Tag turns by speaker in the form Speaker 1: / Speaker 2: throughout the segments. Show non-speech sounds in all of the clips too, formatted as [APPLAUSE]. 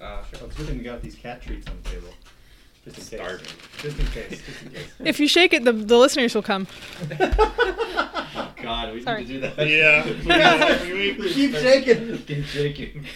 Speaker 1: I was hoping we got these cat treats on the table. Just in case.
Speaker 2: Starving.
Speaker 1: Just in [LAUGHS] case. Just in case.
Speaker 3: If you shake it, the, the listeners will come.
Speaker 1: God, we
Speaker 3: Sorry.
Speaker 1: need to do that.
Speaker 2: Yeah.
Speaker 1: [LAUGHS] Keep shaking.
Speaker 2: Keep shaking.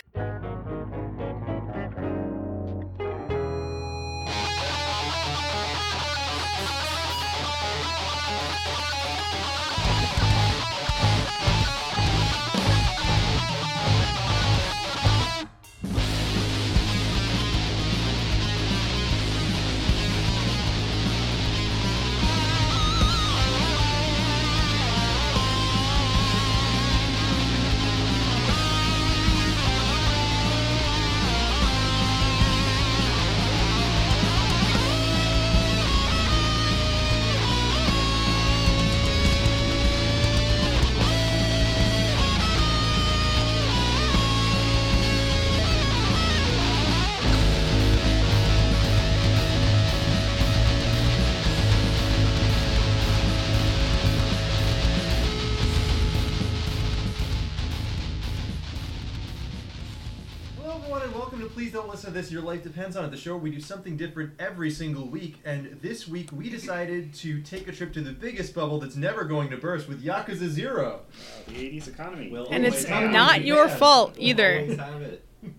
Speaker 1: Hello, everyone, and welcome to Please Don't Listen to This. Your life depends on it. The show where we do something different every single week, and this week we decided to take a trip to the biggest bubble that's never going to burst with Yakuza Zero.
Speaker 2: The 80s economy.
Speaker 4: Well,
Speaker 3: And
Speaker 4: Oh
Speaker 3: it's
Speaker 4: my God.
Speaker 3: not your
Speaker 1: Yeah.
Speaker 3: fault
Speaker 4: We'll
Speaker 3: either.
Speaker 4: always have it.
Speaker 1: [LAUGHS]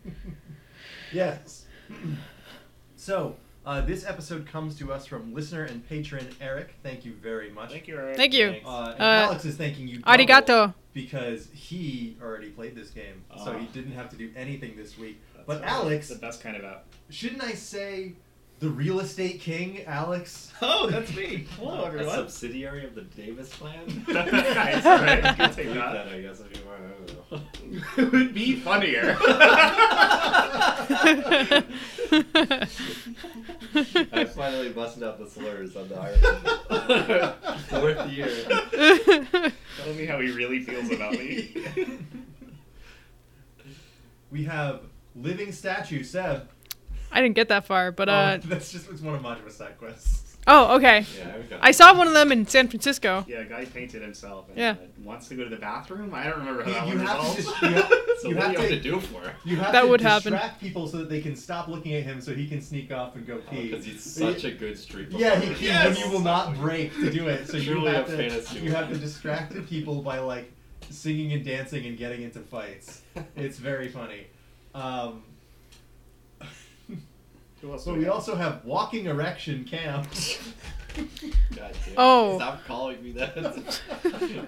Speaker 1: Yes. so, uh, this episode comes to us from listener and patron Eric. Thank you very much.
Speaker 2: Thank you, Eric.
Speaker 3: Thank you.
Speaker 1: Uh, and
Speaker 3: Uh,
Speaker 1: Alex is thanking you. double
Speaker 3: Arigato. [LAUGHS]
Speaker 1: Because he already played this game, so
Speaker 4: Ah.
Speaker 1: he didn't have to do anything this week.
Speaker 2: That's
Speaker 1: But
Speaker 2: all.
Speaker 1: Alex,
Speaker 2: The best kind of app. [LAUGHS]
Speaker 1: shouldn't I say the real estate king, Alex?
Speaker 4: [LAUGHS] Oh, that's
Speaker 1: [LAUGHS]
Speaker 4: me.
Speaker 1: Hello,
Speaker 4: A
Speaker 1: everyone.
Speaker 4: subsidiary of the Davis clan. [LAUGHS]
Speaker 2: Nice, right? You can say
Speaker 4: Leave
Speaker 1: [LAUGHS]
Speaker 2: that.
Speaker 4: [LAUGHS] I guess, if you want. I don't know.
Speaker 2: it would be funnier.
Speaker 4: [LAUGHS] I finally busted out the slurs on the Irish. [LAUGHS] Fourth year.
Speaker 2: Tell me how he really feels about
Speaker 1: [LAUGHS]
Speaker 2: me.
Speaker 1: We have living statue, Seb.
Speaker 3: I didn't get that far, but uh
Speaker 1: oh, [LAUGHS] that's just it's one of Majima's side quests.
Speaker 3: oh, okay.
Speaker 4: Yeah, I
Speaker 3: I saw one of them in San Francisco.
Speaker 2: Yeah, a guy painted himself and
Speaker 3: Yeah.
Speaker 2: uh, wants to go to the bathroom. I don't remember how
Speaker 1: You-
Speaker 2: that
Speaker 1: you
Speaker 2: one
Speaker 1: have to just-
Speaker 2: resolved. [LAUGHS]
Speaker 1: you have-
Speaker 4: So
Speaker 1: You
Speaker 4: what
Speaker 1: have
Speaker 4: do you have
Speaker 1: to-
Speaker 4: to do for?
Speaker 1: You have
Speaker 3: That
Speaker 1: to
Speaker 3: would happen.
Speaker 1: distract people so that they can stop looking at him, so he can sneak off and go pee.
Speaker 4: Because Oh, he's such a good street.
Speaker 1: Yeah, he, he,
Speaker 4: performer.
Speaker 1: and you will
Speaker 4: [LAUGHS]
Speaker 1: not break to do it. So you
Speaker 4: Truly
Speaker 1: have
Speaker 4: a
Speaker 1: to
Speaker 4: fantasy
Speaker 1: you have to
Speaker 4: world.
Speaker 1: distract the people by like singing and dancing and getting into fights. It's very funny. Um,
Speaker 2: Who else
Speaker 1: so
Speaker 2: do
Speaker 1: we
Speaker 2: have?
Speaker 1: also have walking erection
Speaker 4: [LAUGHS]
Speaker 1: camp.
Speaker 4: God damn.
Speaker 3: Oh.
Speaker 4: Stop calling me that.
Speaker 3: [LAUGHS]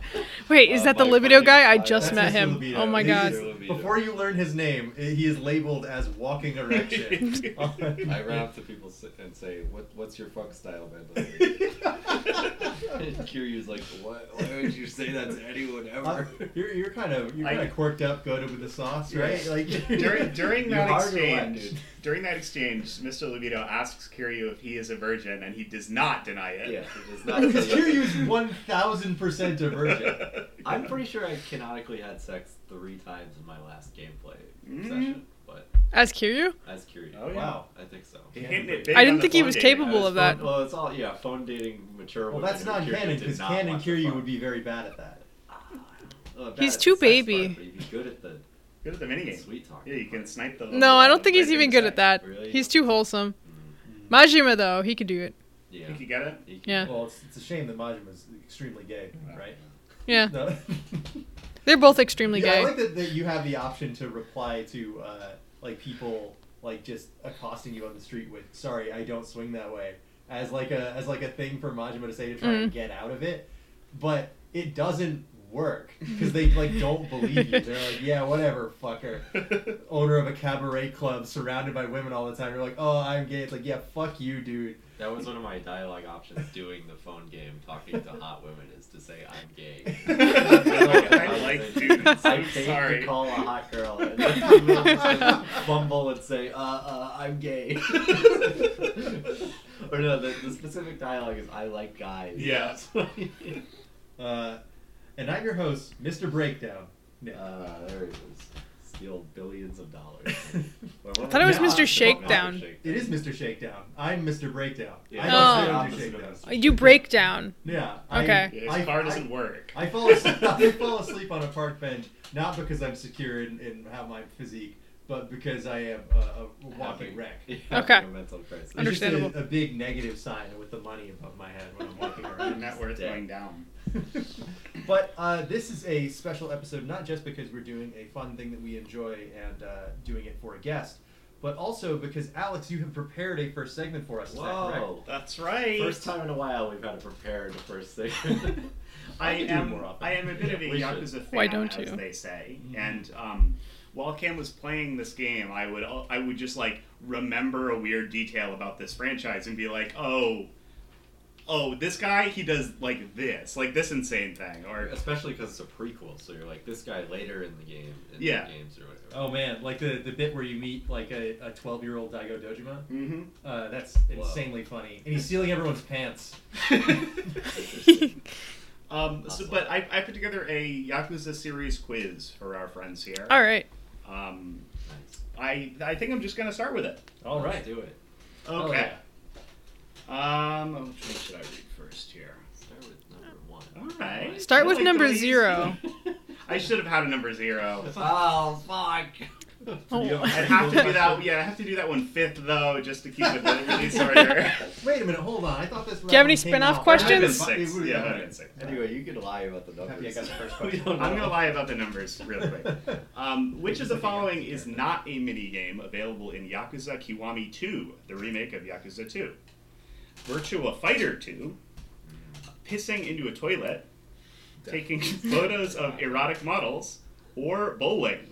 Speaker 3: Wait, is
Speaker 4: Uh,
Speaker 3: that the
Speaker 4: my
Speaker 3: libido
Speaker 4: buddy-
Speaker 3: guy? I
Speaker 4: my-
Speaker 3: just
Speaker 1: That's
Speaker 3: met
Speaker 1: Mr.
Speaker 3: him.
Speaker 1: Libido.
Speaker 3: Oh my
Speaker 1: He's-
Speaker 3: god.
Speaker 4: Mr. Libido.
Speaker 1: Before you learn his name, i- he is labeled as walking erection.
Speaker 4: [LAUGHS]
Speaker 1: [LAUGHS]
Speaker 4: I run up to people s- and say, "What? What's your fuck style, man?" [LAUGHS] and [LAUGHS] Kiryu's like, "What? Why would you say that to anyone
Speaker 1: Uh,
Speaker 4: ever?"
Speaker 1: you're, you're kind of you're
Speaker 2: I-
Speaker 1: kind of quirked up, goaded with the sauce, right? [LAUGHS]
Speaker 4: Yeah.
Speaker 1: Like
Speaker 2: [LAUGHS] during during
Speaker 1: you're
Speaker 2: that
Speaker 1: hard to like,
Speaker 2: exchange,
Speaker 1: dude.
Speaker 2: [LAUGHS] during that exchange, Mr. Libido asks Kiryu if he is a virgin, and he does not deny it.
Speaker 4: [LAUGHS] yeah, it
Speaker 1: [LAUGHS]
Speaker 4: is not.
Speaker 1: Because Kiryu's one thousand percent a virgin. [LAUGHS]
Speaker 2: [LAUGHS]
Speaker 4: I'm pretty sure I canonically had sex three times in my last gameplay
Speaker 1: Mm-hmm.
Speaker 2: Mhm.
Speaker 4: session, but
Speaker 3: As Kiryu?
Speaker 4: as Kiryu,
Speaker 2: Oh, yeah.
Speaker 1: Wow.
Speaker 4: I think so.
Speaker 2: He hitting it big
Speaker 3: I didn't
Speaker 2: on the
Speaker 3: think he
Speaker 2: phone
Speaker 3: was
Speaker 2: dating.
Speaker 3: capable
Speaker 4: I
Speaker 3: of
Speaker 4: was
Speaker 3: that.
Speaker 4: phone- Well, it's all yeah, phone dating mature.
Speaker 1: Well,
Speaker 4: women
Speaker 1: that's
Speaker 4: who
Speaker 1: not
Speaker 4: Kiryu
Speaker 1: canon
Speaker 4: did
Speaker 1: because
Speaker 4: not
Speaker 1: canon
Speaker 4: want to
Speaker 1: Kiryu
Speaker 4: fuck.
Speaker 1: would be very bad at that.
Speaker 4: Oh, bad
Speaker 3: He's
Speaker 4: at the
Speaker 3: too
Speaker 4: sex part,
Speaker 3: baby.
Speaker 4: but he'd be good at the
Speaker 2: Good at the minigame.
Speaker 4: sweet talk.
Speaker 2: Yeah, you can snipe the.
Speaker 3: No, I don't think he's even good at that.
Speaker 4: Really?
Speaker 3: He's too wholesome. Majima though, he could do it.
Speaker 4: Yeah.
Speaker 2: Think you got it?
Speaker 4: He-
Speaker 3: Yeah.
Speaker 1: Well, it's, it's a shame that Majima's extremely gay, right?
Speaker 3: Yeah.
Speaker 1: No. [LAUGHS]
Speaker 3: They're both extremely
Speaker 1: yeah, I
Speaker 3: gay.
Speaker 1: like that, that you have the option to reply to uh, like people like just accosting you on the street with "Sorry, I don't swing that way" as like a as like a thing for Majima to say to try and get out of it, but it doesn't work because they like don't believe you. They're like, "Yeah, whatever, fucker." Owner of a cabaret club, surrounded by women all the time. You're like, "Oh, I'm gay." It's like, "Yeah, fuck you, dude."
Speaker 4: That was one of my dialogue options doing the phone game, talking to hot women, is to say I'm gay.
Speaker 2: [LAUGHS] I like dudes.
Speaker 4: I
Speaker 2: I'm
Speaker 4: hate
Speaker 2: sorry.
Speaker 4: to call a hot girl and [LAUGHS] then bumble and say, uh, uh, I'm gay. [LAUGHS] or no, the, the specific dialogue is I like guys.
Speaker 2: [LAUGHS]
Speaker 4: [LAUGHS]
Speaker 2: Yeah.
Speaker 1: Uh, and I'm your host, Mr. Breakdown. Nick.
Speaker 4: Uh, there it is. Steal billions of
Speaker 2: [LAUGHS]
Speaker 4: dollars. Or what-
Speaker 3: thought it was
Speaker 4: No,
Speaker 3: Mr.
Speaker 4: it's not
Speaker 3: Shakedown.
Speaker 1: It is Mr. Shakedown. I'm Mr. Breakdown.
Speaker 4: Yeah,
Speaker 1: I
Speaker 4: it's
Speaker 3: Oh.
Speaker 1: don't, I don't
Speaker 4: the
Speaker 1: do
Speaker 4: opposite of
Speaker 1: shakedowns.
Speaker 4: Mr.
Speaker 3: You break down. [LAUGHS]
Speaker 1: Yeah. I-
Speaker 3: Okay.
Speaker 2: Yeah, his
Speaker 1: I,
Speaker 2: car
Speaker 1: I-
Speaker 2: doesn't work.
Speaker 1: [LAUGHS] I fall asleep. I fall asleep on a park bench not because I'm secure and, and have my physique, but because I am a, a walking
Speaker 4: Having-
Speaker 1: wreck.
Speaker 4: [LAUGHS] Yeah,
Speaker 3: Okay.
Speaker 4: having a mental crisis.
Speaker 1: There's just a-
Speaker 3: Understandable.
Speaker 1: A, big negative sign with the money above my head when I'm
Speaker 4: [LAUGHS]
Speaker 1: walking [LAUGHS] around.
Speaker 2: Net worth
Speaker 4: Dead.
Speaker 2: going down.
Speaker 1: but uh, this is a special episode, not just because we're doing a fun thing that we enjoy and uh, doing it for a guest, but also because Alex, you have prepared a first segment for us. Is that correct?
Speaker 4: Whoa.
Speaker 2: That's right.
Speaker 4: First time in a while we've had to prepare the first thing.
Speaker 2: I
Speaker 1: We could do it
Speaker 2: am.
Speaker 1: more often.
Speaker 2: I am a bit of a
Speaker 4: Yeah, we
Speaker 2: yakuza
Speaker 4: should.
Speaker 2: fan,
Speaker 3: Why don't
Speaker 2: as
Speaker 3: you?
Speaker 2: they say. And um, while Cam was playing this game, I would al- I would just like remember a weird detail about this franchise and be like, oh, oh, this guy he does like this, like this insane thing, or
Speaker 4: [LAUGHS] Especially because it's a prequel, so you're like this guy later in the game, in
Speaker 2: Yeah.
Speaker 4: the games or whatever.
Speaker 1: Oh man, like the, the bit where you meet like a, a 12 year old Daigo Dojima.
Speaker 2: mm-hmm.
Speaker 1: Uh, that's insanely funny. And he's stealing everyone's pants.
Speaker 2: Mm-hmm. [LAUGHS] Um, so,
Speaker 4: Awesome.
Speaker 2: but I, I put together a Yakuza series quiz for our friends here.
Speaker 3: All right.
Speaker 2: Um,
Speaker 3: [LAUGHS]
Speaker 4: Nice.
Speaker 2: I I think I'm just gonna start with it.
Speaker 1: All
Speaker 4: Let's
Speaker 1: right.
Speaker 4: do it.
Speaker 1: Oh,
Speaker 2: Okay.
Speaker 1: yeah.
Speaker 2: Um, which one should I read first here?
Speaker 4: Start with number one.
Speaker 2: All right.
Speaker 3: Start
Speaker 2: I
Speaker 3: with
Speaker 2: like
Speaker 3: number
Speaker 2: these.
Speaker 3: zero.
Speaker 2: I should have had a number
Speaker 4: [LAUGHS]
Speaker 2: zero.
Speaker 4: Oh fuck!
Speaker 2: I'd have to do
Speaker 4: [LAUGHS]
Speaker 2: that. Yeah, I have to do that one fifth though, just to keep it in release order.
Speaker 1: Wait a minute, hold on. I thought this.
Speaker 3: Do you have any
Speaker 1: round came out-
Speaker 3: spin-off
Speaker 2: I've been
Speaker 3: questions?
Speaker 2: six.
Speaker 1: It would've
Speaker 2: Yeah,
Speaker 1: been
Speaker 2: I've
Speaker 1: better.
Speaker 2: been six.
Speaker 4: [LAUGHS] Anyway, you can lie about the numbers.
Speaker 1: Happy I got the
Speaker 2: [LAUGHS]
Speaker 1: first
Speaker 4: We
Speaker 1: question.
Speaker 4: don't
Speaker 2: I'm gonna
Speaker 4: know.
Speaker 2: lie about the numbers real quick.
Speaker 4: [LAUGHS]
Speaker 1: [LAUGHS]
Speaker 2: Um, which of
Speaker 1: Just looking
Speaker 2: the
Speaker 1: at
Speaker 2: following
Speaker 1: the
Speaker 2: is
Speaker 1: character.
Speaker 2: not a minigame available in Yakuza Kiwami 2, the remake of Yakuza 2? Virtua Fighter 2, pissing into a toilet, taking [LAUGHS] photos of erotic models, or bowling.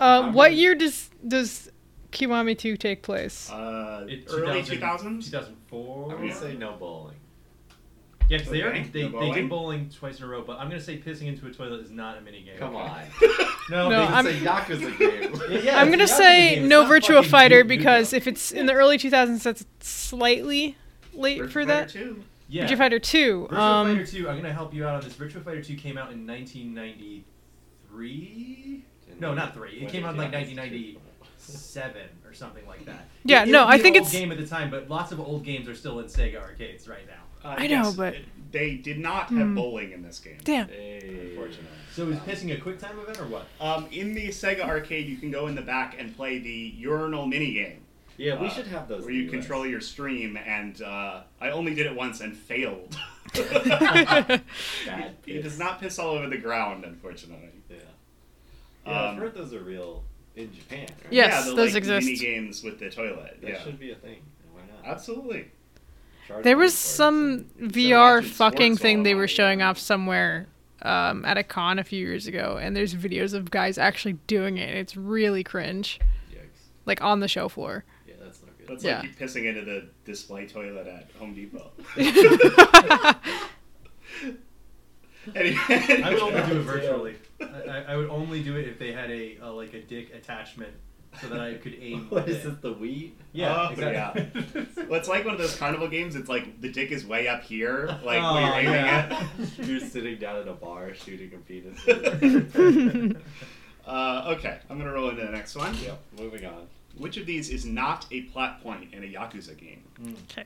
Speaker 3: Um, what year does does Kiwami 2 take place?
Speaker 2: Uh,
Speaker 1: It-
Speaker 2: early
Speaker 1: 2000, 2004.
Speaker 2: 2000s?
Speaker 4: I
Speaker 1: Yeah,
Speaker 4: would
Speaker 2: Yeah.
Speaker 4: say no bowling.
Speaker 1: because they already
Speaker 2: Okay.
Speaker 1: they,
Speaker 2: No
Speaker 1: they
Speaker 2: bowling.
Speaker 1: did bowling twice in a row. But I'm gonna say pissing into a toilet is not a mini game.
Speaker 4: Come on.
Speaker 2: [LAUGHS]
Speaker 1: No,
Speaker 3: No,
Speaker 1: they-
Speaker 3: I'm-
Speaker 4: It's a
Speaker 3: [LAUGHS]
Speaker 4: Yakuza game.
Speaker 1: Yeah,
Speaker 3: I'm
Speaker 1: it's
Speaker 3: gonna
Speaker 1: the Yakuza
Speaker 3: say
Speaker 1: game. It's
Speaker 3: no
Speaker 1: not
Speaker 3: Virtua
Speaker 1: fucking
Speaker 3: Fighter
Speaker 1: Duke Nukem.
Speaker 3: because if it's in the early 2000s, that's slightly late
Speaker 2: Virtua
Speaker 3: for
Speaker 2: Fighter
Speaker 3: that.
Speaker 2: 2.
Speaker 1: yeah.
Speaker 3: Virtua Fighter 2.
Speaker 1: Virtua
Speaker 3: um,
Speaker 1: Fighter 2. I'm gonna help you out on this. Virtua Fighter 2 came out in 1993. No, not three. It
Speaker 4: When
Speaker 1: came
Speaker 4: did
Speaker 1: out in, like,
Speaker 4: Yakuza
Speaker 1: 1990.
Speaker 4: two come out?
Speaker 1: Seven or something like that.
Speaker 3: [LAUGHS] Yeah,
Speaker 1: It- it
Speaker 3: no,
Speaker 1: would be
Speaker 3: I
Speaker 1: an
Speaker 3: think
Speaker 1: old
Speaker 3: it's-
Speaker 1: game at the time, but lots of old games are still in Sega arcades right now.
Speaker 2: Uh,
Speaker 3: I know,
Speaker 2: yes,
Speaker 3: but-
Speaker 2: it- They did not have
Speaker 3: Hmm.
Speaker 2: bowling in this game.
Speaker 1: [LAUGHS]
Speaker 3: Damn.
Speaker 4: Hey.
Speaker 2: Unfortunately.
Speaker 1: So is pissing a quick time event or what?
Speaker 2: Um, in the Sega arcade, you can go in the back and play the urinal minigame.
Speaker 4: Yeah, we
Speaker 2: Uh,
Speaker 4: should have those.
Speaker 2: where
Speaker 4: in
Speaker 2: you
Speaker 4: the
Speaker 2: control
Speaker 4: US.
Speaker 2: your stream and uh, i only did it once and
Speaker 3: [LAUGHS]
Speaker 2: failed [LAUGHS]
Speaker 4: bad
Speaker 2: he does
Speaker 4: piss.
Speaker 2: not piss all over the ground unfortunately
Speaker 4: Yeah. Yeah,
Speaker 2: Um,
Speaker 4: I've heard those are real in Japan. Right?
Speaker 3: Yes,
Speaker 2: yeah, the,
Speaker 3: those
Speaker 2: like,
Speaker 3: exist.
Speaker 2: mini games with the toilet
Speaker 4: That
Speaker 2: yeah
Speaker 4: should be a thing. Why not?
Speaker 2: absolutely
Speaker 4: Charge
Speaker 3: [LAUGHS] There was
Speaker 4: them for
Speaker 3: some
Speaker 4: it, so-
Speaker 3: VR
Speaker 2: watching
Speaker 3: fucking
Speaker 2: sports all
Speaker 3: thing they were
Speaker 2: night.
Speaker 3: showing off somewhere um, at a con a few years ago, and there's videos of guys actually doing it. It's really cringe,
Speaker 4: Yikes.
Speaker 3: like on the show floor. [LAUGHS]
Speaker 1: [LAUGHS]
Speaker 4: Yeah, that's not good.
Speaker 2: that's
Speaker 3: Yeah.
Speaker 2: like you pissing into the display toilet at home
Speaker 3: [LAUGHS]
Speaker 2: depot [LAUGHS] Any-
Speaker 1: I would
Speaker 2: [LAUGHS]
Speaker 1: only do it
Speaker 4: Yeah.
Speaker 1: virtually. I, I, I would only do it if they had a, a like a dick attachment so that I could [LAUGHS] aim.
Speaker 4: [LAUGHS] what
Speaker 1: with
Speaker 4: is
Speaker 1: it.
Speaker 4: it? The Wii?
Speaker 1: Yeah,
Speaker 2: Oh,
Speaker 1: exactly. [LAUGHS]
Speaker 2: well, it's like one of those carnival games it's like the dick is way
Speaker 1: [LAUGHS]
Speaker 2: up here like
Speaker 1: Oh,
Speaker 2: where you're aiming
Speaker 1: yeah.
Speaker 2: at
Speaker 4: [LAUGHS] You're sitting down at a bar shooting a penis. [LAUGHS]
Speaker 2: uh, okay i'm gonna roll into the next one
Speaker 4: yep. Moving on.
Speaker 2: Which of these is not a plot point in a Yakuza game?
Speaker 3: Okay.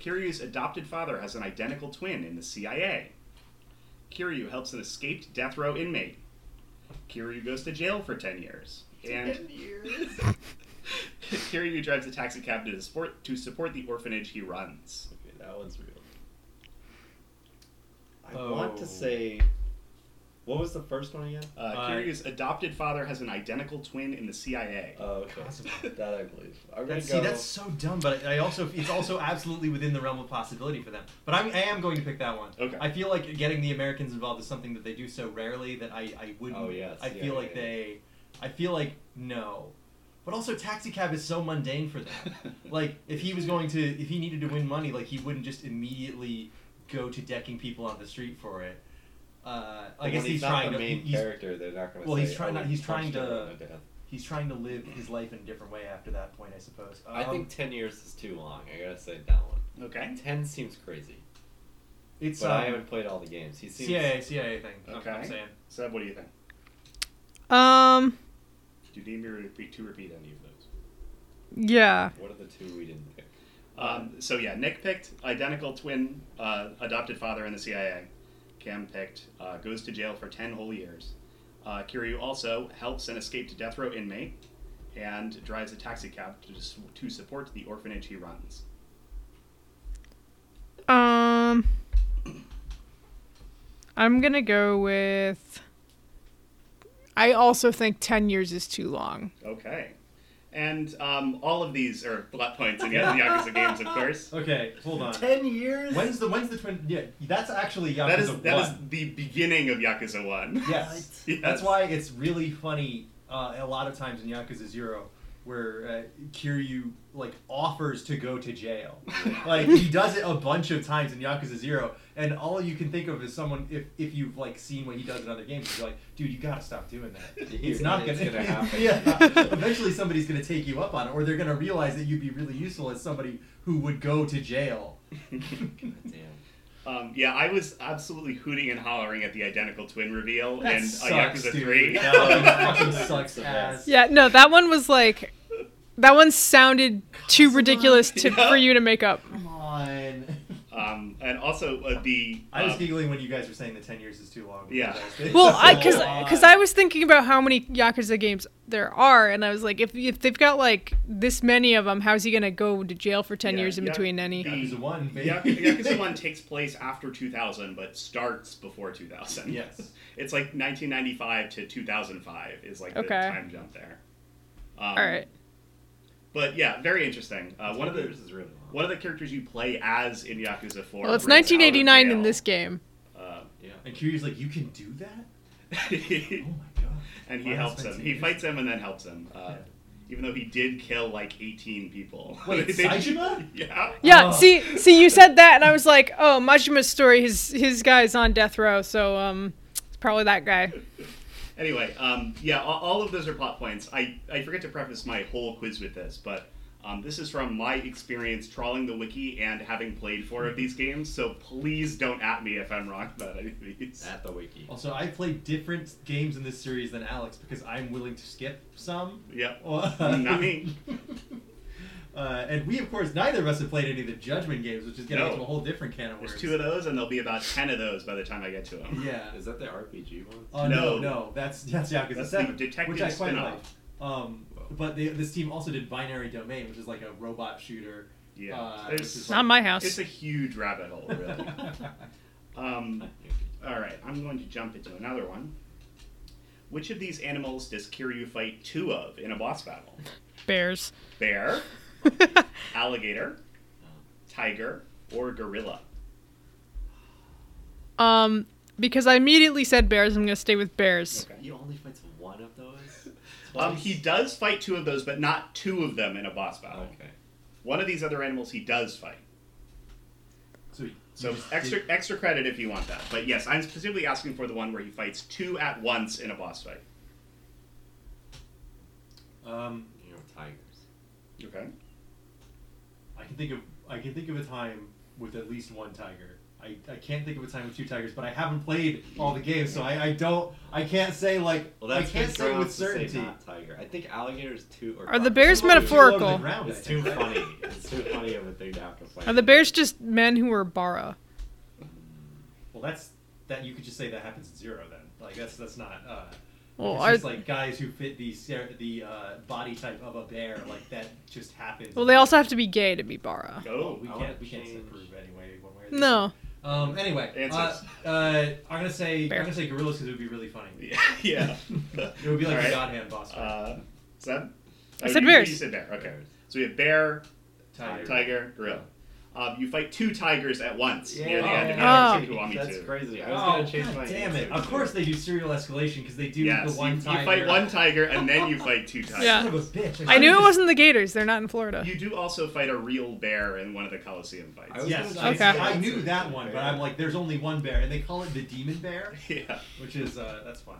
Speaker 2: Kiryu's adopted father has an identical twin in the CIA. Kiryu helps an escaped death row inmate. Kiryu goes to jail for 10 years. And [LAUGHS] Kiryu drives a taxi cab to support, to support the orphanage he runs.
Speaker 4: Okay, that one's real. I
Speaker 1: Oh.
Speaker 4: want to say, what was the first one again?
Speaker 2: Uh,
Speaker 1: Uh,
Speaker 2: Kiryu's adopted father has an identical twin in the CIA.
Speaker 4: Oh, [LAUGHS] okay.
Speaker 1: Cosmo.
Speaker 4: That I believe. I'm gonna
Speaker 1: That's-
Speaker 4: go.
Speaker 1: see, that's
Speaker 4: [LAUGHS]
Speaker 1: so dumb, but I, I also it's also [LAUGHS] absolutely within the realm of possibility for them. But I'm, I am going to pick that one.
Speaker 2: Okay.
Speaker 1: I feel like getting the Americans involved is something that they do so rarely that I, I wouldn't.
Speaker 4: Oh, yes,
Speaker 1: I
Speaker 4: yeah,
Speaker 1: feel
Speaker 4: yeah,
Speaker 1: like
Speaker 4: yeah.
Speaker 1: they, I feel like no, but also taxi cab is so mundane for
Speaker 4: [LAUGHS]
Speaker 1: them. like if he was going to, if he needed to win money, like he wouldn't just immediately go to decking people on the street for it. Uh, I
Speaker 4: But
Speaker 1: guess
Speaker 4: when
Speaker 1: he's,
Speaker 4: he's, not
Speaker 1: trying
Speaker 4: the
Speaker 1: to.
Speaker 4: main
Speaker 1: he's,
Speaker 4: character. They're not gonna.
Speaker 1: well,
Speaker 4: say,
Speaker 1: he's trying
Speaker 4: oh,
Speaker 1: not-
Speaker 4: he
Speaker 1: he's trying
Speaker 4: punched everyone
Speaker 1: to-
Speaker 4: death.
Speaker 1: he's trying to live his life in a different way after that point, I suppose.
Speaker 4: I
Speaker 1: Um,
Speaker 4: think ten years is too long. I gotta say that one.
Speaker 2: Okay.
Speaker 4: Ten seems crazy,
Speaker 1: it's.
Speaker 4: but I
Speaker 1: um,
Speaker 4: haven't played all the games. He seems.
Speaker 1: CIA, CIA thing. Okay.
Speaker 2: Okay.
Speaker 1: I'm saying.
Speaker 2: So, what do you think?
Speaker 3: Um.
Speaker 2: Do you need me to repeat, to repeat any of those?
Speaker 3: Yeah.
Speaker 4: What are the two we
Speaker 1: [LAUGHS]
Speaker 4: didn't pick?
Speaker 2: Um, so yeah, Nick picked identical twin, uh, adopted father in the CIA. Cam picked uh, goes to jail for ten whole years. Uh, Kiryu also helps an escaped death row inmate and drives a taxi cab to, to support the orphanage he runs.
Speaker 3: Um, I'm gonna go with. I also think ten years is too long.
Speaker 2: Okay. And um, all of these are plot points in the other Yakuza games, of course.
Speaker 1: Okay, hold on.
Speaker 2: Ten years?
Speaker 1: When's the when's the twin? Yeah, that's actually [LAUGHS] Yakuza
Speaker 2: that is
Speaker 1: One.
Speaker 2: that is the beginning of Yakuza One.
Speaker 1: Yes.
Speaker 2: [LAUGHS] Yes.
Speaker 1: That's why it's really funny uh, a lot of times in Yakuza Zero where uh, Kiryu like offers to go to
Speaker 2: [LAUGHS]
Speaker 1: jail. like he does it a bunch of times in Yakuza Zero, and all you can think of is someone if, if you've like seen what he does in other games, you're like, dude, you gotta stop doing that.
Speaker 4: [LAUGHS]
Speaker 1: It's not
Speaker 4: It's
Speaker 1: gonna, [LAUGHS]
Speaker 4: gonna happen.
Speaker 1: yeah. Eventually somebody's gonna take you up on it, or they're gonna realize that you'd be really useful as somebody who would go to jail.
Speaker 4: Damn.
Speaker 2: Um, yeah, I was absolutely hooting and hollering at the identical twin reveal
Speaker 1: That
Speaker 2: in uh,
Speaker 1: sucks,
Speaker 2: Yakuza
Speaker 1: dude.
Speaker 2: Three.
Speaker 1: That fucking sucks
Speaker 4: the
Speaker 1: ass.
Speaker 4: best.
Speaker 3: Yeah, no, that one was like, that one sounded too ridiculous to
Speaker 2: Yeah.
Speaker 3: for you to make up.
Speaker 1: Come on. [LAUGHS]
Speaker 2: [LAUGHS] um, and also uh, the
Speaker 1: I was
Speaker 2: um,
Speaker 1: giggling when you guys were saying that ten years is too long. [LAUGHS]
Speaker 2: Yeah.
Speaker 1: Because-
Speaker 3: Well, I because
Speaker 1: So,
Speaker 3: because I was thinking about how many Yakuza games there are, and I was like, if if they've got like this many of them, how's he gonna go to jail for ten
Speaker 2: Yeah,
Speaker 3: years in
Speaker 2: yeah.
Speaker 3: between any?
Speaker 2: Yeah.
Speaker 1: Yakuza one, baby.
Speaker 2: Yak- um, Yakuza One takes place after 2000, but starts before
Speaker 1: [LAUGHS]
Speaker 2: 2000.
Speaker 1: Yes.
Speaker 2: [LAUGHS] it's like 1995 to 2005 is like the
Speaker 3: Okay.
Speaker 2: time jump there. Um,
Speaker 3: All right.
Speaker 2: But yeah, very interesting. Uh, one of the
Speaker 4: This is really long.
Speaker 2: one of the characters you play as in Yakuza Four.
Speaker 3: Well, it's
Speaker 2: breaks out of
Speaker 3: 1989 in
Speaker 2: jail.
Speaker 3: this game.
Speaker 2: Uh, [LAUGHS]
Speaker 4: Yeah.
Speaker 1: And Kiryu's like, you can do that? Oh my god.
Speaker 2: and he
Speaker 1: Wow,
Speaker 2: helps
Speaker 1: that's
Speaker 2: him.
Speaker 1: been
Speaker 2: He
Speaker 1: two
Speaker 2: fights him and then helps him. Uh,
Speaker 1: Yeah.
Speaker 2: Even though he did kill like 18 people.
Speaker 1: Wait,
Speaker 2: [LAUGHS] They-
Speaker 1: Saitama?
Speaker 2: Yeah.
Speaker 3: Yeah,
Speaker 1: Ugh.
Speaker 3: see, see, you said that, and I was like, "Oh, Majima's story. His his guy's on death row, so um, it's probably that guy."
Speaker 2: Anyway, um, yeah, all, all of those are plot points. I, I forget to preface my whole quiz with this, but um, this is from my experience trawling the wiki and having played four
Speaker 1: Mm-hmm.
Speaker 2: of these games, so please don't at me if I'm wrong about any of these.
Speaker 4: At the wiki.
Speaker 1: Also, I play different games in this series than Alex because I'm willing to skip some. [LAUGHS]
Speaker 2: Yep. Not
Speaker 1: Not
Speaker 2: me.
Speaker 1: Uh, and we, of course, neither of us have played any of the Judgment games, which is getting
Speaker 2: No.
Speaker 1: into a whole different can of worms.
Speaker 2: There's two of those, and there'll be about 10 of those by the time I get to them.
Speaker 1: Yeah.
Speaker 4: Is that the RPG one?
Speaker 1: Oh
Speaker 2: No.
Speaker 1: no, no, that's that's Yakuza
Speaker 2: That's the
Speaker 1: 7,
Speaker 2: detective
Speaker 1: which I quite
Speaker 2: spin-off.
Speaker 1: like. Um, but they, this team also did Binary Domain, which is like a robot shooter.
Speaker 2: Yeah.
Speaker 1: uh,
Speaker 2: There's-
Speaker 1: which is [LAUGHS]
Speaker 3: Not my house.
Speaker 2: It's a huge rabbit hole, really. um, All right, I'm going to jump into another one. Which of these animals does Kiryu fight two of in a
Speaker 1: [LAUGHS]
Speaker 2: boss battle?
Speaker 3: Bears. [LAUGHS]
Speaker 2: Bear, alligator, tiger, or gorilla?
Speaker 3: Um, because I immediately said bears, I'm gonna stay with bears.
Speaker 2: Okay.
Speaker 4: You only fights one
Speaker 1: [LAUGHS]
Speaker 4: of those?
Speaker 2: Um, he does fight two of those, but not two of them in a boss battle.
Speaker 4: Okay.
Speaker 2: One of these other animals he does fight.
Speaker 1: So, you [LAUGHS]
Speaker 2: So
Speaker 1: just
Speaker 2: extra
Speaker 1: did-
Speaker 2: extra credit if you want that. But yes, I'm specifically asking for the one where he fights two at once in a boss fight.
Speaker 1: um,
Speaker 4: You know, tigers.
Speaker 2: Okay.
Speaker 1: I can think of I can think of a time with at least one tiger. I, I can't think of a time with two tigers, but I haven't played all the games, so I, I don't I can't say like
Speaker 4: Well, that's
Speaker 1: I can't
Speaker 4: good
Speaker 1: say with
Speaker 4: grounds to
Speaker 1: certainty.
Speaker 4: not tiger. I think alligators too. Or
Speaker 3: Are the
Speaker 4: tigers.
Speaker 3: bears
Speaker 1: Some of them are too low to the
Speaker 3: metaphorical?
Speaker 1: ground, I
Speaker 4: It's too
Speaker 1: think, right?
Speaker 4: funny. It's too funny of a thing to have to fight.
Speaker 3: Are the bears just men who are bara?
Speaker 1: Well, that's that you could just say that happens at zero then. Like that's that's not. Uh,
Speaker 3: Well,
Speaker 1: it's
Speaker 3: are,
Speaker 1: just like guys who fit the ser- the uh, body type of a bear, like that just happens.
Speaker 3: well, they also have to be gay to be bara.
Speaker 1: Oh,
Speaker 2: Go.
Speaker 1: we
Speaker 4: I wanna
Speaker 1: can't we can't
Speaker 4: change-
Speaker 1: prove anyway one way or the
Speaker 3: No.
Speaker 1: other. Um. Anyway, uh,
Speaker 2: Answers.
Speaker 1: uh, I'm gonna say
Speaker 3: Bear.
Speaker 1: I'm gonna say gorillas because it would be really funny.
Speaker 2: Yeah. [LAUGHS] yeah.
Speaker 1: [LAUGHS] It would be like the
Speaker 2: All right.
Speaker 1: God Hand boss fight.
Speaker 2: Uh, Seb?
Speaker 3: I
Speaker 2: Oh,
Speaker 3: said
Speaker 2: you-
Speaker 3: bears.
Speaker 2: You said bear. Okay.
Speaker 4: Bears.
Speaker 2: So we have bear,
Speaker 1: tiger.
Speaker 2: tiger, gorilla. Um, you fight two tigers at once near the
Speaker 1: Yeah.
Speaker 2: end of
Speaker 3: Oh.
Speaker 2: Yakuza Kiwami
Speaker 4: That's
Speaker 2: 2.
Speaker 4: crazy. I was
Speaker 1: Oh,
Speaker 4: gonna change
Speaker 1: God
Speaker 4: my
Speaker 1: damn
Speaker 4: answer
Speaker 1: it! Of
Speaker 4: to-
Speaker 1: course they do serial escalation because they do
Speaker 2: Yes,
Speaker 1: the one
Speaker 2: you, you
Speaker 1: tiger.
Speaker 2: fight one tiger and then
Speaker 3: [LAUGHS]
Speaker 2: you fight two tigers.
Speaker 3: Yeah.
Speaker 1: Son of a bitch!
Speaker 3: I knew it
Speaker 1: should've
Speaker 3: wasn't the gators. They're not in Florida.
Speaker 2: You do also fight a real bear in one of the Coliseum
Speaker 4: I
Speaker 2: fights.
Speaker 4: was
Speaker 1: Yes,
Speaker 4: gonna
Speaker 3: Okay.
Speaker 1: I,
Speaker 4: change
Speaker 1: I
Speaker 4: my
Speaker 1: knew
Speaker 4: answer to
Speaker 1: that one, but
Speaker 4: bear.
Speaker 1: I'm like, there's only one bear, and they call it the demon bear,
Speaker 2: [LAUGHS] Yeah.
Speaker 1: which is uh, that's fun.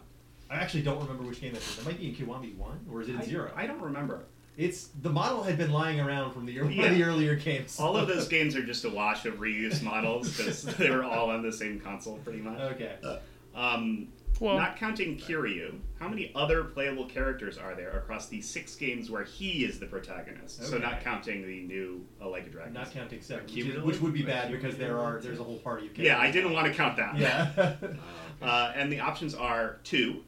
Speaker 1: I actually don't remember which game that is. It might be in Kiwami One, or is it in
Speaker 2: I-
Speaker 1: Zero?
Speaker 2: I, don't remember.
Speaker 1: It's the model had been lying around from the [LAUGHS] ear- one
Speaker 2: Yeah.
Speaker 1: of the earlier games.
Speaker 2: All of those games are just a wash of reuse models because they were all on the same console pretty much.
Speaker 1: [LAUGHS] okay.
Speaker 2: Um,
Speaker 3: Well-
Speaker 2: not counting Kiryu, how many other playable characters are there across the six games where he is the protagonist? So
Speaker 1: Okay.
Speaker 2: not counting the new uh, Like a Dragon.
Speaker 1: Not counting seven, which, is,
Speaker 4: Cumulative?
Speaker 1: which would be bad because there are
Speaker 4: Cumulative?
Speaker 1: there's a whole party of
Speaker 2: yeah,
Speaker 1: [LAUGHS]
Speaker 2: I
Speaker 1: characters.
Speaker 2: [LAUGHS] didn't want to count that.
Speaker 1: Yeah.
Speaker 4: Oh, Uh, okay.
Speaker 2: Uh, and the options are two,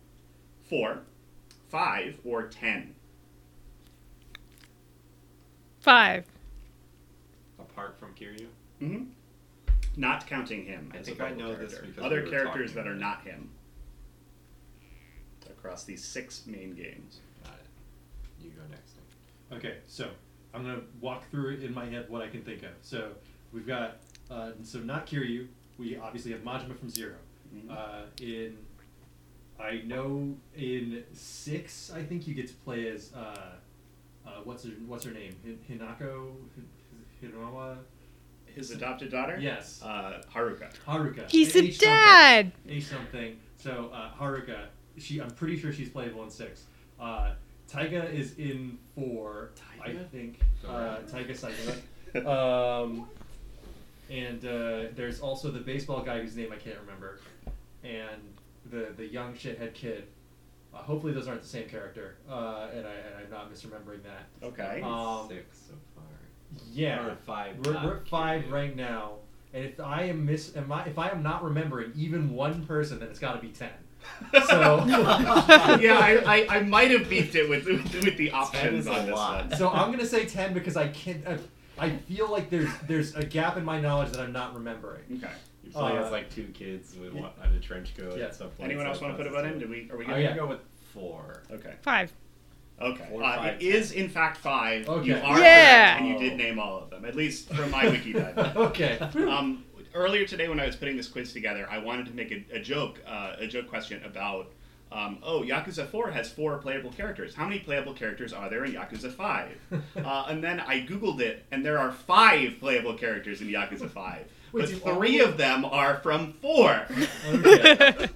Speaker 2: four, five, or ten?
Speaker 3: Five.
Speaker 5: Apart from Kiryu,
Speaker 2: hmm Not counting him.
Speaker 5: Mm-hmm. I
Speaker 2: as a
Speaker 5: think I
Speaker 2: vital
Speaker 5: know this
Speaker 2: character.
Speaker 5: because
Speaker 2: other
Speaker 5: we were
Speaker 2: characters
Speaker 5: talking
Speaker 2: that are
Speaker 5: about
Speaker 2: not him across these six main games.
Speaker 5: got it. You go next. Nick.
Speaker 1: Okay, so I'm gonna walk through it in my head what I can think of. So we've got uh, so not Kiryu. We obviously have Majima from 0
Speaker 2: Mhm.
Speaker 1: Uh, in I know in six, I think you get to play as uh, uh, what's her what's her name Hin- Hinako Hin- Hinowa.
Speaker 2: His adopted daughter.
Speaker 1: Yes.
Speaker 2: Uh, Haruka.
Speaker 1: Haruka.
Speaker 3: He's a
Speaker 1: H something.
Speaker 3: dad.
Speaker 1: H something. So uh, Haruka, she I'm pretty sure she's playable in six. Uh, Taiga is in four, I
Speaker 2: Taiga?
Speaker 1: think.
Speaker 4: Sorry.
Speaker 1: Uh, Taiga Saitama. Um, and uh, there's also the baseball guy whose name I can't remember, and the the young shithead kid. Uh, hopefully those aren't the same character, uh, and, I, and I'm not misremembering that.
Speaker 2: Okay.
Speaker 1: Um,
Speaker 5: Six so far.
Speaker 1: Yeah,
Speaker 5: We're at five
Speaker 1: We're,
Speaker 5: now,
Speaker 1: we're at five
Speaker 5: Kiryu.
Speaker 1: right now, and if I am miss, am I, if I am not remembering even one person, then it's got to be ten.
Speaker 3: [LAUGHS]
Speaker 1: [LAUGHS] So,
Speaker 2: yeah, I, I, I might have beefed it with with the options
Speaker 5: is a
Speaker 2: on this
Speaker 5: lot.
Speaker 2: one.
Speaker 1: so I'm gonna say ten because I can't. I, I feel like there's there's a gap in my knowledge that I'm not remembering.
Speaker 2: Okay.
Speaker 5: You're playing
Speaker 1: Uh,
Speaker 5: as like two kids with
Speaker 1: yeah.
Speaker 5: one on a trench coat
Speaker 1: Yeah.
Speaker 5: and stuff. like
Speaker 2: Anyone
Speaker 5: that
Speaker 2: else want to put a vote in? Did we? Are we
Speaker 5: I'm
Speaker 2: good?
Speaker 1: Oh, yeah.
Speaker 5: gonna go with four.
Speaker 2: Okay. [LAUGHS]
Speaker 3: Five. [LAUGHS]
Speaker 2: Okay.
Speaker 5: Four,
Speaker 2: uh,
Speaker 5: five,
Speaker 2: it is in fact five. You
Speaker 1: Okay.
Speaker 2: are
Speaker 3: Yeah.
Speaker 2: correct, and you did name all of them, at least
Speaker 1: [LAUGHS]
Speaker 2: from my wiki dive.
Speaker 1: okay.
Speaker 2: um, earlier today when I was putting this quiz together, I wanted to make a, a joke, uh, a joke question about, um, oh, Yakuza 4 has four playable characters. How many playable characters are there in Yakuza
Speaker 1: [LAUGHS]
Speaker 2: 5? uh, and then I Googled it, and there are five playable characters in
Speaker 1: [LAUGHS]
Speaker 2: Yakuza 5.
Speaker 1: Wait,
Speaker 2: But
Speaker 1: do
Speaker 2: three
Speaker 1: all-
Speaker 2: of them are from
Speaker 1: [LAUGHS]
Speaker 2: four.
Speaker 1: okay.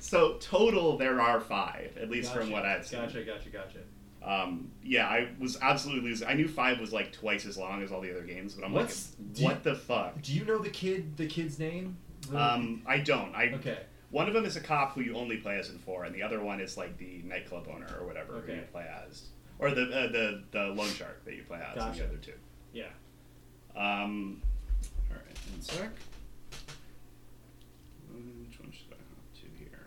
Speaker 2: so total, there are five, at least from
Speaker 1: Gotcha.
Speaker 2: what I've seen.
Speaker 1: Gotcha, gotcha, gotcha.
Speaker 2: Um, yeah, I was absolutely losing. I knew five was like twice as long as all the other games, but I'm
Speaker 1: What's- do
Speaker 2: like,
Speaker 1: you-
Speaker 2: what the fuck?
Speaker 1: Do you know the kid, the kid's name? The-
Speaker 2: Um, I don't. I
Speaker 1: okay.
Speaker 2: One of them is a cop who you only play as in four, and the other one is like the nightclub owner or whatever who
Speaker 1: Okay.
Speaker 2: you play as, or the uh, the the loan shark that you play as. in
Speaker 1: Gotcha.
Speaker 2: the other two.
Speaker 1: Yeah.
Speaker 2: Um, all right, one sec. Which one should I hop to here?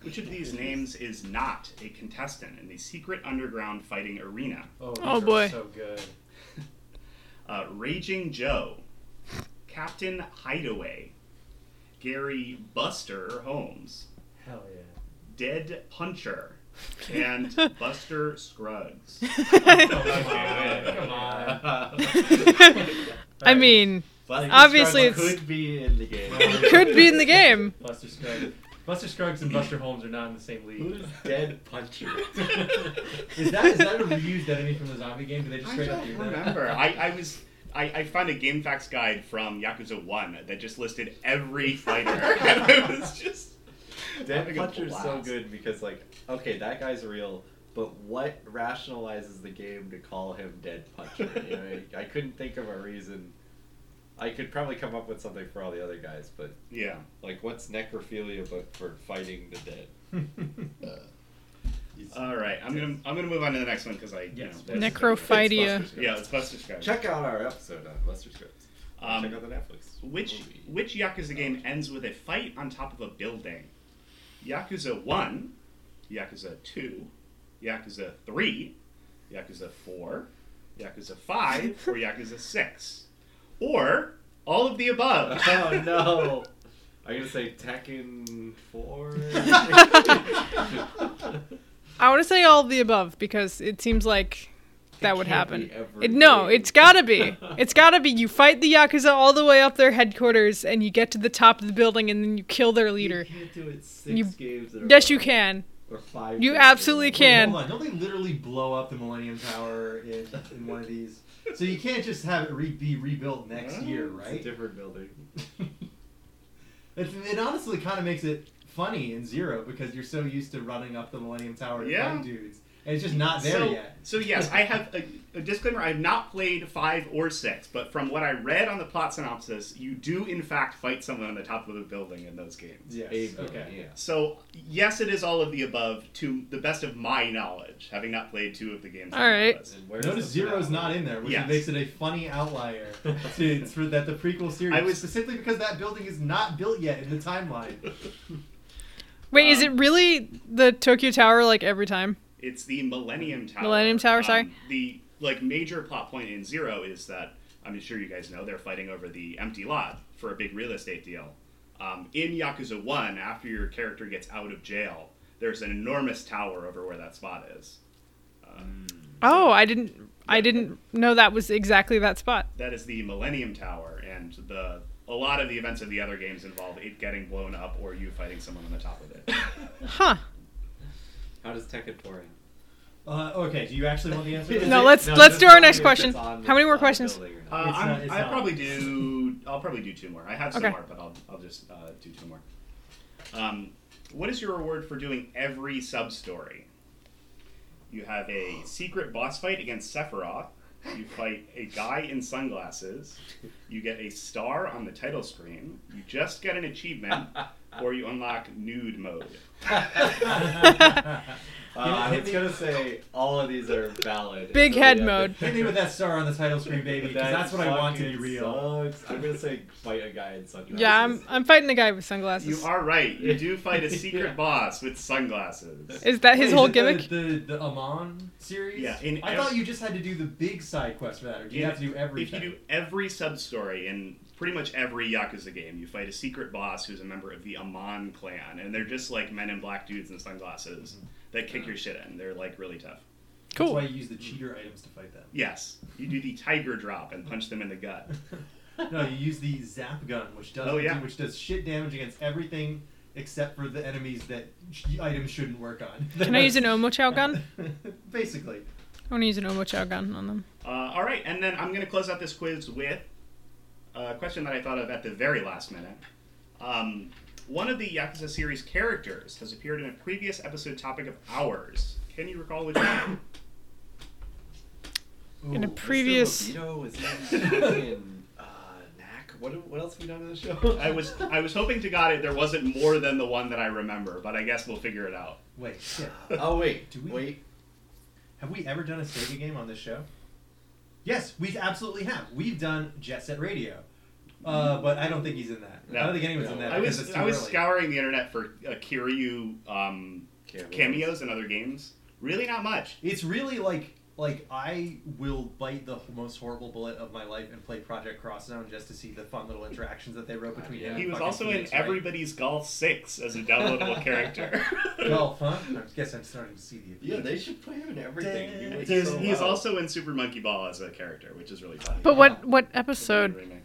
Speaker 2: Which of these names is not a contestant in the secret underground fighting arena?
Speaker 1: Oh, these
Speaker 3: Oh,
Speaker 1: are
Speaker 3: boy.
Speaker 1: So good.
Speaker 2: Uh, Raging Joe, Captain Hideaway, Gary Buster Holmes.
Speaker 1: Hell yeah.
Speaker 2: Dead Puncher and Buster Scruggs.
Speaker 1: Come on.
Speaker 3: [LAUGHS] I mean,
Speaker 5: Buster
Speaker 3: Obviously,
Speaker 5: Scruggs
Speaker 3: it's-
Speaker 5: could be in the game.
Speaker 3: could be in the game.
Speaker 1: Buster Scruggs. Buster Scruggs and Buster Holmes are not in the same
Speaker 5: [LAUGHS]
Speaker 1: league.
Speaker 5: Who's dead
Speaker 2: [LAUGHS]
Speaker 5: puncher?
Speaker 1: Is that is that a reused enemy from the zombie game? Do they just
Speaker 2: I
Speaker 1: straight up do
Speaker 2: don't remember. I, I was I, I found a game facts guide from Yakuza One that just listed every fighter. [LAUGHS] and I was just
Speaker 5: Dead
Speaker 2: having a
Speaker 5: puncher's so
Speaker 2: blast.
Speaker 5: good because like, okay, that guy's real, but what rationalizes the game to call him dead puncher? You know, I, I couldn't think of a reason. I could probably come up with something for all the other guys, but
Speaker 2: Yeah.
Speaker 4: Like, what's necrophilia but for fighting the dead?
Speaker 1: [LAUGHS] that?
Speaker 4: He's-
Speaker 2: All right. I'm gonna I'm gonna move on to the next one because I
Speaker 1: Yes,
Speaker 2: you know,
Speaker 1: please.
Speaker 2: that's-
Speaker 3: Necrophidia.
Speaker 5: It's Buster
Speaker 2: Yeah,
Speaker 5: Scruggs.
Speaker 2: it's Buster Scruggs.
Speaker 5: Check out our episode on Buster Scripts.
Speaker 2: Um,
Speaker 5: Check out the Netflix.
Speaker 2: Which
Speaker 5: movie.
Speaker 2: which Yakuza game ends with a fight on top of a building? Yakuza one, Yakuza two, Yakuza three, Yakuza four, Yakuza five,
Speaker 1: [LAUGHS]
Speaker 2: or Yakuza six, or all of the above.
Speaker 1: [LAUGHS]
Speaker 5: Oh no! I'm gonna say Tekken
Speaker 3: [LAUGHS]
Speaker 5: 4.
Speaker 3: I want to say all of the above because it seems like that
Speaker 5: It
Speaker 3: would
Speaker 5: can't
Speaker 3: happen.
Speaker 5: be every
Speaker 3: It, no,
Speaker 5: game.
Speaker 3: it's gotta be. It's gotta be. You fight the Yakuza all the way up their headquarters and you get to the top of the building and then you kill their leader.
Speaker 5: You can't do it six
Speaker 3: You-
Speaker 5: games. in a
Speaker 3: Yes,
Speaker 5: row,
Speaker 3: you can.
Speaker 5: Or five.
Speaker 3: You
Speaker 5: games in a row.
Speaker 3: absolutely can.
Speaker 1: Hold on, don't they literally blow up the Millennium Tower in, in one of these? So you can't just have it re- be rebuilt next
Speaker 2: Well,
Speaker 1: year,
Speaker 5: It's a
Speaker 1: right?
Speaker 5: different building.
Speaker 1: [LAUGHS] It, it honestly kind of makes it funny in Zero because you're so used to running up the Millennium Tower to
Speaker 2: Yeah.
Speaker 1: fight dudes, and it's just not there
Speaker 2: so,
Speaker 1: yet.
Speaker 2: so yes, I have a, a disclaimer. I've not played five or six, but from what I read on the plot synopsis, you do in fact fight someone on the top of a building in those games.
Speaker 1: Yes.
Speaker 5: A building,
Speaker 1: okay.
Speaker 5: yeah.
Speaker 2: So yes, it is all of the above to the best of my knowledge, having not played two of the games. on
Speaker 3: All
Speaker 2: the
Speaker 3: right.
Speaker 2: list.
Speaker 5: And where's
Speaker 1: Notice
Speaker 5: the
Speaker 1: Zero's
Speaker 5: finale?
Speaker 1: not in there, which
Speaker 2: Yes.
Speaker 1: makes it a funny outlier to, for that the prequel series.
Speaker 2: I was-
Speaker 1: specifically because that building is not built yet in the timeline.
Speaker 3: Wait, is
Speaker 2: Um,
Speaker 3: it really the Tokyo Tower like every time?
Speaker 2: It's the Millennium Tower. Um,
Speaker 3: Millennium Tower, sorry.
Speaker 2: The like major plot point in Zero is that I'm sure you guys know they're fighting over the empty lot for a big real estate deal. Um, in Yakuza One, after your character gets out of jail, there's an enormous tower over where that spot is.
Speaker 3: Oh, I didn't. I didn't know that was exactly that spot.
Speaker 2: That is the Millennium Tower, and the a lot of the events of the other games involve it getting blown up or you fighting someone on the top of it.
Speaker 3: Huh.
Speaker 4: How does Tekken
Speaker 5: [LAUGHS]
Speaker 4: 4 end?
Speaker 1: Uh, okay, do you actually want the
Speaker 3: [LAUGHS]
Speaker 1: answer? to
Speaker 3: No,
Speaker 1: that?
Speaker 3: let's
Speaker 4: No,
Speaker 3: let's
Speaker 4: just
Speaker 3: do our
Speaker 4: tell me
Speaker 3: next
Speaker 4: if
Speaker 3: question.
Speaker 4: it's on-
Speaker 3: How many more
Speaker 4: on the
Speaker 3: questions?
Speaker 4: building
Speaker 5: [LAUGHS]
Speaker 4: or not.
Speaker 2: Uh,
Speaker 1: It's
Speaker 2: I'm,
Speaker 1: not- it's
Speaker 2: I
Speaker 1: not.
Speaker 2: probably do. I'll probably do two more. I have some
Speaker 3: Okay.
Speaker 2: more, but I'll, I'll just uh, do two more. Um, what is your reward for doing every sub story? You have a secret boss fight against Sephiroth. You fight a guy in sunglasses. You get a star on the title screen. You just get
Speaker 1: [LAUGHS]
Speaker 2: an achievement, or you unlock nude mode.
Speaker 5: [LAUGHS] Uh, I was gonna say all of these are valid.
Speaker 3: Big
Speaker 5: until
Speaker 3: head
Speaker 5: we have
Speaker 3: mode.
Speaker 1: [LAUGHS] Hit me with that star on the title screen, baby,
Speaker 5: But
Speaker 1: 'cause
Speaker 5: that
Speaker 1: that's what I want to be
Speaker 5: fucking
Speaker 1: real.
Speaker 5: sucks. I'm gonna say fight a guy in sunglasses.
Speaker 3: Yeah, I'm I'm fighting the guy with
Speaker 2: You
Speaker 3: sunglasses.
Speaker 2: are right.
Speaker 1: [LAUGHS]
Speaker 2: You do fight a secret
Speaker 5: Yeah.
Speaker 2: boss with sunglasses.
Speaker 3: Is that Uh, his
Speaker 1: Wait,
Speaker 3: whole
Speaker 1: is it
Speaker 3: gimmick?
Speaker 1: The, the, the Amon series?
Speaker 2: Yeah, in
Speaker 1: I
Speaker 2: ev-
Speaker 1: thought you just had to do the big side quest for that, or do you
Speaker 2: Yeah,
Speaker 1: have to do everything?
Speaker 2: If you do every sub story in pretty much every Yakuza game, you fight a secret boss who's a member of the Amon clan, and they're just like men in black dudes in sunglasses
Speaker 1: Mm-hmm.
Speaker 2: that kick your shit in. They're like really tough.
Speaker 3: Cool.
Speaker 1: That's why you use the cheater items to fight them.
Speaker 2: Yes, you do the tiger drop and punch them in the
Speaker 1: [LAUGHS]
Speaker 2: gut.
Speaker 1: No, you use the zap gun, which does
Speaker 2: Oh, yeah.
Speaker 1: which does shit damage against everything except for the enemies that sh- items shouldn't work on.
Speaker 3: Can I
Speaker 1: [LAUGHS]
Speaker 3: use an Omochao gun?
Speaker 1: Basically,
Speaker 3: I want to use an Omochao gun on them.
Speaker 2: Uh, all right, and then I'm going to close out this quiz with a question that I thought of at the very last minute. Um, one of the Yakuza series characters has appeared in a previous episode topic of ours. Can you recall
Speaker 1: [COUGHS]
Speaker 2: which one?
Speaker 3: In a
Speaker 1: Ooh,
Speaker 3: previous.
Speaker 5: Mr. Lobito was in fucking, uh, Knack. What, what else have we done in the show?
Speaker 2: [LAUGHS] I was I was hoping to got it. There wasn't more than the one that I remember, but I guess we'll figure it out.
Speaker 1: wait, shit.
Speaker 5: Oh wait,
Speaker 1: Do we-
Speaker 5: wait.
Speaker 1: have we ever done a Sega game on this show? Yes, we absolutely have. We've done Jet Set Radio, uh, but I don't think he's in that. I
Speaker 2: Mm-hmm. No.
Speaker 1: don't think anyone's in that.
Speaker 2: I
Speaker 1: because
Speaker 2: was
Speaker 1: it's too
Speaker 2: I was
Speaker 1: early.
Speaker 2: scouring the internet for uh, Kiryu um,
Speaker 5: Cameos.
Speaker 2: cameos in other games. Really, not much.
Speaker 1: It's really like like I will bite the most horrible bullet of my life and play Project Cross Zone just to see the fun little interactions that they wrote between him.
Speaker 5: Yeah,
Speaker 1: and
Speaker 2: he was
Speaker 1: fucking
Speaker 2: also in
Speaker 1: Phoenix, right?
Speaker 2: [LAUGHS] Everybody's Golf Six as
Speaker 5: [LAUGHS]
Speaker 2: a downloadable character.
Speaker 1: Golf,
Speaker 2: [LAUGHS]
Speaker 1: huh? I guess I'm starting to see the.
Speaker 5: Yeah, they should put him in everything. He was
Speaker 2: There's,
Speaker 5: so
Speaker 2: he's
Speaker 5: loud.
Speaker 2: also in Super Monkey Ball as a character, which is really funny.
Speaker 3: But what what episode?
Speaker 2: Remake.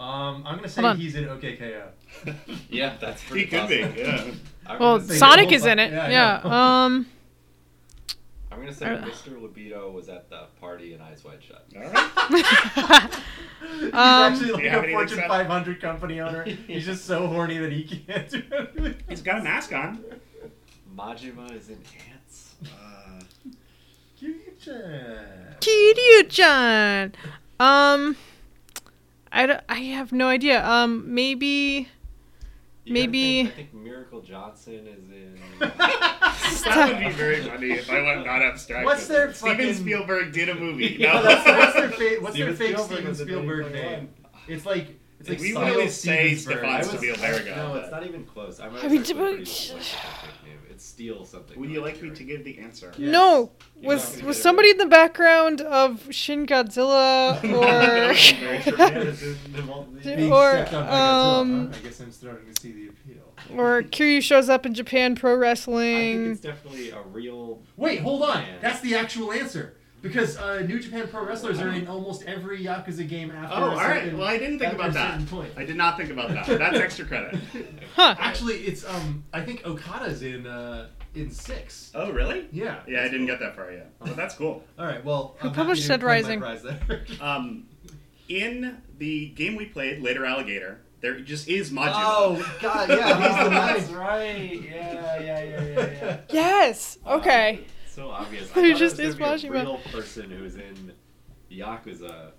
Speaker 1: Um, I'm gonna say
Speaker 3: Hold on. Um,
Speaker 1: he's in OKKO.
Speaker 2: [LAUGHS]
Speaker 4: Yeah, that's
Speaker 2: he could be. Yeah.
Speaker 5: I'm
Speaker 3: Well,
Speaker 5: gonna say-
Speaker 3: Sonic
Speaker 1: whole
Speaker 3: is in
Speaker 1: fuck-
Speaker 3: it.
Speaker 1: yeah, I
Speaker 3: Yeah.
Speaker 1: know.
Speaker 3: Um.
Speaker 4: I'm gonna say
Speaker 3: Uh,
Speaker 4: Mr. Libido was at the party and Eyes Wide Shut.
Speaker 2: All right.
Speaker 1: He's
Speaker 3: Um,
Speaker 1: actually like
Speaker 2: you have
Speaker 1: a
Speaker 2: any
Speaker 1: Fortune
Speaker 2: except-
Speaker 1: 500 company owner. He's just so horny that he can't do anything.
Speaker 3: [LAUGHS]
Speaker 2: He's got a mask on.
Speaker 4: Majima is in ants.
Speaker 2: Uh,
Speaker 3: [LAUGHS]
Speaker 1: Kiryu-chan.
Speaker 3: Kiryu-chan. Um, I, don't- I have no idea. Um, maybe
Speaker 4: You gotta
Speaker 3: Maybe-
Speaker 4: think- I think Miracle Johnson is in.
Speaker 2: That would be very funny if I went not abstract.
Speaker 1: What's their
Speaker 2: Steven
Speaker 1: fucking-
Speaker 2: Spielberg did
Speaker 1: [LAUGHS]
Speaker 2: a movie.
Speaker 1: No,
Speaker 2: No.
Speaker 1: that's, that's their fa- [LAUGHS] what's
Speaker 5: Steven
Speaker 1: their fake
Speaker 5: Spielberg
Speaker 1: Steven
Speaker 5: was in
Speaker 1: Spielberg
Speaker 5: 2021.
Speaker 1: name? [LAUGHS] It's like it's like
Speaker 2: We
Speaker 1: Steven
Speaker 2: really say
Speaker 1: Stevensburg.
Speaker 2: Stefan
Speaker 1: I
Speaker 2: It's
Speaker 1: was-
Speaker 2: to be a layer guy,
Speaker 5: No,
Speaker 2: but-
Speaker 5: it's not even close. I'm
Speaker 3: I
Speaker 5: gonna
Speaker 3: mean,
Speaker 5: say
Speaker 3: to-
Speaker 5: Libido was at the fake name. It's Steel something.
Speaker 2: Would you
Speaker 5: not
Speaker 2: like me
Speaker 5: Fury. [LAUGHS]
Speaker 2: to give the answer?
Speaker 1: Yes.
Speaker 3: no.
Speaker 5: You're not
Speaker 3: Was
Speaker 5: gonna
Speaker 3: was
Speaker 5: get it
Speaker 3: somebody
Speaker 5: right.
Speaker 3: in the background of
Speaker 2: [LAUGHS]
Speaker 3: Shin Godzilla [LAUGHS] or
Speaker 5: [LAUGHS]
Speaker 1: Being
Speaker 3: Or,
Speaker 1: stepped on by Godzilla,
Speaker 3: um,
Speaker 1: huh? I guess I'm starting to see the appeal.
Speaker 3: or Kiryu shows up in Japan Pro
Speaker 5: I think it's
Speaker 3: Wrestling?
Speaker 5: definitely a real.
Speaker 1: Wait, hold on.
Speaker 5: Yeah.
Speaker 1: That's the actual answer. Because uh, New Japan Pro Wrestlers are in almost every Yakuza game after.
Speaker 2: Oh,
Speaker 1: a
Speaker 2: all right.
Speaker 1: certain-
Speaker 2: Well, I didn't think
Speaker 1: after
Speaker 2: about
Speaker 1: a
Speaker 2: that.
Speaker 1: certain Point.
Speaker 2: I did not think about that. That's extra credit.
Speaker 5: [LAUGHS]
Speaker 3: Huh?
Speaker 1: [LAUGHS] Actually, it's um. I think Okada's in uh in six.
Speaker 2: Oh, really?
Speaker 1: Yeah.
Speaker 2: Yeah, I didn't get that far yet. But that's cool.
Speaker 1: All right. Well,
Speaker 3: Who
Speaker 1: I'm happy
Speaker 3: published
Speaker 1: to
Speaker 3: Dead
Speaker 1: claim my
Speaker 3: Rising?
Speaker 1: prize there. [LAUGHS]
Speaker 2: Um, in the game we played, Later Alligator, there just is Majima.
Speaker 1: oh God,
Speaker 5: Oh,
Speaker 1: yeah,
Speaker 5: [LAUGHS] that's
Speaker 1: he's the man.
Speaker 5: right. Yeah, yeah, yeah, yeah, yeah.
Speaker 3: Yes. Okay.
Speaker 5: [LAUGHS] So obvious. I
Speaker 3: There
Speaker 5: thought it
Speaker 3: just
Speaker 5: was
Speaker 3: is
Speaker 5: gonna be
Speaker 3: Majima.
Speaker 5: a real person who's in Yakuza.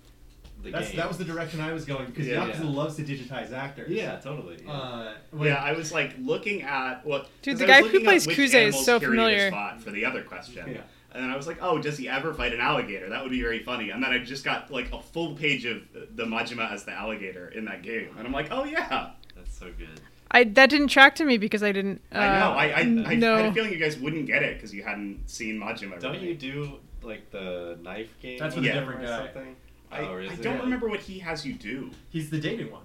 Speaker 5: The
Speaker 1: That's,
Speaker 5: game.
Speaker 1: that was the direction I was going because
Speaker 2: Yeah.
Speaker 1: Yakuza loves to digitize actors.
Speaker 5: Yeah, totally. yeah.
Speaker 1: Uh, wait,
Speaker 2: Yeah, I was like looking at what.
Speaker 3: Dude,
Speaker 2: 'cause
Speaker 3: the
Speaker 2: I
Speaker 3: guy
Speaker 2: was
Speaker 3: who
Speaker 2: looking up
Speaker 3: plays
Speaker 2: which
Speaker 3: Kuze is
Speaker 2: animals
Speaker 3: so
Speaker 2: Kiryu has
Speaker 3: familiar.
Speaker 2: fought For the other question.
Speaker 1: Yeah.
Speaker 2: And then I was like, oh, does he ever fight an alligator? That would be very funny. And then I just got like a full page of the Majima as the alligator in that game. And I'm like, oh, yeah.
Speaker 5: That's so good.
Speaker 3: I that didn't track to me because I didn't. Uh,
Speaker 2: I know. I I, I,
Speaker 3: no.
Speaker 2: I had a feeling you guys wouldn't get it because you hadn't seen Majima.
Speaker 5: Don't
Speaker 2: really.
Speaker 5: you do like the knife game?
Speaker 1: That's
Speaker 2: with a
Speaker 5: or
Speaker 1: different guy.
Speaker 5: Something?
Speaker 2: I,
Speaker 1: Oh,
Speaker 5: or
Speaker 2: I
Speaker 5: is
Speaker 2: don't
Speaker 5: it-
Speaker 2: remember what he has you do.
Speaker 1: He's the dated one.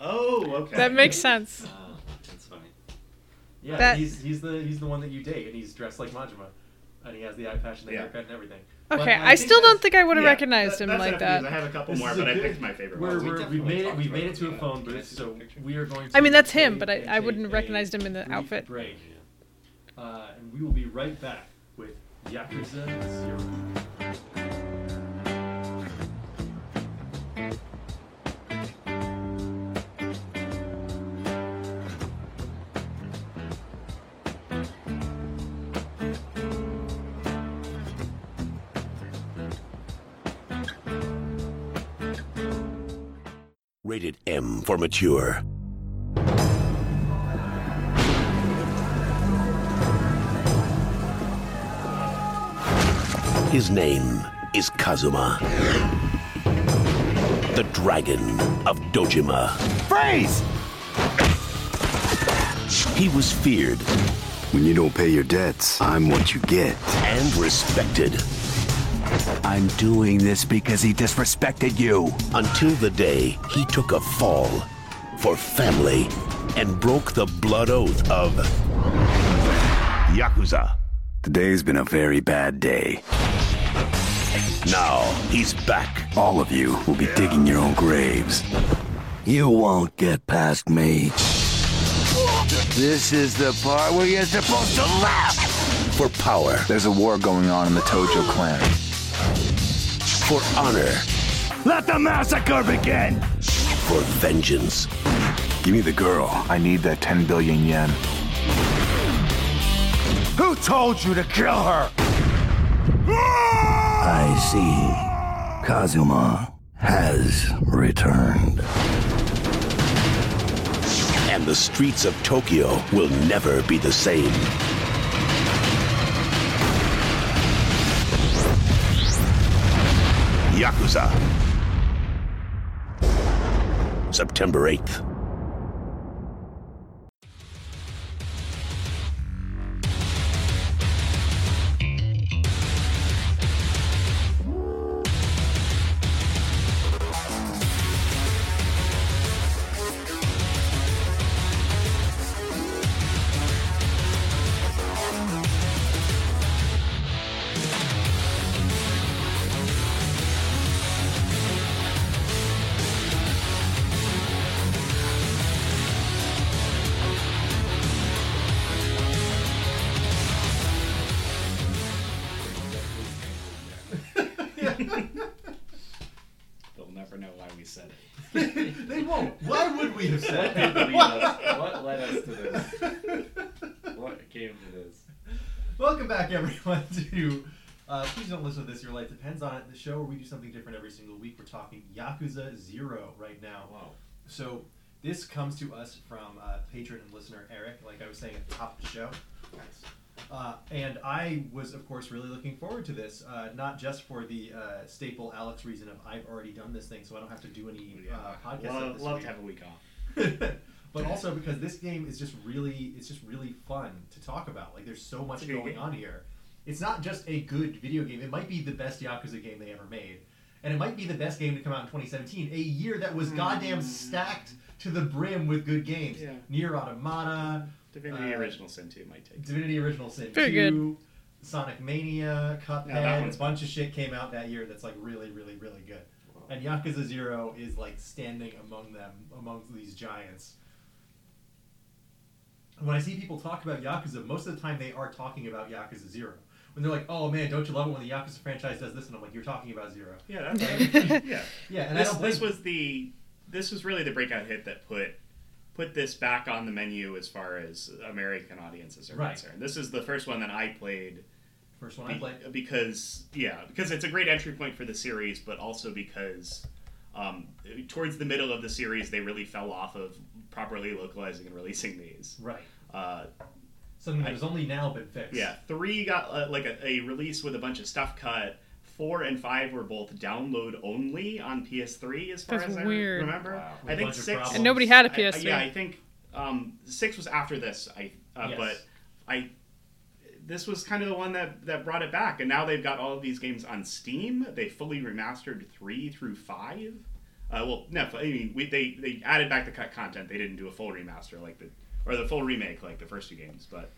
Speaker 2: Oh, okay.
Speaker 3: That makes sense.
Speaker 5: Oh, that's funny.
Speaker 1: Yeah,
Speaker 3: That-
Speaker 1: he's he's the he's the one that you date, and he's dressed like Majima, and he has the eye patch and the
Speaker 2: Yeah.
Speaker 1: haircut and everything. But
Speaker 3: Okay, I,
Speaker 1: think
Speaker 3: still don't
Speaker 1: that's-
Speaker 3: think I would have
Speaker 2: Yeah,
Speaker 3: recognized
Speaker 2: that-
Speaker 3: him
Speaker 2: that's
Speaker 3: like
Speaker 2: enough news.
Speaker 3: that.
Speaker 2: I have a couple
Speaker 1: This
Speaker 2: more,
Speaker 1: is a
Speaker 2: but I
Speaker 1: good-
Speaker 2: picked my favorite
Speaker 1: We're,
Speaker 2: ones.
Speaker 4: we
Speaker 1: we're, we
Speaker 4: definitely
Speaker 1: made it.
Speaker 4: talked
Speaker 1: We
Speaker 4: about
Speaker 1: made it
Speaker 4: it.
Speaker 1: to a
Speaker 4: Yeah.
Speaker 1: phone
Speaker 4: Can I
Speaker 1: booth,
Speaker 4: see
Speaker 1: so
Speaker 4: the picture?
Speaker 1: we are going. to
Speaker 3: I mean, that's
Speaker 1: take
Speaker 3: him, but I-
Speaker 1: and
Speaker 3: I
Speaker 1: take
Speaker 3: wouldn't
Speaker 1: a
Speaker 3: recognize him in the
Speaker 1: brief
Speaker 3: outfit.
Speaker 1: Break,
Speaker 5: Yeah.
Speaker 1: uh, and we will be right back with Yakuza Zero.
Speaker 6: Rated M for mature. His name is Kazuma. The Dragon of Dojima. Freeze! He was feared
Speaker 7: When you don't pay your debts, I'm what you get.
Speaker 6: and respected
Speaker 7: I'm doing this because he disrespected you.
Speaker 6: until the day he took a fall for family and broke the blood oath of Yakuza.
Speaker 7: Today's been a very bad day.
Speaker 6: Now he's back.
Speaker 7: All of you will be digging your own graves. You won't get past me. This is the part where you're supposed to laugh.
Speaker 6: for power,
Speaker 7: There's a war going on in the Tojo clan.
Speaker 6: for honor,
Speaker 7: Let the massacre begin!
Speaker 6: for vengeance.
Speaker 7: Give me the girl. I need that 10 billion yen. Who told you to kill her? I see. Kazuma has returned.
Speaker 6: And the streets of Tokyo will never be the same. Yakuza. September 8th.
Speaker 2: They'll never know why we said it.
Speaker 1: they won't. Why would we have
Speaker 5: What
Speaker 1: said
Speaker 5: did
Speaker 1: that? [LAUGHS]
Speaker 5: lead us? What led us to this? What came to this?
Speaker 1: Welcome back, everyone. [LAUGHS] To uh, please don't listen to this. Your life depends on it. The show where we do something different every single week. We're talking Yakuza Zero right now.
Speaker 5: Wow.
Speaker 1: So this comes to us from uh, patron and listener Eric, like I was saying at the top of the show. Uh, and I was, of course, really looking forward to this, uh, not just for the uh, staple Alex reason of I've already done this thing, so I don't have to do any uh, podcast. stuff
Speaker 2: Oh, Love,
Speaker 1: this
Speaker 2: love
Speaker 1: week
Speaker 2: to have a week off.
Speaker 1: [LAUGHS] but also because this game is just really it's just really fun to talk about. Like there's so much
Speaker 2: It's a good
Speaker 1: going
Speaker 2: game.
Speaker 1: on here. It's not just a good video game. It might be the best Yakuza game they ever made. And it might be the best game to come out in 2017, a year that was goddamn stacked to the brim with good games.
Speaker 2: Yeah.
Speaker 1: Nier Automata,
Speaker 2: Divinity
Speaker 1: Uh,
Speaker 2: Original Sin 2 might take. it.
Speaker 1: Divinity Original Sin
Speaker 3: Very
Speaker 1: 2, Sonic Mania, Cuphead,
Speaker 2: Yeah, that one's
Speaker 1: a bunch of shit came out that year that's like really, really, really good. And Yakuza Zero is like standing among them, amongst these giants. When I see people talk about Yakuza, most of the time they are talking about Yakuza Zero. When they're like, "Oh man, don't you love it when the Yakuza franchise does this?" and I'm like, "You're talking about Zero." [LAUGHS]
Speaker 2: Yeah, that's yeah.
Speaker 1: Yeah, and I
Speaker 2: This,
Speaker 1: don't
Speaker 2: this
Speaker 1: blame-
Speaker 2: was the this was really the breakout hit that put put this back on the menu as far as American audiences are
Speaker 1: Right.
Speaker 2: concerned. This is the first one that I played
Speaker 1: first one I
Speaker 2: Be-
Speaker 1: played.
Speaker 2: because yeah because it's a great entry point for the series but also because um, towards the middle of the series they really fell off of properly localizing and releasing these
Speaker 1: Right,
Speaker 2: uh,
Speaker 1: something that has only now been fixed.
Speaker 2: yeah three got uh, like a, a release with a bunch of stuff cut four and five were both download only on ps3 as far
Speaker 3: That's
Speaker 2: as i
Speaker 3: weird.
Speaker 2: remember
Speaker 5: Wow.
Speaker 2: i
Speaker 1: With a
Speaker 2: think
Speaker 1: bunch of
Speaker 2: six
Speaker 1: problems.
Speaker 3: And nobody had a
Speaker 2: I- I-
Speaker 3: PS3.
Speaker 2: yeah i think Um, six was after this, I uh,
Speaker 1: Yes.
Speaker 2: but I this was kind of the one that that brought it back, and now they've got all of these games on Steam. They fully remastered three through five. Uh, well, no, I mean we, they they added back the cut content. They didn't do a full remaster like the or the full remake like the first two games, but.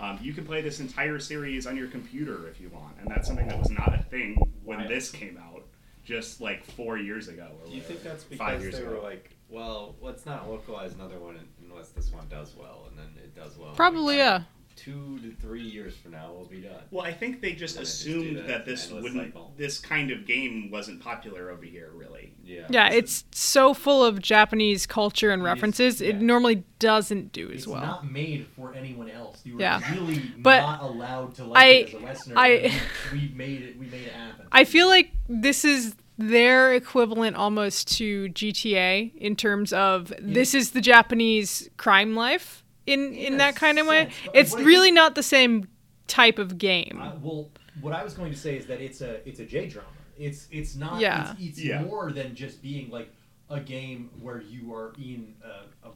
Speaker 2: Um, you can play this entire series on your computer if you want, and that's something that was not a thing when this came out, just like four years ago. Or
Speaker 5: Do you
Speaker 2: whatever,
Speaker 5: think that's
Speaker 2: five
Speaker 5: because
Speaker 2: years
Speaker 5: they
Speaker 2: ago.
Speaker 5: were like, well, let's not localize another one unless this one does well, and then it does well.
Speaker 3: Probably, yeah.
Speaker 5: Two to three years from now, we'll be done.
Speaker 2: Well, I think they just
Speaker 5: And then just do
Speaker 2: assumed
Speaker 5: that
Speaker 2: that this
Speaker 5: endless
Speaker 2: wouldn't,
Speaker 5: cycle.
Speaker 2: this kind of game wasn't popular over here, really.
Speaker 5: Yeah.
Speaker 3: Yeah, it's so full of Japanese culture and references. It
Speaker 1: yeah.
Speaker 3: normally doesn't do as
Speaker 1: It's
Speaker 3: well.
Speaker 1: not made for anyone else. You were
Speaker 3: Yeah.
Speaker 1: really
Speaker 3: But
Speaker 1: not allowed to like
Speaker 3: I-
Speaker 1: it as a Westerner.
Speaker 3: I-
Speaker 1: and we made it. We made it happen.
Speaker 3: I feel like this is their equivalent almost to GTA in terms of this is the Japanese crime life in in
Speaker 1: a
Speaker 3: that kind of way.
Speaker 1: sense, but
Speaker 3: It's
Speaker 1: what-
Speaker 3: really not the same type of game.
Speaker 1: Uh, well, what I was going to say is that it's a it's a J drama. It's it's not.
Speaker 3: Yeah.
Speaker 1: It's, it's
Speaker 2: Yeah.
Speaker 1: more than just being like a game where you are in a, a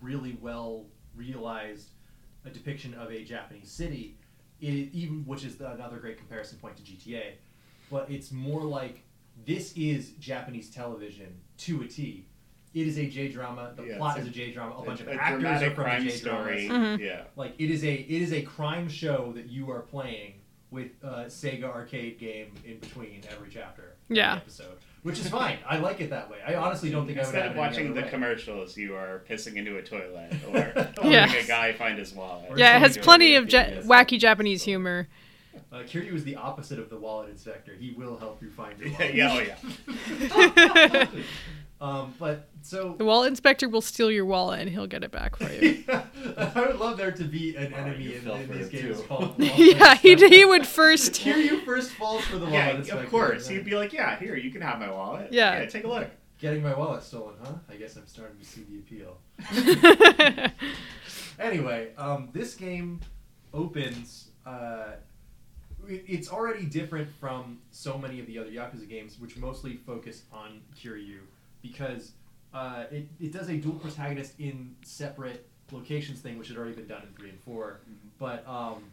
Speaker 1: really well realized a depiction of a Japanese city. It even which is the, another great comparison point to GTA, but it's more like this is Japanese television to a T. It is a J drama. The
Speaker 2: Yeah, it's
Speaker 1: plot
Speaker 2: a-
Speaker 1: is a J drama. A, bunch of
Speaker 2: a
Speaker 1: actors are
Speaker 2: dramatic
Speaker 1: from
Speaker 2: crime
Speaker 1: J dramas
Speaker 2: story.
Speaker 3: Mm-hmm.
Speaker 2: Yeah.
Speaker 1: like it is a it is a crime show that you are playing with a Sega arcade game in between every chapter, every
Speaker 3: Yeah.
Speaker 1: episode, which is fine. I like it that way. I honestly don't think I
Speaker 2: Instead
Speaker 1: would.
Speaker 2: of
Speaker 1: have it any
Speaker 2: watching the
Speaker 1: other way.
Speaker 2: commercials, you are pissing into
Speaker 1: [LAUGHS]
Speaker 2: a toilet or letting
Speaker 3: Yeah.
Speaker 2: a guy find his wallet.
Speaker 3: yeah, it has
Speaker 5: Or
Speaker 3: plenty of
Speaker 5: European,
Speaker 3: ja-
Speaker 5: yes.
Speaker 3: wacky
Speaker 1: [LAUGHS]
Speaker 3: Japanese humor.
Speaker 1: uh, Kiryu is the opposite of the wallet inspector. He will help you find your
Speaker 2: [LAUGHS] [LAUGHS] Yeah, oh,
Speaker 1: wallet.
Speaker 2: yeah, oh yeah.
Speaker 1: Um, but so [LAUGHS]
Speaker 3: The wallet inspector will steal your wallet and he'll get it back for you.
Speaker 1: I would love there to be an enemy
Speaker 5: you
Speaker 1: in,
Speaker 5: fell
Speaker 1: in
Speaker 5: for
Speaker 1: these
Speaker 5: it
Speaker 1: games
Speaker 5: too.
Speaker 1: called wallet
Speaker 3: [LAUGHS] yeah, he,
Speaker 1: inspector.
Speaker 3: he
Speaker 1: [LAUGHS]
Speaker 3: would first.
Speaker 1: Kiryu first falls for the wallet
Speaker 2: Yeah,
Speaker 1: inspector.
Speaker 2: of course.
Speaker 1: right?
Speaker 2: He'd be like, yeah, here, you can have my wallet.
Speaker 3: Yeah.
Speaker 2: take a look.
Speaker 1: Getting my wallet stolen, huh? I guess I'm starting to see the appeal.
Speaker 3: [LAUGHS]
Speaker 1: anyway, um, this game opens. Uh, it- it's already different from so many of the other Yakuza games, which mostly focus on Kiryu, because uh, it, it does a dual protagonist in separate locations thing, which had already been done in 3 and 4. But um,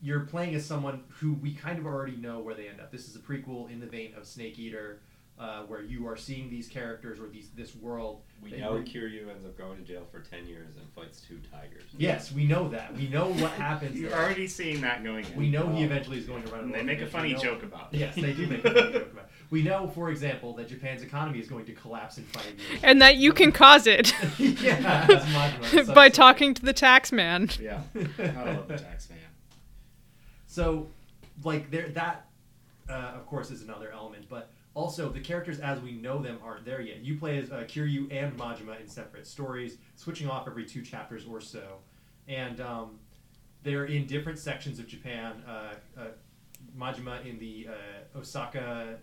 Speaker 1: you're playing as someone who we kind of already know where they end up. This is a prequel in the vein of Snake Eater, uh, where you are seeing these characters or these this world.
Speaker 5: We
Speaker 1: that
Speaker 5: know
Speaker 1: you're-
Speaker 5: Kiryu ends up going to jail for 10 years and fights two tigers.
Speaker 1: Yes, we know that. We know what [LAUGHS] happens.
Speaker 2: You're
Speaker 1: there.
Speaker 2: already seeing that going in. Oh.
Speaker 1: We know he eventually is going to run.
Speaker 2: And they
Speaker 1: away
Speaker 2: make
Speaker 1: from
Speaker 2: a
Speaker 1: it.
Speaker 2: funny
Speaker 1: We know-
Speaker 2: joke about it.
Speaker 1: Yes, they do make a
Speaker 2: [LAUGHS]
Speaker 1: funny joke about. it. We know, for example, that Japan's economy is going to collapse in five years.
Speaker 3: and that you can cause it [LAUGHS]
Speaker 1: [LAUGHS] yeah, that's Majima. It sucks
Speaker 3: by
Speaker 1: so [LAUGHS]
Speaker 3: talking to the tax man.
Speaker 2: Yeah. I love the tax man.
Speaker 1: So, like there, that uh, of course is another element, but also the characters as we know them aren't there yet. You play as uh, Kiryu and Majima in separate stories, switching off every two chapters or so, and um, they're in different sections of Japan. Uh, uh, Majima in the uh, Osaka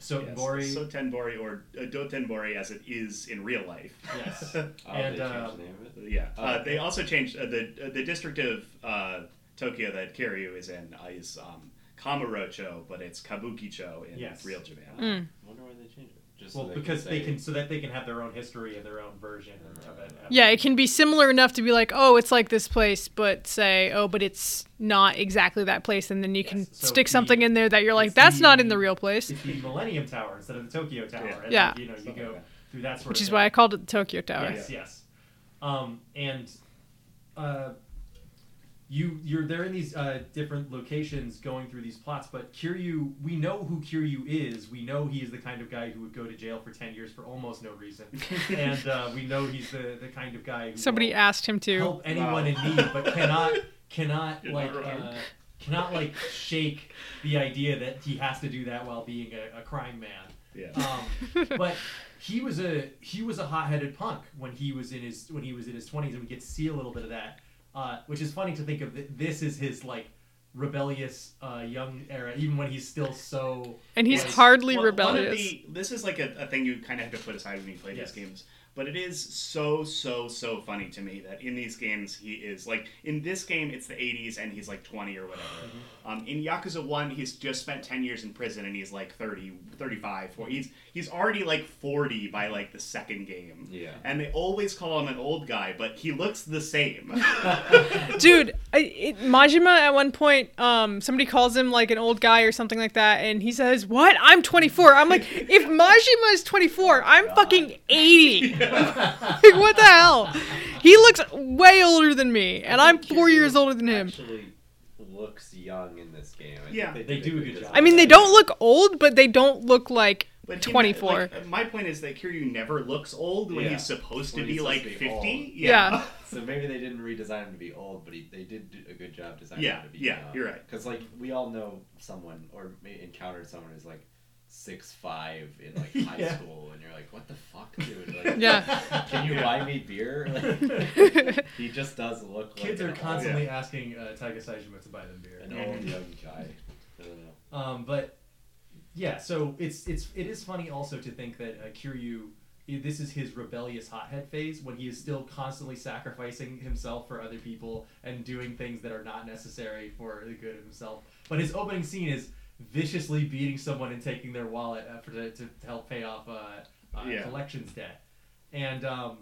Speaker 1: Sotenbori.
Speaker 2: Yes, Sotenbori or uh, Dotenbori as it is in real life.
Speaker 1: Yes.
Speaker 5: Oh,
Speaker 1: and
Speaker 5: they changed
Speaker 1: uh,
Speaker 5: the name of it?
Speaker 2: [LAUGHS] Yeah.
Speaker 5: Oh,
Speaker 2: uh,
Speaker 5: okay.
Speaker 2: They also changed uh, the uh, the district of uh, Tokyo that Kiryu is in uh, is um, Kamurocho, but it's Kabukicho in
Speaker 1: Yes.
Speaker 2: real Japan.
Speaker 3: Hmm.
Speaker 4: Mm.
Speaker 5: I wonder why they changed it. Just
Speaker 1: well,
Speaker 5: so
Speaker 1: because they
Speaker 5: say-
Speaker 1: can, so that they can have their own history and their own version of it.
Speaker 3: Yeah, it can be similar enough to be like, oh, it's like this place, but say, oh, but it's not exactly that place, and then you can
Speaker 1: Yes, so
Speaker 3: stick
Speaker 1: the-
Speaker 3: something in there that you're like,
Speaker 1: it's
Speaker 3: that's not
Speaker 1: the-
Speaker 3: in the real place,
Speaker 1: It's the Millennium Tower instead of the Tokyo Tower.
Speaker 2: Yeah.
Speaker 1: and,
Speaker 3: Yeah.
Speaker 1: you know, you
Speaker 2: Stuff like
Speaker 1: go
Speaker 2: that.
Speaker 1: through that sort
Speaker 3: which
Speaker 1: of
Speaker 3: is
Speaker 1: thing.
Speaker 3: why I called it the Tokyo
Speaker 2: Oh,
Speaker 3: Tower.
Speaker 1: Yes, yes. Um, and uh, you you're they're in these uh, different locations going through these plots, but Kiryu we know who Kiryu is. We know he is the kind of guy who would go to jail for ten years for almost no
Speaker 2: [LAUGHS]
Speaker 1: reason, and uh, we know he's the the kind of guy who
Speaker 3: Somebody
Speaker 1: will
Speaker 3: asked him to.
Speaker 1: help anyone
Speaker 2: Wow.
Speaker 1: in need, but cannot cannot
Speaker 2: You're
Speaker 1: like
Speaker 2: not wrong.
Speaker 1: uh, cannot like shake the idea that he has to do that while being a, a crime man.
Speaker 2: Yeah.
Speaker 1: Um, but he was a he was a hot-headed punk when he was in his when he was in his twenties, and we get to see a little bit of that, uh, which is funny to think of. That this is his like rebellious uh, young era, even when he's still so. [LAUGHS]
Speaker 3: And he's
Speaker 1: like,
Speaker 3: hardly
Speaker 2: Well, one of
Speaker 3: rebellious.
Speaker 2: the- this is like a, a thing you kind of have to put aside when you play
Speaker 1: Yes.
Speaker 2: these games. But it is so, so, so funny to me that in these games he is like in this game it's the 80s and he's like 20 or whatever.
Speaker 5: Mm-hmm.
Speaker 2: Um, in Yakuza 1 he's just spent 10 years in prison and he's like 30, 35, 40. He's he's already like 40 by like the second game.
Speaker 4: Yeah.
Speaker 2: And they always call him an old guy, but he looks the
Speaker 3: [LAUGHS]
Speaker 2: same.
Speaker 3: Dude, I, it, Majima at one point, um, somebody calls him like an old guy or something like that, and he says, "What? I'm 24." I'm like, if Majima is 24, I'm fucking 80. [LAUGHS] like, what the hell? He looks way older than me, and I'm four years older than him.
Speaker 5: Actually, looks young in this game. I
Speaker 2: Yeah.
Speaker 5: think
Speaker 1: They do a good job.
Speaker 3: I mean, they don't look old, but they don't look like
Speaker 2: But he-
Speaker 3: 24.
Speaker 2: like, my point is that Kiryu never looks old when
Speaker 5: Yeah.
Speaker 2: he's supposed to
Speaker 5: When
Speaker 2: be
Speaker 5: he's
Speaker 2: like
Speaker 5: supposed to be
Speaker 2: 50.
Speaker 5: old.
Speaker 3: yeah.
Speaker 5: So maybe they didn't redesign him to be old, but he, they did do a good job designing
Speaker 2: Yeah,
Speaker 5: him to be
Speaker 2: yeah, you're right.
Speaker 5: Because like we all know someone or may encountered someone who's like six five in like high
Speaker 1: Yeah.
Speaker 5: school, and you're like, what the fuck, dude? Like,
Speaker 3: [LAUGHS]
Speaker 1: [LAUGHS]
Speaker 3: Yeah.
Speaker 5: Can you buy me beer? Like, he just does look like
Speaker 1: Kids
Speaker 5: an
Speaker 1: are
Speaker 5: old-
Speaker 1: constantly asking uh, Taiga Saijima to buy them beer.
Speaker 5: an old young guy. I don't know.
Speaker 1: Um, but yeah, so it's it's it is funny also to think that uh, Kiryu, i- this is his rebellious hothead phase when he is still constantly sacrificing himself for other people and doing things that are not necessary for the good of himself. But his opening scene is viciously beating someone and taking their wallet uh, for to, to help pay off uh, uh,
Speaker 2: Yeah.
Speaker 1: collections debt. And um,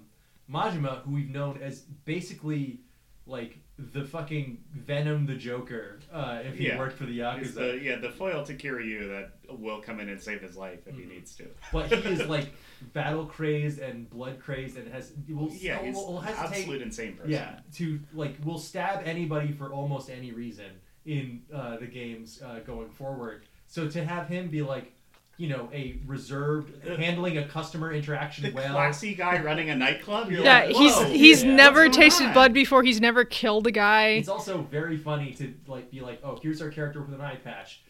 Speaker 1: Majima, who we've known as basically like the fucking Venom the Joker, uh, if he
Speaker 2: Yeah.
Speaker 1: worked for the
Speaker 2: He's
Speaker 1: Yakuza.
Speaker 2: the, yeah, the foil to Kiryu that will come in and save his life if
Speaker 1: Mhm.
Speaker 2: he needs to.
Speaker 1: but he is like battle crazed and blood crazed and has will
Speaker 2: Yeah,
Speaker 1: will-
Speaker 2: he's
Speaker 1: will
Speaker 2: an
Speaker 1: hesitate-
Speaker 2: absolute insane person.
Speaker 1: yeah to like will stab anybody for almost any reason in uh, the games uh, going forward. So to have him be like, you know, a reserved handling a customer interaction
Speaker 2: Uh, The
Speaker 1: well.
Speaker 2: classy guy running a nightclub. You're
Speaker 3: Yeah,
Speaker 2: like,
Speaker 3: he's
Speaker 2: "Whoa,
Speaker 3: he's
Speaker 1: yeah.
Speaker 3: never
Speaker 2: what's going
Speaker 3: tasted
Speaker 2: on?"
Speaker 3: blood before. He's never killed a guy.
Speaker 1: It's also very funny to like be like, oh, here's our character with an eye patch.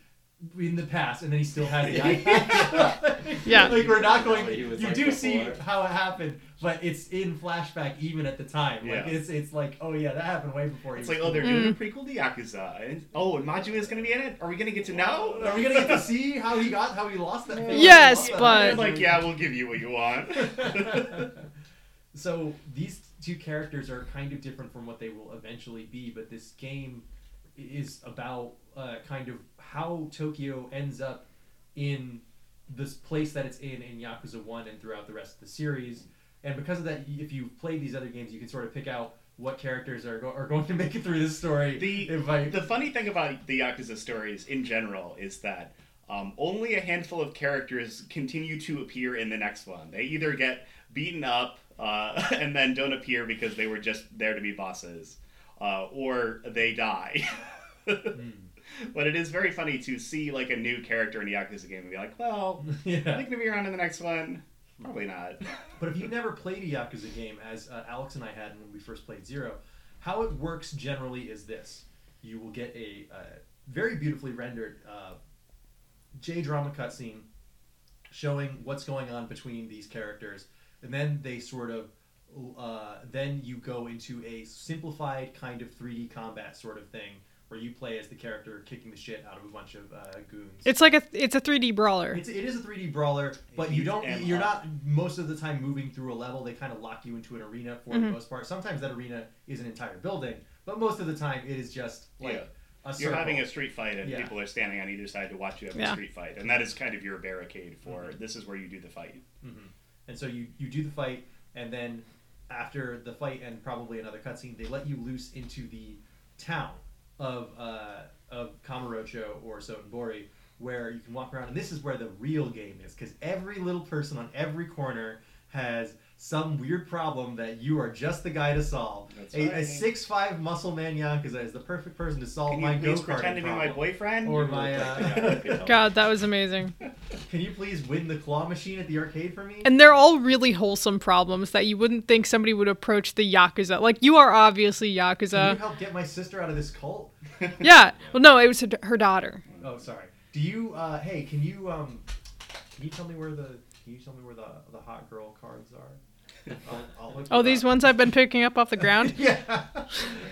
Speaker 1: In the past, and then he still has
Speaker 2: [LAUGHS]
Speaker 1: the eye patch.
Speaker 3: Yeah.
Speaker 1: like we're not
Speaker 5: Like
Speaker 1: going.
Speaker 5: he
Speaker 1: You
Speaker 5: was like
Speaker 1: do see
Speaker 5: before.
Speaker 1: how it happened, but it's in flashback even at the time. Like
Speaker 2: Yeah.
Speaker 1: it's it's like, oh yeah, that happened way before. he
Speaker 2: It's
Speaker 1: was
Speaker 2: like, oh, they're [LAUGHS]
Speaker 1: cool.
Speaker 3: Mm.
Speaker 2: doing a prequel to Yakuza. And, oh, and Majima is going to be in it? Are we going to get to know?
Speaker 1: Are we gonna get to see how he got how he lost that? thing?
Speaker 3: [LAUGHS] Yes,
Speaker 1: Lost that
Speaker 3: but-
Speaker 2: They're
Speaker 1: thing?
Speaker 2: like, yeah, we'll give you what you want. [LAUGHS]
Speaker 1: so these two characters are kind of different from what they will eventually be, but this game is about uh, kind of how Tokyo ends up in this place that it's in in Yakuza 1 and throughout the rest of the series. And because of that, y- if you've played these other games, you can sort of pick out what characters are, go- are going to make it through this story.
Speaker 2: The-
Speaker 1: if I-
Speaker 2: The funny thing about the Yakuza stories in general is that um, only a handful of characters continue to appear in the next one. They either get beaten up uh, [LAUGHS] and then don't appear because they were just there to be bosses, uh, or they die. [LAUGHS] But it is very funny to see like a new character in a Yakuza game and be
Speaker 1: [LAUGHS]
Speaker 2: like, well, are
Speaker 1: [LAUGHS]
Speaker 2: they
Speaker 1: yeah.
Speaker 2: going to be around in the next one? Probably not. [LAUGHS]
Speaker 1: But if you've never played a Yakuza game, as uh, Alex and I had when we first played Zero, how it works generally is this: you will get a uh, very beautifully rendered uh, J drama cutscene showing what's going on between these characters, and then they sort of uh, then you go into a simplified kind of 3D combat sort of thing where you play as the character kicking the shit out of a bunch of uh, goons.
Speaker 3: It's like a it's a 3D brawler.
Speaker 1: It's, it is a 3D brawler, but you don't.
Speaker 2: And
Speaker 1: You're
Speaker 2: up.
Speaker 1: not most of the time moving through a level. They kind of lock you into an arena for the most part. Sometimes that arena is an entire building, but most of the time it is just like
Speaker 2: Yeah.
Speaker 1: a circle.
Speaker 2: You're having a street fight and
Speaker 1: Yeah.
Speaker 2: people are standing on either side to watch you have a
Speaker 3: Yeah.
Speaker 2: street fight. And that is kind of your barricade for
Speaker 1: Mm-hmm.
Speaker 2: this is where you do the fight.
Speaker 1: And so you you do the fight, and then after the fight and probably another cutscene, they let you loose into the town of uh, of Kamurocho or Sotenbori, where you can walk around. And this is where the real game is, because every little person on every corner has some weird problem that you are just the guy to solve.
Speaker 2: That's
Speaker 1: a,
Speaker 2: right.
Speaker 1: a six five muscle man Yakuza is the perfect person to solve
Speaker 2: Can
Speaker 1: Oh my
Speaker 2: you
Speaker 1: go
Speaker 2: please
Speaker 1: karting
Speaker 2: pretend to be my boyfriend?
Speaker 1: or my. Uh, [LAUGHS]
Speaker 3: God, that was amazing.
Speaker 1: can you please win the claw machine at the arcade for me?
Speaker 3: And they're all really wholesome problems that you wouldn't think somebody would approach the Yakuza. Like, you are obviously
Speaker 1: can you
Speaker 3: Yakuza.
Speaker 1: help get my sister out of this cult? Mm-hmm.
Speaker 3: Yeah. Well, no, it was her, her daughter.
Speaker 1: Oh, sorry. Do you? Uh, hey, can you? Um, can you tell me where the? Can you tell me where the the hot girl cards are?
Speaker 3: [LAUGHS] Oh, these ones I've been picking up off the ground.
Speaker 1: [LAUGHS] Yeah.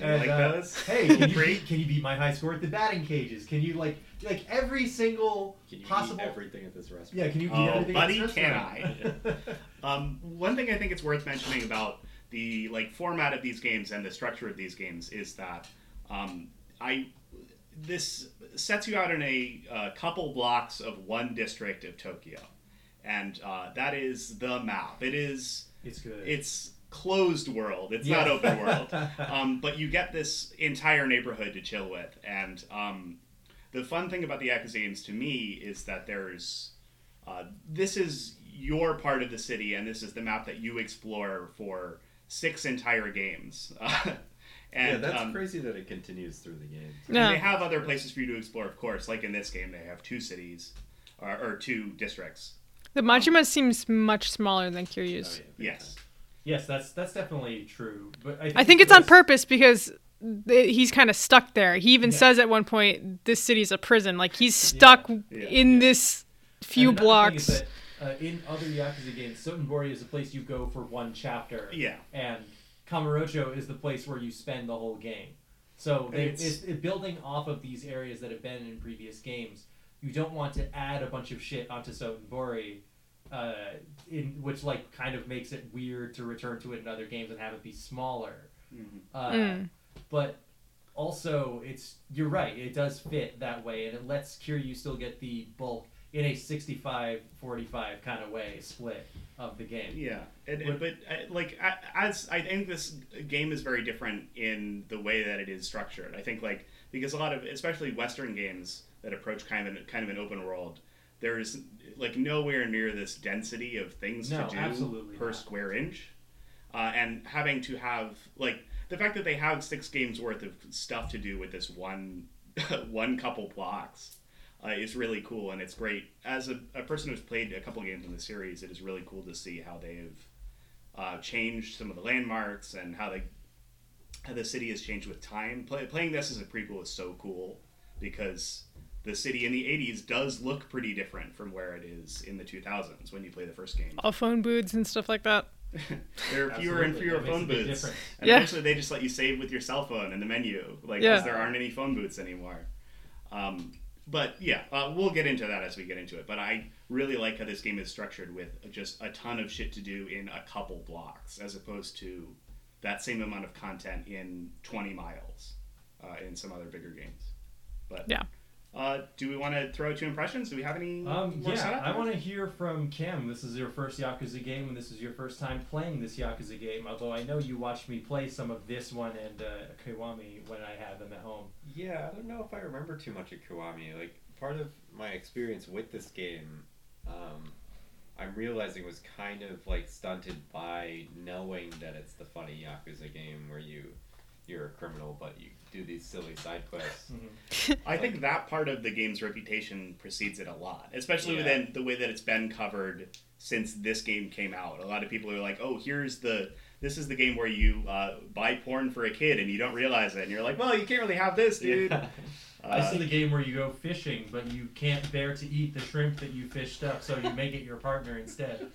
Speaker 1: And,
Speaker 2: Like
Speaker 1: uh,
Speaker 2: those?
Speaker 1: hey, can you, [LAUGHS] beat, can you beat my high score at the batting cages? Can you like like every single
Speaker 4: Can you
Speaker 1: possible?
Speaker 4: eat everything at this restaurant?
Speaker 1: Yeah, can you eat
Speaker 2: Oh,
Speaker 1: everything? at
Speaker 2: buddy,
Speaker 1: this
Speaker 2: can
Speaker 1: [LAUGHS] restaurant?
Speaker 2: Um, one thing I think it's worth mentioning about the like format of these games and the structure of these games is that um, I this sets you out in a uh, couple blocks of one district of Tokyo, and uh, that is the map. It is
Speaker 1: it's good.
Speaker 2: it's closed world. It's not
Speaker 1: Yeah.
Speaker 2: open world.
Speaker 4: [LAUGHS]
Speaker 2: Um, but you get this entire neighborhood to chill with, and um, the fun thing about the Yakuza games to me is that there's uh, this is your part of the city, and this is the map that you explore for six entire games. [LAUGHS] and
Speaker 4: yeah, that's
Speaker 2: um,
Speaker 4: crazy that it continues through the game.
Speaker 2: and
Speaker 3: No.
Speaker 2: They have other places for you to explore, of course. Like in this game, they have two cities or, or two districts.
Speaker 3: The Majima seems much smaller than
Speaker 1: Oh,
Speaker 3: Kiryu's.
Speaker 2: Yes.
Speaker 1: yes, that's that's definitely true. But I think,
Speaker 3: I think it's on
Speaker 1: because-
Speaker 3: purpose because th- he's kind of stuck there. He even says at one point, "This city's a prison." Like he's stuck
Speaker 2: Yeah.
Speaker 3: in this few
Speaker 1: And another thing is
Speaker 3: blocks.
Speaker 1: that, uh, in other Yakuza games, Sotenbori is the place you go for one chapter.
Speaker 2: Yeah.
Speaker 1: And Kamurocho is the place where you spend the whole game. So they,
Speaker 2: it's-
Speaker 1: it's, it- building off of these areas that have been in previous games, you don't want to add a bunch of shit onto Sotenbori, uh, in which like kind of makes it weird to return to it in other games and have it be smaller. Uh, But also, it's you're right. It does fit that way, and it lets Kiryu still get the bulk in a 65-45 kind of way split of the game.
Speaker 2: Yeah, and,
Speaker 1: Would-
Speaker 2: and- but uh, like a- as I think this game is very different in the way that it is structured. I think like because a lot of especially Western games that approach kind of an, kind of an open world, there is like nowhere near this density of things
Speaker 1: No,
Speaker 2: to do
Speaker 1: absolutely
Speaker 2: per
Speaker 1: not.
Speaker 2: square inch, uh, and having to have like the fact that they have six games worth of stuff to do with this one [LAUGHS] one couple blocks. Uh, is really cool and it's great. As a, a person who's played a couple games in the series, it is really cool to see how they've uh, changed some of the landmarks and how they how the city has changed with time. Play, playing this as a prequel is so cool because the city in the 80s does look pretty different from where it is in the 2000s when you play the first game.
Speaker 3: All phone booths and stuff like that.
Speaker 2: There are fewer and
Speaker 1: Absolutely. That makes
Speaker 2: fewer
Speaker 1: a
Speaker 2: phone
Speaker 1: big
Speaker 2: booths.
Speaker 1: difference.
Speaker 2: And
Speaker 3: Yeah.
Speaker 2: eventually they just let you save with your cell phone in the menu, like
Speaker 3: Yeah.
Speaker 2: because there aren't any phone booths anymore. Um, but yeah, uh, we'll get into that as we get into it. But I really like how this game is structured with just a ton of shit to do in a couple blocks, as opposed to that same amount of content in 20 miles uh, in some other bigger games. But
Speaker 3: Yeah.
Speaker 2: uh, do we want to throw to impressions? Do we have any?
Speaker 1: Um,
Speaker 2: more
Speaker 1: yeah,
Speaker 2: setup?
Speaker 1: I want to hear from Kim. This is your first Yakuza game, and this is your first time playing this Yakuza game. Although I know you watched me play some of this one and uh, Kiwami when I had them at home.
Speaker 4: Yeah, I don't know if I remember too much of Kiwami. Like, part of my experience with this game, um, I'm realizing was kind of like stunted by knowing that it's the funny Yakuza game where you you're a criminal but you do these silly side quests.
Speaker 2: I think that part of the game's reputation precedes it a lot, especially
Speaker 4: Yeah.
Speaker 2: within the way that it's been covered since this game came out. A lot of people are like, "Oh, here's the this is the game where you uh, buy porn for a kid and you don't realize it," and you're like, "Well, you can't really have this, dude."
Speaker 4: [LAUGHS] Yeah.
Speaker 1: I
Speaker 2: Uh,
Speaker 1: see the game where you go fishing, but you can't bear to eat the shrimp that you fished up, so you make it your partner instead.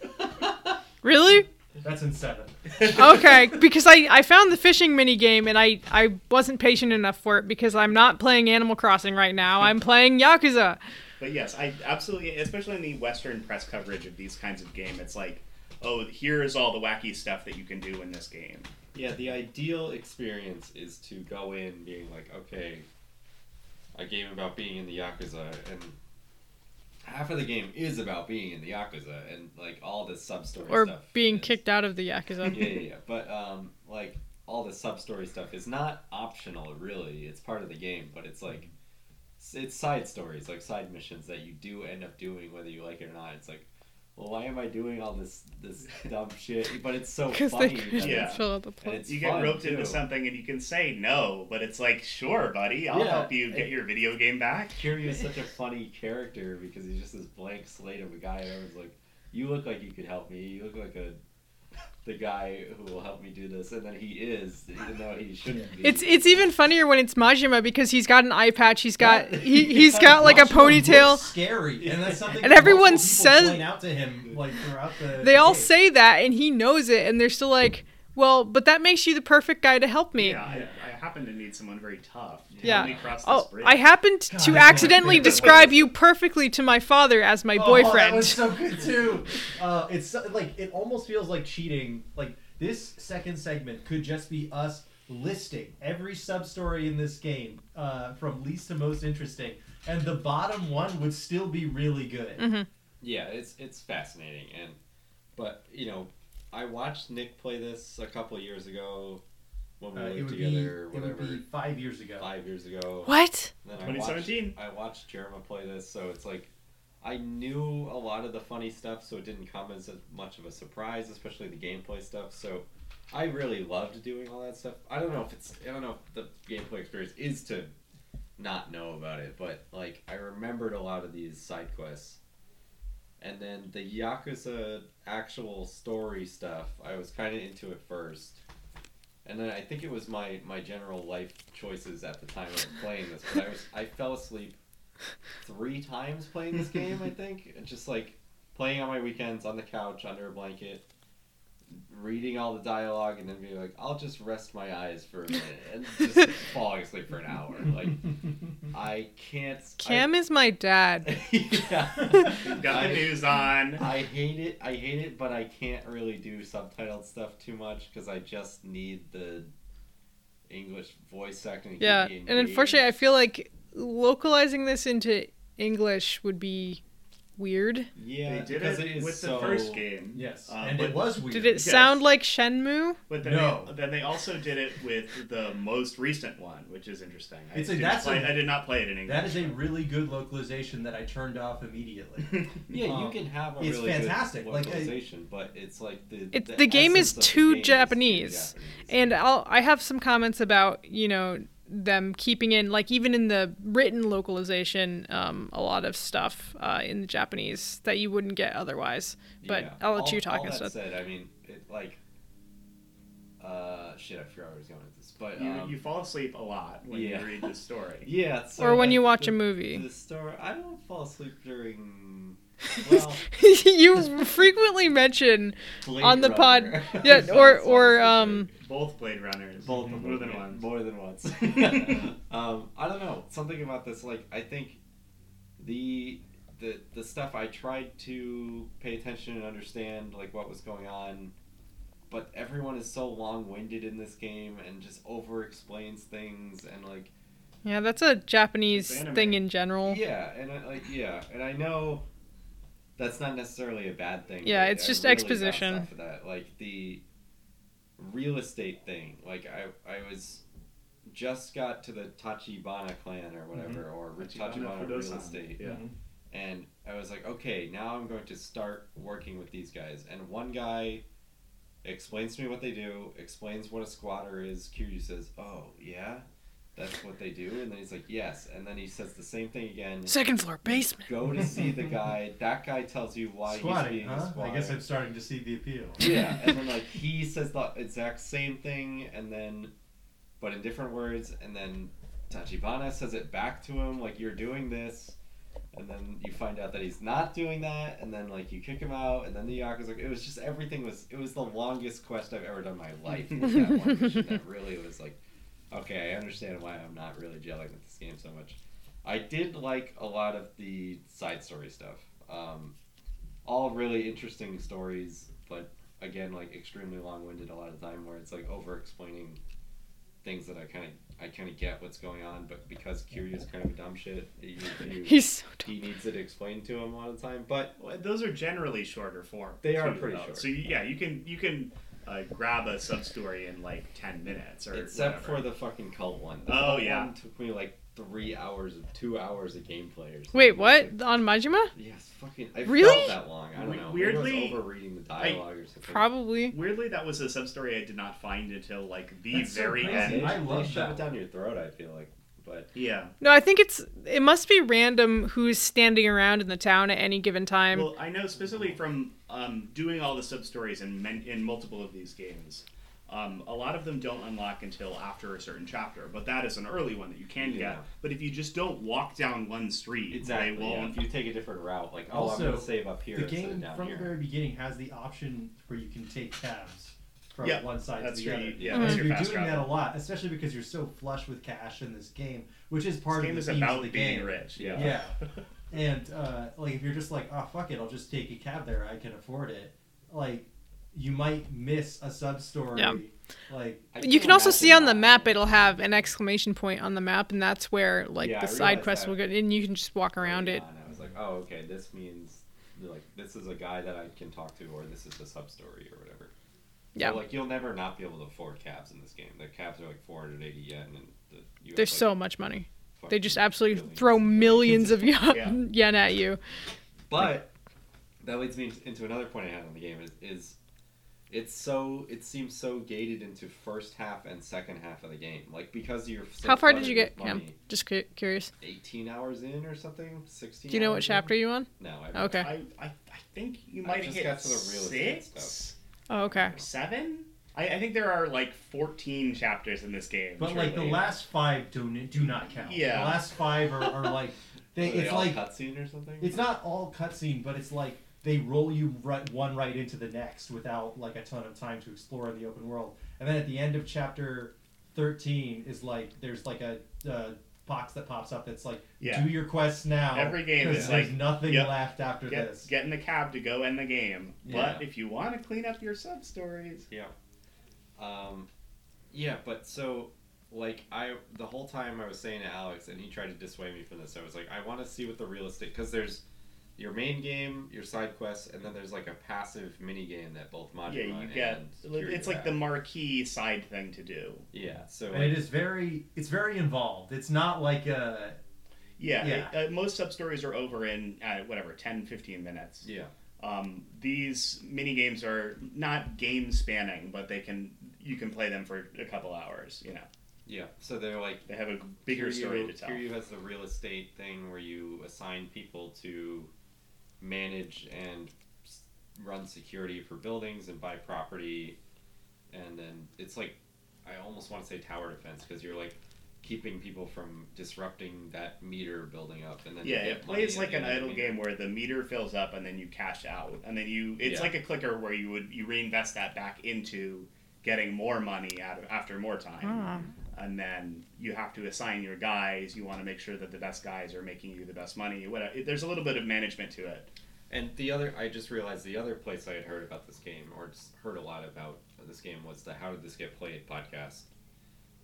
Speaker 3: Really?
Speaker 1: That's in seven.
Speaker 3: okay, because I, I found the fishing mini game and I, I wasn't patient enough for it because I'm not playing Animal Crossing right now. I'm playing Yakuza.
Speaker 2: but yes, I absolutely, especially in the Western press coverage of these kinds of game, it's like, "Oh, here is all the wacky stuff that you can do in this game."
Speaker 4: Yeah, the ideal experience is to go in being like, okay, a game about being in the Yakuza, and half of the game is about being in the Yakuza, and like all the sub story
Speaker 3: Or
Speaker 4: stuff.
Speaker 3: being
Speaker 4: is-
Speaker 3: kicked out of the Yakuza. [LAUGHS]
Speaker 4: Yeah, yeah, yeah. But um, like all the sub story stuff is not optional, really. It's part of the game, but it's like s- it's side stories, like side missions that you do end up doing whether you like it or not. It's like, well, why am I doing all this this dumb shit? But it's so
Speaker 3: Because they
Speaker 4: funny.
Speaker 3: couldn't
Speaker 4: that
Speaker 2: Yeah.
Speaker 4: it's-
Speaker 3: fill out the
Speaker 4: and
Speaker 3: plot.
Speaker 4: it's
Speaker 2: you get
Speaker 4: fun,
Speaker 2: roped
Speaker 4: too.
Speaker 2: into something and you can say no, but it's like, "Sure, buddy, I'll
Speaker 4: Yeah.
Speaker 2: help you get your video game back."
Speaker 4: Kiryu is such a funny character because he's just this blank slate of a guy. and Everyone's like, "You look like you could help me. You look like a the guy who will help me do this, and then he is, even though he shouldn't be.
Speaker 3: It's it's even funnier when it's Majima because he's got an eye patch. He's got he he's got like a ponytail.
Speaker 1: Scary, and that's something.
Speaker 3: And
Speaker 1: that
Speaker 3: everyone
Speaker 1: multiple people
Speaker 3: says-
Speaker 1: point out to him like throughout the.
Speaker 3: They all
Speaker 1: game.
Speaker 3: say that, and he knows it, and they're still like, "Well, but that makes you the perfect guy to help me."
Speaker 2: Yeah, I, I happen to need someone very tough to
Speaker 3: Yeah.
Speaker 2: help me cross this
Speaker 3: Oh,
Speaker 2: bridge.
Speaker 3: I happened
Speaker 1: God,
Speaker 3: to
Speaker 1: I can't
Speaker 3: accidentally
Speaker 1: think of it.
Speaker 3: describe you perfectly to my father as
Speaker 1: Oh,
Speaker 3: my
Speaker 1: that
Speaker 3: boyfriend.
Speaker 1: was so good too. Uh, it's so- like it almost feels like cheating. Like this second segment could just be us listing every sub story in this game uh, from least to most interesting, and the bottom one would still be really good.
Speaker 3: Mm-hmm.
Speaker 1: Uh,
Speaker 4: yeah, it's it's fascinating, and but you know, I watched Nick play this a couple years ago when we
Speaker 1: Uh,
Speaker 4: lived
Speaker 1: it would
Speaker 4: together,
Speaker 1: be it would
Speaker 4: whatever,
Speaker 1: be five years ago.
Speaker 4: five years ago.
Speaker 3: what?
Speaker 4: And then I watched,
Speaker 2: 2017.
Speaker 4: I watched Jeremiah play this, so it's like I knew a lot of the funny stuff, so it didn't come as a- much of a surprise, especially the gameplay stuff. So I really loved doing all that stuff. I don't know if it's I don't know if the gameplay experience is to not know about it, but like I remembered a lot of these side quests. And then the Yakuza actual story stuff, I was kind of into at first. And then I think it was my, my general life choices at the time of playing this, but I was I fell asleep three times playing this game,
Speaker 2: [LAUGHS]
Speaker 4: I think. And just like playing on my weekends on the couch under a blanket, reading all the dialogue and then being like, I'll just rest my eyes for a minute and
Speaker 2: [LAUGHS]
Speaker 4: just falling asleep for an hour. Like I can't I-
Speaker 3: Cam is my dad.
Speaker 4: [LAUGHS] yeah.
Speaker 2: Got the news on.
Speaker 4: I hate it. I hate it, but I can't really do subtitled stuff too much because I just need the English voice acting. to keep
Speaker 3: Yeah,
Speaker 4: me
Speaker 3: and unfortunately, I feel like localizing this into English would be weird.
Speaker 4: engaged. yeah,
Speaker 2: they did
Speaker 4: because
Speaker 2: it,
Speaker 4: it is
Speaker 2: with
Speaker 4: so-
Speaker 2: the first game.
Speaker 1: Yes,
Speaker 2: Uh,
Speaker 1: and
Speaker 2: but,
Speaker 1: it was weird.
Speaker 3: Did it
Speaker 2: Yes.
Speaker 3: sound like Shenmue?
Speaker 2: But then,
Speaker 1: No.
Speaker 2: they, then they also did it with the most recent one, which is interesting. I,
Speaker 1: It's a-
Speaker 2: didn't
Speaker 1: that's
Speaker 2: play,
Speaker 1: a-
Speaker 2: I did not play it in English.
Speaker 1: That is a really good localization that I turned off
Speaker 4: [LAUGHS]
Speaker 1: immediately.
Speaker 4: Yeah, you
Speaker 1: Um,
Speaker 4: can have a
Speaker 1: it's
Speaker 4: really
Speaker 1: fantastic,
Speaker 4: good
Speaker 1: like, I-
Speaker 4: localization, but it's like the
Speaker 3: It's- the game is
Speaker 4: essence of the
Speaker 3: too
Speaker 4: game is too
Speaker 3: Japanese. And I'll, I have some comments about, you know, them keeping in, like, even in the written localization, um, a lot of stuff uh, in the Japanese that you wouldn't get otherwise. But
Speaker 4: Yeah.
Speaker 3: I'll let
Speaker 4: all,
Speaker 3: you talk
Speaker 4: all that
Speaker 3: instead.
Speaker 4: said, I mean, it like. Uh, shit, I forgot where I was going with this, but
Speaker 2: you,
Speaker 4: um,
Speaker 2: you fall asleep a lot when
Speaker 4: yeah.
Speaker 2: you read the
Speaker 4: [LAUGHS]
Speaker 2: story.
Speaker 4: yeah. So
Speaker 3: Or when
Speaker 4: like,
Speaker 3: you watch
Speaker 4: the-
Speaker 3: a movie.
Speaker 4: The story. I don't fall asleep
Speaker 3: [LAUGHS]
Speaker 4: during. Well,
Speaker 3: you frequently
Speaker 4: [LAUGHS]
Speaker 3: mention
Speaker 4: Blade
Speaker 3: on the pod.
Speaker 4: Runner. [LAUGHS]
Speaker 3: Yeah,
Speaker 4: So
Speaker 3: or,
Speaker 4: it's
Speaker 3: or,
Speaker 4: all
Speaker 3: um,
Speaker 2: Both Blade Runners.
Speaker 4: Both of
Speaker 2: More than
Speaker 4: them, yeah,
Speaker 2: one.
Speaker 4: More
Speaker 2: [LAUGHS]
Speaker 4: than once. [LAUGHS] um, I don't know. Something about this, like I think the the the stuff I tried to pay attention and understand, like what was going on, but everyone is so long winded in this game and just over explains things and like
Speaker 3: yeah, that's a Japanese
Speaker 2: It's anime.
Speaker 3: thing in general.
Speaker 4: yeah and I, like yeah and I know that's not necessarily a bad thing.
Speaker 3: Yeah,
Speaker 4: but
Speaker 3: it's
Speaker 4: I
Speaker 3: just
Speaker 4: really bounced
Speaker 3: exposition.
Speaker 4: off of that, like the real estate thing. Like I, I was just got to the Tachibana clan
Speaker 3: Mm-hmm.
Speaker 4: or whatever, or Tachibana,
Speaker 2: Tachibana
Speaker 4: real
Speaker 2: Fudosan.
Speaker 4: estate, [LAUGHS]
Speaker 2: Yeah.
Speaker 4: and I was like, okay, now I'm going to start working with these guys. And one guy explains to me what they do, explains what a squatter is. Kiryu says, "Oh yeah." That's what they do, and then he's like, "Yes," and then he says the same thing again
Speaker 3: Second floor basement.
Speaker 4: go to see
Speaker 1: [LAUGHS]
Speaker 4: the guy. That guy tells you why he's
Speaker 1: Squatting,
Speaker 4: being
Speaker 1: huh?
Speaker 4: a
Speaker 1: I
Speaker 4: squatter.
Speaker 1: guess I'm starting to see the appeal.
Speaker 4: [LAUGHS] yeah,
Speaker 1: [LAUGHS]
Speaker 4: and then like he says the exact same thing, and then, but in different words, and then Tachibana says it back to him like you're doing this, and then you find out that he's not doing that, and then like you kick him out, and then the Yakuza's like it was just everything was it was the longest quest I've ever done in my life. was that one mission that really was like, okay, I understand why I'm not really gelling with this game so much. I did like a lot of the side story stuff. Um, all really interesting stories, but again, like extremely long-winded a lot of the time, where it's like over-explaining things that I kind of I kind of get what's going on, but because Kiryu's kind of a dumb shit, you,
Speaker 3: [LAUGHS]
Speaker 4: you,
Speaker 3: He's so dumb.
Speaker 4: he needs it explained to him all the time. But
Speaker 2: Well, those are generally shorter form.
Speaker 4: They are
Speaker 2: too,
Speaker 4: pretty
Speaker 2: though.
Speaker 4: short.
Speaker 2: So you, yeah, you can you can uh, grab a sub story in like ten minutes or
Speaker 4: except
Speaker 2: whatever.
Speaker 4: for the fucking cult one, the
Speaker 2: Oh,
Speaker 4: cult
Speaker 2: yeah.
Speaker 4: one took me like three hours, of two hours of gameplay. Or something.
Speaker 3: Wait, what? On Majima?
Speaker 4: Yes, fucking. I
Speaker 3: Really?
Speaker 4: felt that long. I don't
Speaker 2: We-
Speaker 4: know.
Speaker 2: weirdly,
Speaker 4: Maybe I was over reading the dialogue or something.
Speaker 3: Probably.
Speaker 2: Weirdly, that was a sub story I did not find until like the
Speaker 1: That's so
Speaker 2: very
Speaker 1: crazy.
Speaker 2: end.
Speaker 1: I
Speaker 4: They
Speaker 1: love
Speaker 4: shove
Speaker 1: that.
Speaker 4: it down your throat. I feel like But
Speaker 2: Yeah.
Speaker 3: No, I think it's it must be random who's standing around in the town at any given time.
Speaker 2: Well, I know specifically from um, doing all the sub stories in men- in multiple of these games. Um, a lot of them don't unlock until after a certain chapter, but that is an early one that you can
Speaker 4: Yeah.
Speaker 2: get. But if you just don't walk down one street,
Speaker 4: exactly,
Speaker 2: they won't.
Speaker 4: yeah, if you take a different route, like oh,
Speaker 1: Also,
Speaker 4: I'm gonna save up here
Speaker 1: The
Speaker 4: instead of
Speaker 1: game
Speaker 4: down
Speaker 1: from
Speaker 4: here.
Speaker 1: the very beginning has the option where you can take tabs from
Speaker 2: Yeah,
Speaker 1: one side
Speaker 2: that's
Speaker 1: to the
Speaker 2: your-
Speaker 1: other.
Speaker 2: yeah,
Speaker 1: And
Speaker 2: that's your
Speaker 1: you're
Speaker 2: fast
Speaker 1: doing that a
Speaker 2: travel.
Speaker 1: lot, especially because you're so flush with cash in this game, which is
Speaker 2: This
Speaker 1: part
Speaker 2: game
Speaker 1: of
Speaker 2: is
Speaker 1: the theme
Speaker 2: about
Speaker 1: of the
Speaker 2: being
Speaker 1: game.
Speaker 2: rich. Yeah.
Speaker 1: Yeah. [LAUGHS] and uh, like if you're just like, oh fuck it, I'll just take a cab there, I can afford it. Like you might miss a sub story.
Speaker 3: Yeah.
Speaker 1: Like
Speaker 4: I
Speaker 3: you can
Speaker 4: can't
Speaker 3: also
Speaker 4: imagine
Speaker 3: see on the
Speaker 4: not-
Speaker 3: map it'll have an exclamation point on the map, and that's where like
Speaker 4: Yeah,
Speaker 3: the
Speaker 4: I
Speaker 3: side
Speaker 4: realized
Speaker 3: quest
Speaker 4: that.
Speaker 3: will go, and you can just walk around
Speaker 4: early
Speaker 3: it.
Speaker 4: on, I was like, oh, okay, this means like this is a guy that I can talk to, or this is a sub story, or whatever.
Speaker 3: Yeah,
Speaker 4: So, like you'll never not be able to afford cabs in this game. The cabs are like 480 yen, and the, you have,
Speaker 3: there's
Speaker 4: like,
Speaker 3: so much money. They
Speaker 4: fucking
Speaker 3: just absolutely
Speaker 4: billions.
Speaker 3: throw millions
Speaker 4: [LAUGHS]
Speaker 3: of yen,
Speaker 2: Yeah.
Speaker 3: yen at you.
Speaker 4: But that leads me into another point I had on the game is, is it's so it seems so gated into first half and second half of the game, like because you're so
Speaker 3: How far did
Speaker 4: flooded
Speaker 3: you get,
Speaker 4: with
Speaker 3: Cam?
Speaker 4: money,
Speaker 3: Just cu- curious.
Speaker 4: 18 hours in or something, 16.
Speaker 3: Do you know what
Speaker 4: hours
Speaker 3: chapter
Speaker 4: In?
Speaker 3: you on?
Speaker 4: No, I
Speaker 3: Okay.
Speaker 2: I, I, I think you might
Speaker 4: just
Speaker 2: hit
Speaker 4: got to the real estate
Speaker 2: six,
Speaker 4: stuff.
Speaker 3: Oh, okay.
Speaker 2: seven. I, I think there are like fourteen chapters in this game.
Speaker 1: But like the
Speaker 2: surely.
Speaker 1: last five do n- do not count.
Speaker 2: Yeah.
Speaker 1: The last five are, are like they,
Speaker 2: [LAUGHS]
Speaker 4: Were they
Speaker 1: it's
Speaker 4: all
Speaker 1: like
Speaker 4: cutscene or something.
Speaker 1: it's not all cutscene, but it's like they roll you right one right into the next without like a ton of time to explore the open world. And then at the end of chapter thirteen is like there's like a uh, box that pops up that's like
Speaker 2: Yeah.
Speaker 1: do your quests now.
Speaker 2: Every game
Speaker 1: 'cause
Speaker 2: is
Speaker 1: there's
Speaker 2: like,
Speaker 1: nothing
Speaker 2: yep,
Speaker 1: left after
Speaker 2: Get,
Speaker 1: this.
Speaker 2: get in the cab to go end the game.
Speaker 4: Yeah.
Speaker 2: But if you want to clean up your sub stories,
Speaker 4: Yeah. Um, yeah, but so like I the whole time I was saying to Alex, and he tried to dissuade me from this. I was like, I want to see what the real estate because there's your main game, your side quests, and then there's like a passive mini game that both Majima
Speaker 2: yeah, you
Speaker 4: and
Speaker 2: get.
Speaker 4: Kiryu
Speaker 2: It's like
Speaker 4: have.
Speaker 2: the marquee side thing to do.
Speaker 4: yeah. So
Speaker 1: and it is very it's very involved. It's not like [LAUGHS] a
Speaker 2: Yeah,
Speaker 1: Yeah.
Speaker 2: it- uh, most sub stories are over in uh, whatever 10, 15 minutes.
Speaker 4: yeah.
Speaker 2: Um, these mini games are not game spanning, but they can you can play them for a couple hours. You know,
Speaker 4: Yeah, so they're like
Speaker 2: they have a bigger
Speaker 4: Kiryu-
Speaker 2: story to tell.
Speaker 4: Kiryu has the real estate thing where you assign people to manage and s- run security for buildings and buy property, and then it's like I almost want to say tower defense because you're like keeping people from disrupting that meter building up, and then you
Speaker 2: Yeah,
Speaker 4: get
Speaker 2: it
Speaker 4: money
Speaker 2: plays
Speaker 4: at
Speaker 2: like
Speaker 4: the
Speaker 2: an
Speaker 4: end of the
Speaker 2: idle
Speaker 4: meter.
Speaker 2: game where the meter fills up and then you cash out, and then you it's
Speaker 4: Yeah.
Speaker 2: like a clicker where you would you reinvest that back into getting more money out of, after more time, and then you have to assign your guys. You want to make sure that the best guys are making you the best money. Whatever. It- There's a little bit of management to it.
Speaker 4: And the other, I just realized the other place I had heard about this game, or just heard a lot about this game, was the How Did This Get Played podcast.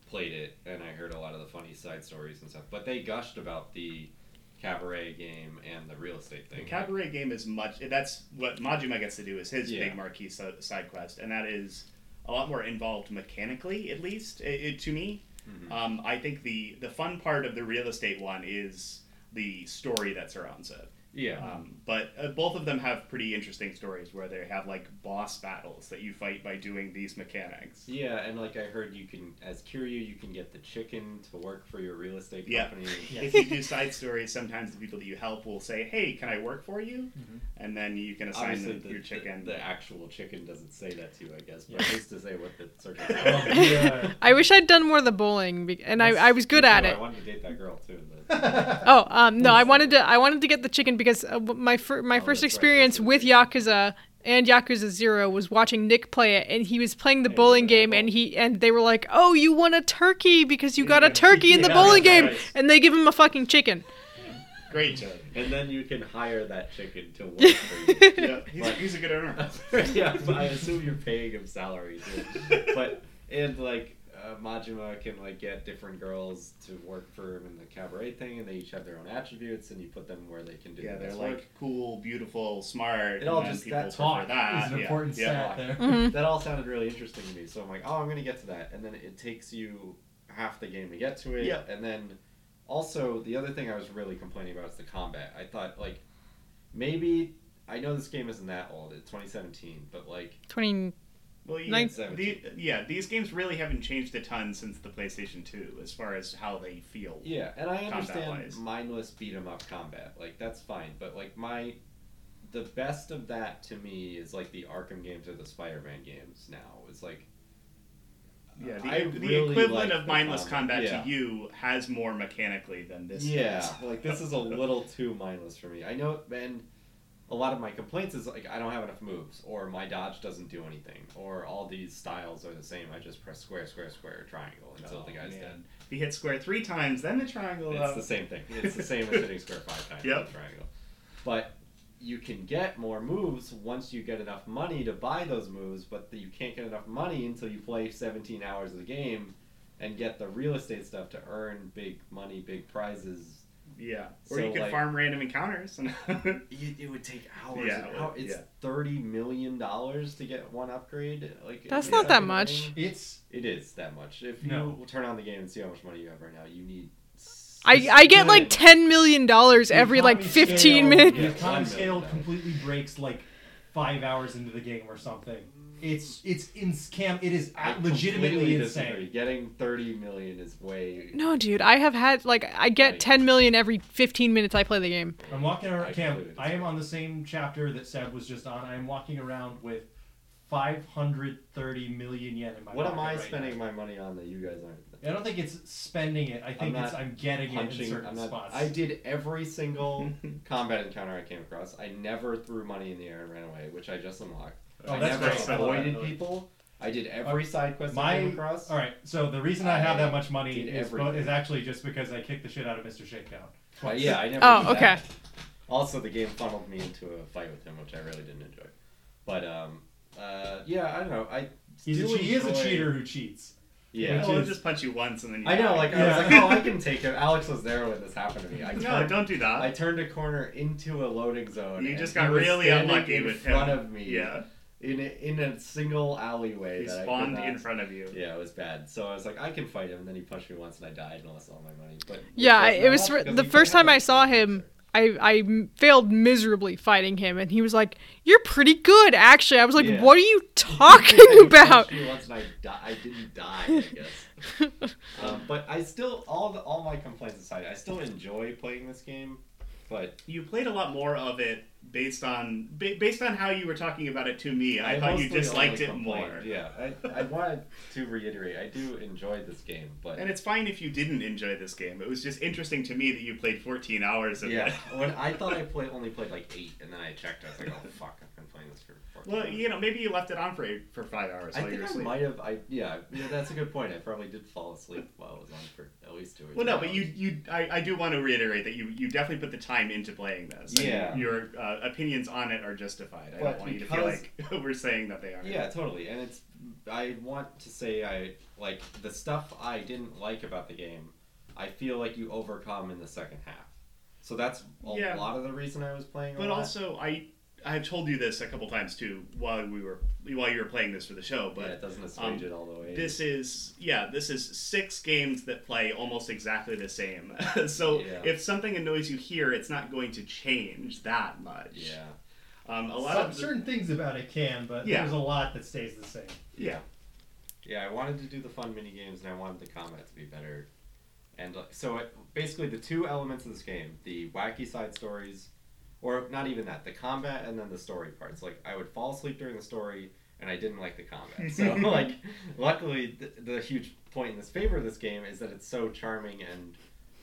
Speaker 4: Played it, and I heard a lot of the funny side stories and stuff. But they gushed about the cabaret game and the real estate thing.
Speaker 2: The cabaret game is much. That's what Majima gets to do is his
Speaker 4: Yeah.
Speaker 2: big marquee si- side quest, and that is a lot more involved mechanically, at least i i- to me.
Speaker 4: Mm-hmm.
Speaker 2: Um, I think the the fun part of the real estate one is the story that surrounds it.
Speaker 4: yeah,
Speaker 2: Um, but uh, both of them have pretty interesting stories where they have like boss battles that you fight by doing these mechanics.
Speaker 4: yeah, and like I heard, you can as Kiryu, you can get the chicken to work for your real
Speaker 2: [LAUGHS]
Speaker 4: estate
Speaker 2: Yeah.
Speaker 4: company.
Speaker 2: If you do side stories, sometimes the people that you help will say, "Hey, can I work for you?" And then you can assign
Speaker 4: Mm-hmm. Obviously,
Speaker 2: them
Speaker 4: the,
Speaker 2: your chicken.
Speaker 4: The, the actual chicken doesn't say that to you, I guess, but at least to
Speaker 2: [LAUGHS]
Speaker 4: say what the
Speaker 1: well,
Speaker 4: circumstances.
Speaker 1: the, uh,
Speaker 3: I wish I'd done more of the bowling, be- and I, I was good at it.
Speaker 4: I wanted to date that girl too. But...
Speaker 3: Oh, um, no, I wanted to I wanted to get the chicken because uh, w- my fir- my
Speaker 4: that's
Speaker 3: first
Speaker 4: right,
Speaker 3: experience
Speaker 4: that's
Speaker 3: with Yakuza and Yakuza 0 was watching Nick play it and he was playing the bowling game and he and they were like, "Oh, you won a turkey because you got a turkey in the
Speaker 1: Yeah,
Speaker 3: bowling game."
Speaker 4: right.
Speaker 3: And they give him a fucking chicken.
Speaker 2: Great job.
Speaker 4: And then you can hire that chicken to work for you. [LAUGHS]
Speaker 2: [LAUGHS] yeah, he's, a- he's a good earner. [LAUGHS]
Speaker 4: yeah, but I assume you're paying him salary too. But and like uh, Majima can like get different girls to work for him in the cabaret thing, and they each have their own attributes, and you put them where they can do.
Speaker 2: Yeah,
Speaker 4: the
Speaker 2: they're
Speaker 4: best
Speaker 2: like
Speaker 4: work.
Speaker 2: cool, beautiful, smart.
Speaker 4: It all
Speaker 2: and then
Speaker 4: just-
Speaker 2: people
Speaker 4: that
Speaker 2: prefer
Speaker 1: talk
Speaker 2: that.
Speaker 1: is an
Speaker 2: yeah.
Speaker 1: important
Speaker 2: yeah.
Speaker 1: stat there.
Speaker 4: [LAUGHS] that all sounded really interesting to me. So I'm like, oh, I'm gonna get to that, and then it takes you half the game to get to it.
Speaker 2: Yeah.
Speaker 4: And then also the other thing I was really complaining about is the combat. I thought like maybe I know this game isn't that old, it's 2017, but like
Speaker 3: 20
Speaker 2: Well, you,
Speaker 3: Nin-
Speaker 2: the, yeah, these games really haven't changed a ton since the PlayStation 2 as far as how they feel.
Speaker 4: Yeah, and I understand
Speaker 2: Combat-wise.
Speaker 4: mindless beat 'em up combat. Like that's fine, but like my the best of that to me is like the Arkham games or the Spider-Man games now. It's like
Speaker 2: Yeah, Uh, the,
Speaker 4: I
Speaker 2: the
Speaker 4: really
Speaker 2: equivalent
Speaker 4: like
Speaker 2: of
Speaker 4: the
Speaker 2: mindless combat
Speaker 4: combat. Yeah.
Speaker 2: to you has more mechanically than this.
Speaker 4: yeah,
Speaker 2: does.
Speaker 4: [LAUGHS] like this
Speaker 2: [LAUGHS]
Speaker 4: is a little too mindless for me. I know and a lot of my complaints is like I don't have enough moves or my dodge doesn't do anything or all these styles are the same. I just press square, square, square, triangle until
Speaker 2: Oh,
Speaker 4: the guy's dead.
Speaker 2: man. If you hit square three times, then the triangle.
Speaker 4: It's
Speaker 2: up.
Speaker 4: the same
Speaker 2: [LAUGHS]
Speaker 4: thing. It's the same as hitting square five times
Speaker 2: Yep.
Speaker 4: with a triangle. But you can get more moves once you get enough money to buy those moves, but you can't get enough money until you play 17 hours of the game and get the real estate stuff to earn big money, big prizes.
Speaker 2: Yeah. Or
Speaker 4: So,
Speaker 2: you could
Speaker 4: like-
Speaker 2: farm random encounters. [LAUGHS] And
Speaker 4: It, it would take hours.
Speaker 2: Yeah,
Speaker 4: and
Speaker 2: it
Speaker 4: hou-
Speaker 2: would,
Speaker 4: it's
Speaker 2: yeah.
Speaker 4: $30 million to get one upgrade. Like
Speaker 3: That's
Speaker 4: is
Speaker 3: not that
Speaker 4: even
Speaker 3: much.
Speaker 4: right?
Speaker 1: It's
Speaker 4: It is that much. If
Speaker 1: No.
Speaker 4: you turn on the game and see how much money you have right now, you need.
Speaker 3: I, I get like
Speaker 4: good-
Speaker 3: ten million dollars every like
Speaker 1: economy
Speaker 3: fifteen
Speaker 1: scale-
Speaker 3: minutes.
Speaker 1: The
Speaker 4: Yeah,
Speaker 1: economy
Speaker 4: one
Speaker 1: scale
Speaker 4: minute.
Speaker 1: completely breaks like five hours into the game or something. It's it's in scam. It is
Speaker 4: I
Speaker 1: at- legitimately
Speaker 4: completely
Speaker 1: insane.
Speaker 4: disagree. Getting 30 million is way.
Speaker 3: No, dude, I have had like I get
Speaker 4: Right.
Speaker 3: ten million every fifteen minutes I play the game.
Speaker 1: I'm walking around.
Speaker 4: I
Speaker 1: Cam,
Speaker 4: completely
Speaker 1: I am
Speaker 4: disagree.
Speaker 1: on the same chapter that Seb was just on. I am walking around with 530 million yen in my
Speaker 4: What am
Speaker 1: pocket
Speaker 4: I
Speaker 1: right now.
Speaker 4: spending my money on that you guys aren't?
Speaker 1: I don't think it's spending it. I think it's
Speaker 4: not
Speaker 1: I'm getting it in
Speaker 4: Punching.
Speaker 1: certain
Speaker 4: I'm not,
Speaker 1: spots.
Speaker 4: I did
Speaker 1: [LAUGHS]
Speaker 4: every single combat encounter I came across. I never threw money in the air and ran away, which I just unlocked.
Speaker 1: Oh,
Speaker 4: I
Speaker 1: that's
Speaker 4: never
Speaker 1: great. I love
Speaker 4: avoided
Speaker 1: that.
Speaker 4: people. I did every side quest I
Speaker 1: Uh, My
Speaker 4: came across.
Speaker 1: all right. So the reason I, have
Speaker 4: I
Speaker 1: that much money
Speaker 4: did
Speaker 1: is, bo-
Speaker 4: everything.
Speaker 1: is actually just because I kicked the shit out of Mr. Shakedown.
Speaker 4: Uh, yeah, I never.
Speaker 3: Oh,
Speaker 4: did
Speaker 3: okay.
Speaker 4: that. Also, the game funneled me into a fight with him, which I really didn't enjoy. But um, uh, yeah, I don't know. I
Speaker 1: He's a,
Speaker 4: do
Speaker 1: che- he is a
Speaker 4: enjoy-
Speaker 1: cheater who cheats.
Speaker 4: Yeah,
Speaker 1: Which
Speaker 2: I'll
Speaker 1: is-
Speaker 2: just punch you once and then you
Speaker 4: I know,
Speaker 2: die.
Speaker 4: like I
Speaker 2: [LAUGHS]
Speaker 4: was like, oh, I can take him. Alex was there when this happened to me. I
Speaker 2: No,
Speaker 4: turned,
Speaker 2: don't do that.
Speaker 4: I turned a corner into a loading zone.
Speaker 2: you
Speaker 4: and
Speaker 2: just
Speaker 4: he
Speaker 2: got
Speaker 4: was
Speaker 2: really
Speaker 4: standing
Speaker 2: unlucky
Speaker 4: in
Speaker 2: with
Speaker 4: front
Speaker 2: him.
Speaker 4: of me.
Speaker 2: Yeah.
Speaker 4: In a, in a single alleyway
Speaker 2: He
Speaker 4: that
Speaker 2: spawned
Speaker 4: I could not-
Speaker 2: in front of you.
Speaker 4: Yeah, it was bad. So I was like, I can fight him. And then he punched me once, and I died and lost all my money. But
Speaker 3: Yeah, I,
Speaker 4: which
Speaker 3: it
Speaker 4: not
Speaker 3: was for,
Speaker 4: because
Speaker 3: the
Speaker 4: we
Speaker 3: first
Speaker 4: don't have
Speaker 3: time I
Speaker 4: a-
Speaker 3: saw him. I, I m- failed miserably fighting him, and he was like, "You're pretty good, actually." I was like,
Speaker 4: Yeah.
Speaker 3: "What are
Speaker 4: [LAUGHS]
Speaker 3: you [LAUGHS]
Speaker 4: He
Speaker 3: talking
Speaker 4: punched
Speaker 3: about?"
Speaker 4: me once and I, di- I didn't die, I guess. um, but I still, all the, all my complaints aside, I still enjoy playing this game. But
Speaker 2: You played a lot more of it based on ba- based on how you were talking about it to me. I, thought you
Speaker 4: mostly
Speaker 2: disliked
Speaker 4: only
Speaker 2: it more.
Speaker 4: complained. Yeah, I, I wanted to reiterate, I do enjoy this game, but
Speaker 2: And it's fine if you didn't enjoy this game. It was just interesting to me that you played 14 hours of
Speaker 4: yeah,
Speaker 2: it. [LAUGHS]
Speaker 4: when I thought I played only played like eight, and then I checked, I was like, oh fuck, I've been playing this for. 14
Speaker 2: Well,
Speaker 4: hours."
Speaker 2: you know, maybe you left it on for for five hours
Speaker 4: I
Speaker 2: while you were
Speaker 4: think I
Speaker 2: asleep.
Speaker 4: might have. I yeah, yeah, that's a good point. I probably did fall asleep while I was on for at least two or.
Speaker 2: Well,
Speaker 4: three
Speaker 2: no, but you
Speaker 4: hours.
Speaker 2: you I, I do want to reiterate that you you definitely put the time into playing this. and
Speaker 4: Yeah.
Speaker 2: your uh, opinions on it are justified. I
Speaker 4: But
Speaker 2: don't want you to feel
Speaker 4: because-
Speaker 2: like [LAUGHS] we're saying that they are.
Speaker 4: Yeah, totally. And it's I want to say I like the stuff I didn't like about the game. I feel like you overcome in the second half. So that's a
Speaker 2: Yeah.
Speaker 4: lot of the reason I was playing. a
Speaker 2: But
Speaker 4: lot.
Speaker 2: also, I I've told you this a couple times too while we were while you were playing this for the show. But
Speaker 4: yeah, it doesn't assuage
Speaker 2: um,
Speaker 4: it all the way.
Speaker 2: This is yeah, this is six games that play almost exactly the same. [LAUGHS] so
Speaker 4: Yeah.
Speaker 2: if something annoys you here, it's not going to change that much.
Speaker 4: yeah.
Speaker 2: Um, a lot
Speaker 1: Some,
Speaker 2: of the-
Speaker 1: certain things about it can, but
Speaker 2: Yeah.
Speaker 1: there's a lot that stays the same.
Speaker 2: yeah.
Speaker 4: Yeah, I wanted to do the fun mini games, and I wanted the combat to be better. And like, so, it, basically, the two elements of this game: the wacky side stories, or not even that, the combat, and then the story parts. Like, I would fall asleep during the story, and I didn't like the combat. So, like, luckily, the, the huge point in this favor of this game is that it's so charming and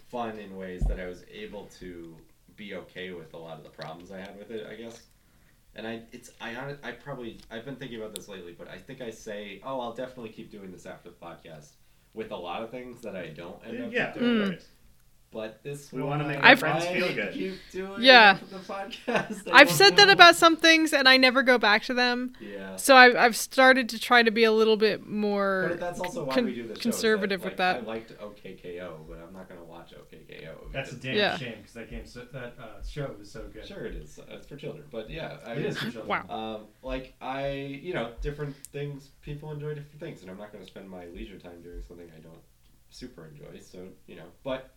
Speaker 4: fun in ways that I was able to be okay with a lot of the problems I had with it. I guess. And I, it's, I, hon- I probably, I've been thinking about this lately, but I think I say, oh, I'll definitely keep doing this after the podcast with a lot of things that I don't end up
Speaker 2: Yeah.
Speaker 4: doing.
Speaker 2: right.
Speaker 4: But this
Speaker 2: We
Speaker 4: one,
Speaker 2: wanna make
Speaker 4: I
Speaker 2: our friends feel good.
Speaker 4: Keep doing
Speaker 3: Yeah.
Speaker 4: the podcast. I
Speaker 3: I've
Speaker 4: don't
Speaker 3: said that
Speaker 4: know.
Speaker 3: about some things, and I never go back to them.
Speaker 4: Yeah.
Speaker 3: So I've, I've started to try to be a little bit more.
Speaker 4: But that's also why
Speaker 3: con-
Speaker 4: we do the show, is that,
Speaker 3: conservative with
Speaker 4: like,
Speaker 3: that.
Speaker 4: I liked OKKO, but I'm not going to watch OKKO.
Speaker 1: That's a
Speaker 4: because-
Speaker 1: damn
Speaker 3: Yeah.
Speaker 1: shame because that game, so, that uh, show is so good.
Speaker 4: Sure, it is. uh, It's for children, but yeah, I
Speaker 1: It is for children.
Speaker 3: Wow.
Speaker 4: [LAUGHS] Um, like I, you know, different things. People enjoy different things, and I'm not going to spend my leisure time doing something I don't super enjoy. So you know, but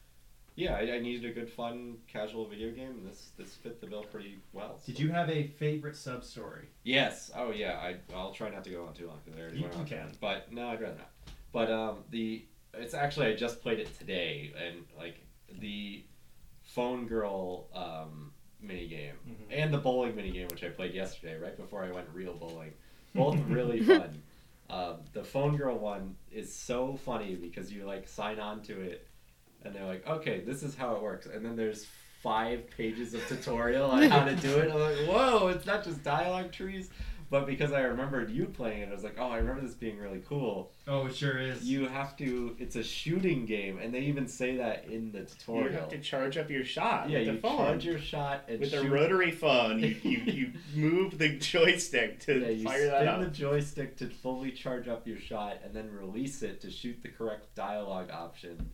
Speaker 4: yeah, I, I needed a good, fun, casual video game, and this this fit the bill pretty well.
Speaker 1: Did you have a favorite sub story?
Speaker 4: Yes. Oh yeah. I I'll try not to go on too long because I already
Speaker 1: You-
Speaker 4: went
Speaker 1: you
Speaker 4: on.
Speaker 1: can.
Speaker 4: But no, I'd rather not. But um, the it's actually I just played it today, and like the phone girl um minigame and the bowling minigame, which I played yesterday right before I went real bowling, both really fun. Um, the phone girl one is so funny because you like sign on to it and they're like, okay, this is how it works. And then there's five pages of tutorial on how to do it. I'm like, whoa, it's not just dialogue trees. But because I remembered you playing it, I was like, oh, I remember this being really cool.
Speaker 1: Oh, it sure is.
Speaker 4: You have to, it's a shooting game, and they even say that in the
Speaker 2: You
Speaker 4: tutorial.
Speaker 2: have to charge up your shot
Speaker 4: yeah,
Speaker 2: with
Speaker 4: you
Speaker 2: the phone.
Speaker 4: charge your shot and
Speaker 2: with a
Speaker 4: shoot.
Speaker 2: rotary phone, you,
Speaker 4: [LAUGHS]
Speaker 2: you, you move the joystick to
Speaker 4: Yeah, you
Speaker 2: fire that
Speaker 4: spin
Speaker 2: up.
Speaker 4: the joystick to fully charge up your shot, and then release it to shoot the correct dialogue option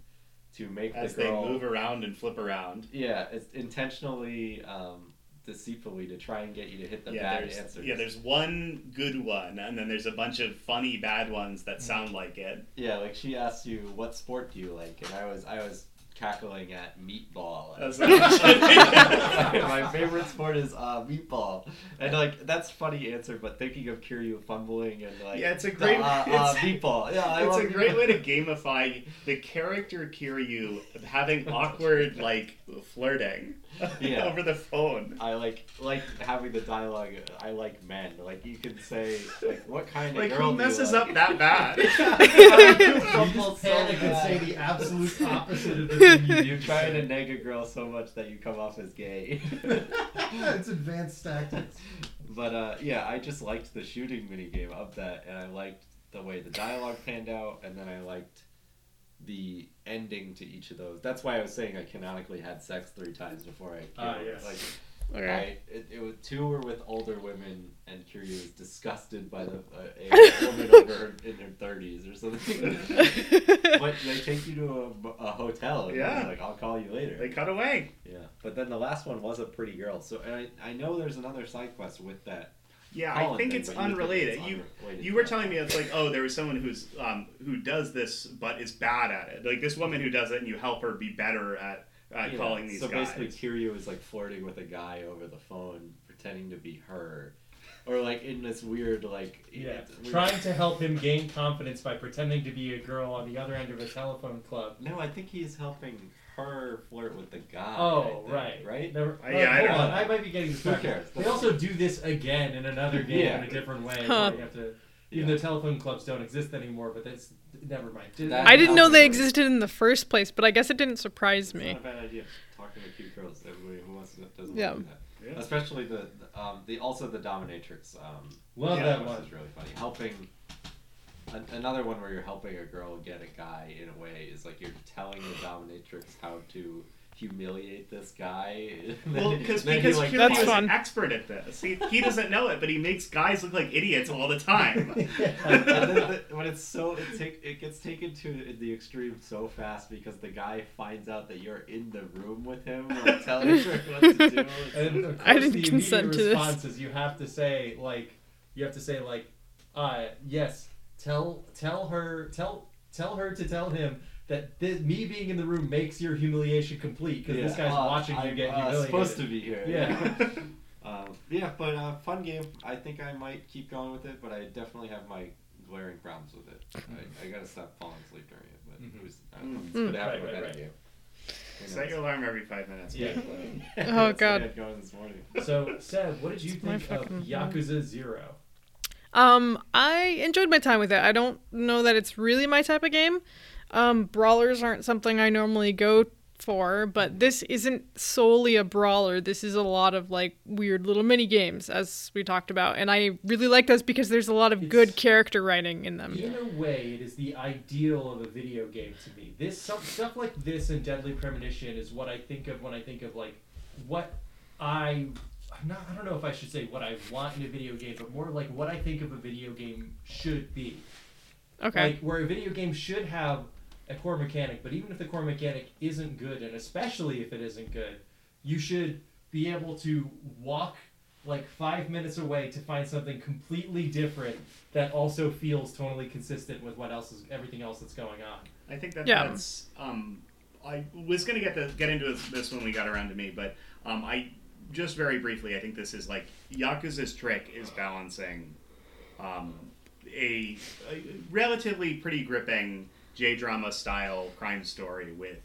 Speaker 4: to make
Speaker 2: as
Speaker 4: the
Speaker 2: they
Speaker 4: girl
Speaker 2: move around and flip around.
Speaker 4: Yeah, it's intentionally um, deceitfully to try and get you to hit the
Speaker 2: yeah,
Speaker 4: bad
Speaker 2: there's,
Speaker 4: answers.
Speaker 2: yeah, there's one good one, and then there's a bunch of funny bad ones
Speaker 4: Mm-hmm.
Speaker 2: that sound like it.
Speaker 4: Yeah, like she asks you, "What sport do you like?" And I was, I was cackling at
Speaker 2: [LAUGHS]
Speaker 4: meatball.
Speaker 2: That's not- [LAUGHS]
Speaker 4: [LAUGHS] My favorite sport is uh, meatball, and like that's funny answer. But thinking of Kiryu fumbling and like
Speaker 2: Yeah, it's a
Speaker 4: the,
Speaker 2: great- [LAUGHS]
Speaker 4: uh, uh,
Speaker 2: it's-
Speaker 4: meatball. Yeah, I
Speaker 2: it's
Speaker 4: love
Speaker 2: a great
Speaker 4: meatball.
Speaker 2: way to gamify the character Kiryu
Speaker 4: [LAUGHS]
Speaker 2: having awkward like flirting [LAUGHS]
Speaker 4: Yeah.
Speaker 2: over the phone.
Speaker 4: I like like having the dialogue. I like men. Like you can say like what kind
Speaker 2: Like
Speaker 4: of girl
Speaker 2: who
Speaker 4: do [LAUGHS] you
Speaker 1: [LAUGHS]
Speaker 2: messes
Speaker 4: like?
Speaker 2: up that bad?
Speaker 1: You just panic and say the absolute opposite
Speaker 4: [LAUGHS]
Speaker 1: of the thing you do.
Speaker 4: You're trying to nag a girl so much that you come off as gay. [LAUGHS]
Speaker 1: it's advanced tactics.
Speaker 4: But uh, yeah, I just liked the shooting minigame of that, and I liked the way the dialogue panned out, and then I liked the ending to each of those. That's why I was saying I canonically had sex three times before I. Came
Speaker 1: Ah,
Speaker 4: over.
Speaker 1: yes.
Speaker 4: Like,
Speaker 3: Okay.
Speaker 4: I, it, it was two were with older women, and Kiryu was disgusted by the uh, a woman over in her thirties or something. but they take you to a, a hotel. And you're
Speaker 2: Yeah.
Speaker 4: Like I'll call you later.
Speaker 2: they cut away.
Speaker 4: yeah. But then the last one was a pretty girl. So and I I know there's another side quest with that
Speaker 2: Yeah,
Speaker 4: Colin
Speaker 2: I think
Speaker 4: thing,
Speaker 2: it's
Speaker 4: but you think
Speaker 2: unrelated.
Speaker 4: it's
Speaker 2: You
Speaker 4: unrelated.
Speaker 2: you were telling me it's like, oh, there was someone who's um, who does this but is bad at it. Like this woman who does it, and you help her be better at uh,
Speaker 4: Yeah,
Speaker 2: calling these
Speaker 4: so
Speaker 2: guys.
Speaker 4: basically, Kiryu is like flirting with a guy over the phone, pretending to be her, or like in this weird like
Speaker 1: Yeah,
Speaker 4: it's weird-
Speaker 1: trying to help him gain confidence by pretending to be a girl on the other end of a telephone club.
Speaker 4: No, I think he's helping her flirt with the guy. I
Speaker 1: Oh,
Speaker 4: think,
Speaker 1: right,
Speaker 4: right.
Speaker 1: Never,
Speaker 2: Uh, yeah, I
Speaker 1: hold
Speaker 2: don't
Speaker 1: on,
Speaker 2: know.
Speaker 1: I might be getting this
Speaker 4: Who
Speaker 1: back.
Speaker 4: cares?
Speaker 1: They also do this again in another game
Speaker 4: Yeah.
Speaker 1: in a different way.
Speaker 3: Huh.
Speaker 1: so you have to, even
Speaker 4: Yeah.
Speaker 1: though telephone clubs don't exist anymore, but that's never mind. Did-
Speaker 4: That-
Speaker 3: I didn't know they
Speaker 4: Algorithm.
Speaker 3: existed in the first place, but I guess it didn't surprise
Speaker 4: It's
Speaker 3: me.
Speaker 4: not a bad idea. Talking to cute girls, everybody who wants to doesn't
Speaker 3: Yeah.
Speaker 4: want to do that.
Speaker 2: Yeah.
Speaker 4: Especially the, the um the also the dominatrix um
Speaker 1: Love
Speaker 4: yeah,
Speaker 1: that
Speaker 4: quest
Speaker 1: one.
Speaker 4: is really funny. Helping an, another one where you're helping a girl get a guy in a way is like you're telling the dominatrix how to humiliate this guy. [LAUGHS] And
Speaker 2: Well,
Speaker 4: then-
Speaker 2: because
Speaker 4: then he,
Speaker 2: because
Speaker 4: like,
Speaker 2: Kiryu [LAUGHS]
Speaker 3: That's
Speaker 2: is
Speaker 3: fun.
Speaker 2: an expert at this. He, he doesn't know it, but he makes guys look like idiots all the
Speaker 4: [LAUGHS]
Speaker 2: time.
Speaker 4: and then the, when it's so it, take, it gets taken to the extreme so fast because the guy finds out that you're in the room with him like, telling her what to do.
Speaker 1: And of course,
Speaker 3: I didn't
Speaker 1: the immediate
Speaker 3: consent to this.
Speaker 1: response is you have to say like you have to say like uh yes tell tell her tell tell her to tell him that this, me being in the room makes your humiliation complete because this guy's
Speaker 4: uh,
Speaker 1: watching you
Speaker 4: I'm,
Speaker 1: get
Speaker 4: uh,
Speaker 1: humiliated.
Speaker 4: supposed to be here.
Speaker 1: Yeah.
Speaker 4: [LAUGHS] um, yeah, but uh, fun game. I think I might keep going with it, but I definitely have my glaring problems with it.
Speaker 1: Mm-hmm.
Speaker 4: I, I gotta stop falling asleep during it, but it was, I don't know, it's gonna happen
Speaker 1: Mm. Right,
Speaker 4: with
Speaker 1: right,
Speaker 4: any
Speaker 1: right.
Speaker 4: game.
Speaker 2: [LAUGHS]
Speaker 4: Who
Speaker 2: Set
Speaker 4: knows?
Speaker 2: your alarm every five minutes.
Speaker 4: Yeah.
Speaker 3: Oh,
Speaker 4: [LAUGHS] That's what
Speaker 3: God.
Speaker 4: I had going this morning.
Speaker 1: So Seb, what did you
Speaker 3: my
Speaker 1: think of
Speaker 3: fucking-
Speaker 1: Yakuza Zero?
Speaker 3: Um, I enjoyed my time with it. I don't know that it's really my type of game. Um, brawlers aren't something I normally go for, but this isn't solely a brawler. This is a lot of like weird little mini games, as we talked about, and I really like those because there's a lot of good
Speaker 1: It's-
Speaker 3: character writing in them.
Speaker 1: In a way, it is the ideal of a video game to me. This some, stuff like this and Deadly Premonition is what I think of when I think of like what I I'm not I don't know if I should say what I want in a video game, but more like what I think of a video game should be.
Speaker 3: Okay.
Speaker 1: Like where a video game should have a core mechanic, but even if the core mechanic isn't good, and especially if it isn't good, you should be able to walk like five minutes away to find something completely different that also feels totally consistent with what else is everything else that's going on.
Speaker 2: I think that
Speaker 3: Yeah.
Speaker 2: that's um, I was gonna get the, get into this when we got around to me, but um, I just very briefly, I think this is like Yakuza's trick is balancing um, a, a relatively pretty gripping J drama style crime story with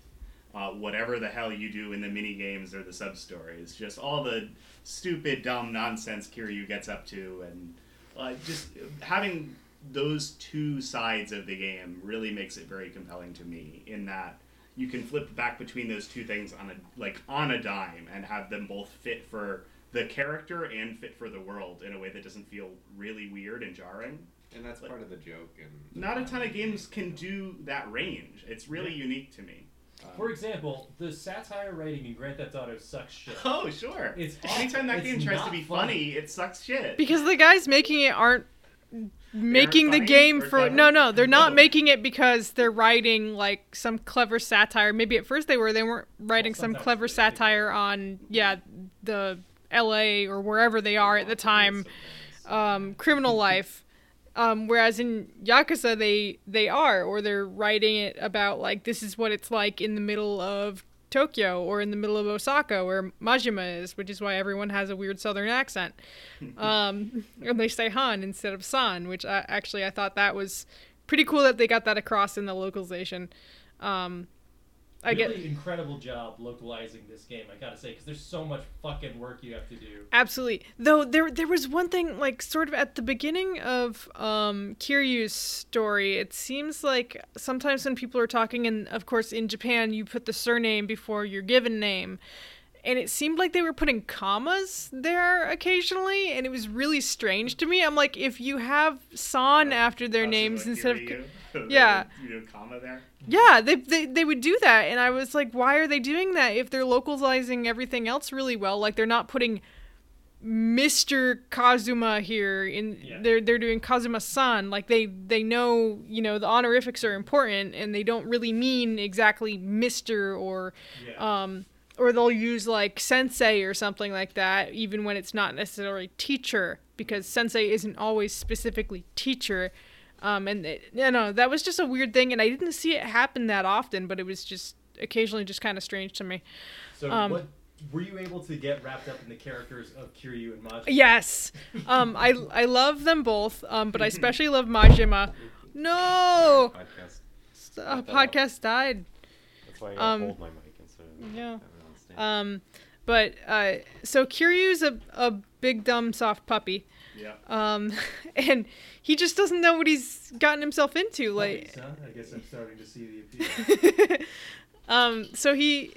Speaker 2: uh, whatever the hell you do in the mini games or the sub stories, just all the stupid, dumb nonsense Kiryu gets up to, and uh, just having those two sides of the game really makes it very compelling to me. In that you can flip back between those two things on a like on a dime and have them both fit for the character and fit for the world in a way that doesn't feel really weird and jarring.
Speaker 4: and that's part of the joke. And
Speaker 2: Not a ton of games can do that range. It's really unique to me.
Speaker 8: For example, the satire writing in Grand Theft Auto sucks shit.
Speaker 2: Oh, sure.
Speaker 8: It's
Speaker 2: anytime that
Speaker 8: awful.
Speaker 2: game
Speaker 8: It's
Speaker 2: tries to
Speaker 8: not
Speaker 2: be
Speaker 8: funny.
Speaker 2: funny, it sucks shit.
Speaker 3: [LAUGHS] Because the guys making it aren't making the
Speaker 2: funny
Speaker 3: game
Speaker 2: or
Speaker 3: for
Speaker 2: clever?
Speaker 3: no no they're not
Speaker 2: No.
Speaker 3: making it because they're writing like some clever satire maybe at first they were they weren't writing some
Speaker 8: sometimes
Speaker 3: clever
Speaker 8: they- they-
Speaker 3: satire on yeah the la or wherever they are at the time um, criminal life um, whereas in yakuza they they are or they're writing it about like this is what it's like in the middle of tokyo or in the middle of osaka where majima is which is why everyone has a weird southern accent um, and they say Han instead of San, which I, actually I thought that was pretty cool that they got that across in the localization. Um, [LAUGHS] I
Speaker 8: really
Speaker 3: get
Speaker 8: incredible job localizing this game. I gotta say, because there's so much fucking work you have to do.
Speaker 3: absolutely though there there was one thing like sort of at the beginning of um, Kiryu's story. It seems like sometimes when people are talking, and of course in Japan you put the surname before your given name. And it seemed like they were putting commas there occasionally, and it was really strange to me. I'm like, if you have San after their
Speaker 2: Us is
Speaker 3: names
Speaker 2: what
Speaker 3: instead of [LAUGHS]
Speaker 2: Kiryu. There's
Speaker 3: yeah.
Speaker 2: a, You know, comma there.
Speaker 3: Yeah, they, they they would do that, and I was like, why are they doing that if they're localizing everything else really well? Like they're not putting Mister Kazuma here in
Speaker 8: Yeah.
Speaker 3: they're they're doing Kazuma San. Like they they know you know the honorifics are important, and they don't really mean exactly Mister or
Speaker 8: Yeah.
Speaker 3: um or they'll use like sensei or something like that, even when it's not necessarily teacher because sensei isn't always specifically teacher. Um, and it, you know that was just a weird thing, and I didn't see it happen that often, but it was just occasionally just kind of strange to me.
Speaker 1: So
Speaker 3: Um,
Speaker 1: what were you able to get wrapped up in the characters of Kiryu and Majima?
Speaker 3: Yes, um, I I love them both, um, but I especially love Majima. No,
Speaker 4: podcast.
Speaker 3: uh, podcast died.
Speaker 4: That's why I gotta
Speaker 3: Um,
Speaker 4: hold my mic instead of
Speaker 3: yeah.
Speaker 4: everyone stand.
Speaker 3: Um, but uh, so Kiryu's a a big dumb soft puppy,
Speaker 2: Yeah.
Speaker 3: um, [LAUGHS] and he just doesn't know what he's gotten himself into. Like
Speaker 1: Puppies, huh? I guess I'm starting to see the appeal.
Speaker 3: [LAUGHS] um, so he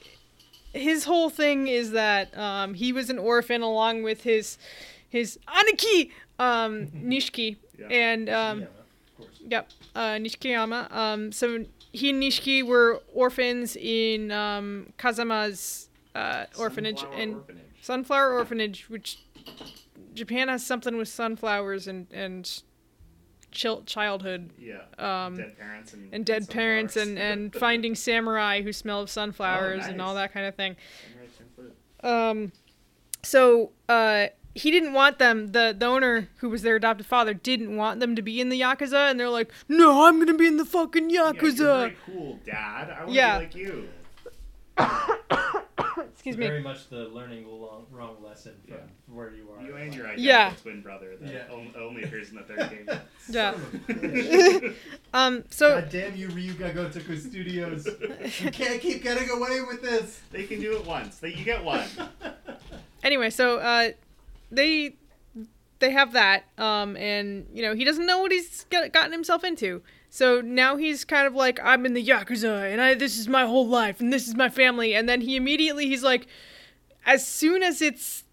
Speaker 3: his whole thing is that um, he was an orphan along with his his aniki
Speaker 2: [LAUGHS]
Speaker 3: um, Nishiki
Speaker 2: Yeah.
Speaker 3: and um,
Speaker 1: yeah, of course.
Speaker 3: Yep, uh, Nishikiyama. Um, so he and Nishiki were orphans in um, Kazama's uh, orphanage
Speaker 2: Sunflower
Speaker 3: and
Speaker 2: orphanage.
Speaker 3: Sunflower Orphanage, which Japan has something with sunflowers and and chil- childhood
Speaker 2: Yeah.
Speaker 3: um,
Speaker 2: dead parents and,
Speaker 3: and dead parents and
Speaker 2: sunflowers.
Speaker 3: and finding samurai who smell of sunflowers and all
Speaker 2: Oh, nice.
Speaker 3: that kind of thing.
Speaker 2: Samurai template.
Speaker 3: Um, so uh, he didn't want them. The the owner who was their adopted father didn't want them to be in the yakuza, and they're like, "No, I'm gonna be in the fucking
Speaker 2: Yeah, you're
Speaker 3: yakuza."
Speaker 2: very cool, Dad. I want to
Speaker 3: Yeah.
Speaker 2: be like you.
Speaker 3: Excuse me.
Speaker 8: Very much the learning the long, wrong lesson from
Speaker 2: Yeah.
Speaker 8: where you are.
Speaker 2: You and
Speaker 1: [LAUGHS]
Speaker 2: your identical
Speaker 3: Yeah.
Speaker 2: twin brother that
Speaker 1: Yeah.
Speaker 2: on- only appears in the third
Speaker 8: [LAUGHS]
Speaker 2: game.
Speaker 3: Yeah.
Speaker 2: Son of
Speaker 3: [LAUGHS] Um. So
Speaker 1: God damn you, Ryuga Gotoku Studios.
Speaker 3: [LAUGHS]
Speaker 1: you can't keep getting away with this.
Speaker 2: a- they can do it once. They, you get one.
Speaker 3: anyway, so uh, they they have that. Um. And you know he doesn't know what he's got- gotten himself into. So now he's kind of like, I'm in the yakuza, and I this is my whole life, and this is my family. And then he immediately he's like, as soon as it's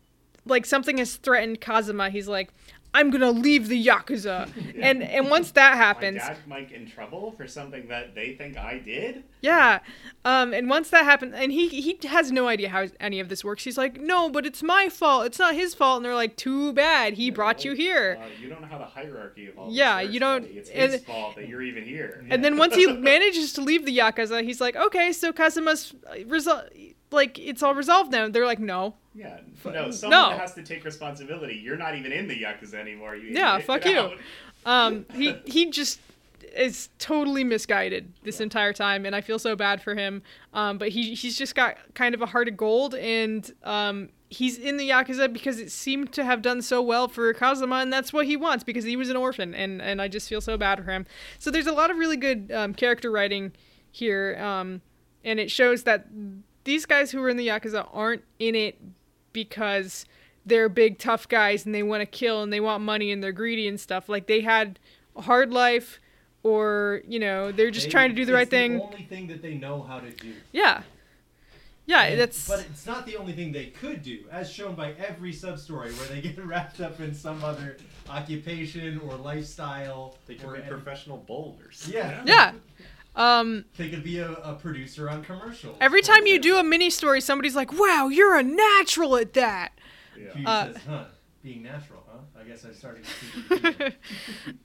Speaker 3: like something has threatened Kazuma, he's like, I'm gonna leave the yakuza. And and once that
Speaker 2: My
Speaker 3: happens,
Speaker 2: dad might get in trouble for something that they think I did.
Speaker 3: yeah, um, and once that happens, and he he has no idea how any of this works. He's like, no, but it's my fault. It's not his fault. And they're like, too bad. He brought you here.
Speaker 2: Uh, you don't know how the hierarchy of all this
Speaker 3: Yeah,
Speaker 2: works,
Speaker 3: you don't-
Speaker 2: buddy. It's his
Speaker 3: and-
Speaker 2: fault that you're even here.
Speaker 3: And then once he [LAUGHS] manages to leave the yakuza, he's like, okay, so Kazuma's uh, resol- like it's all resolved now. They're like, no,
Speaker 2: Yeah, no, someone
Speaker 3: no.
Speaker 2: that has to take responsibility. You're not even in the Yakuza anymore. You
Speaker 3: Yeah,
Speaker 2: get
Speaker 3: fuck
Speaker 2: out.
Speaker 3: you. um, he he just is totally misguided this entire time, and I feel so bad for him. Um, but he he's just got kind of a heart of gold, and um, he's in the yakuza because it seemed to have done so well for Kazuma, and that's what he wants because he was an orphan, and and I just feel so bad for him. So there's a lot of really good um, character writing here, um, and it shows that these guys who are in the yakuza aren't in it because they're big tough guys and they want to kill and they want money and they're greedy and stuff. Like they had a hard life or, you know, they're just
Speaker 1: They-
Speaker 3: trying to do the
Speaker 1: it's
Speaker 3: right thing.
Speaker 1: The only thing that they know how to do.
Speaker 3: Yeah. Yeah,
Speaker 1: And-
Speaker 3: that's
Speaker 1: But it's not the only thing they could do, as shown by every sub story where they get [LAUGHS] wrapped up in some other occupation or lifestyle.
Speaker 5: They
Speaker 1: or
Speaker 5: could be
Speaker 1: any-
Speaker 5: professional boulders.
Speaker 1: Yeah.
Speaker 3: Yeah. Um
Speaker 1: They could be a, a producer on commercials.
Speaker 3: every time you do a mini story somebody's like, "Wow, you're a natural at that."
Speaker 1: She
Speaker 2: Yeah.
Speaker 3: uh,
Speaker 1: says, huh, being natural, huh? I guess I'm starting
Speaker 3: [LAUGHS]
Speaker 1: to see.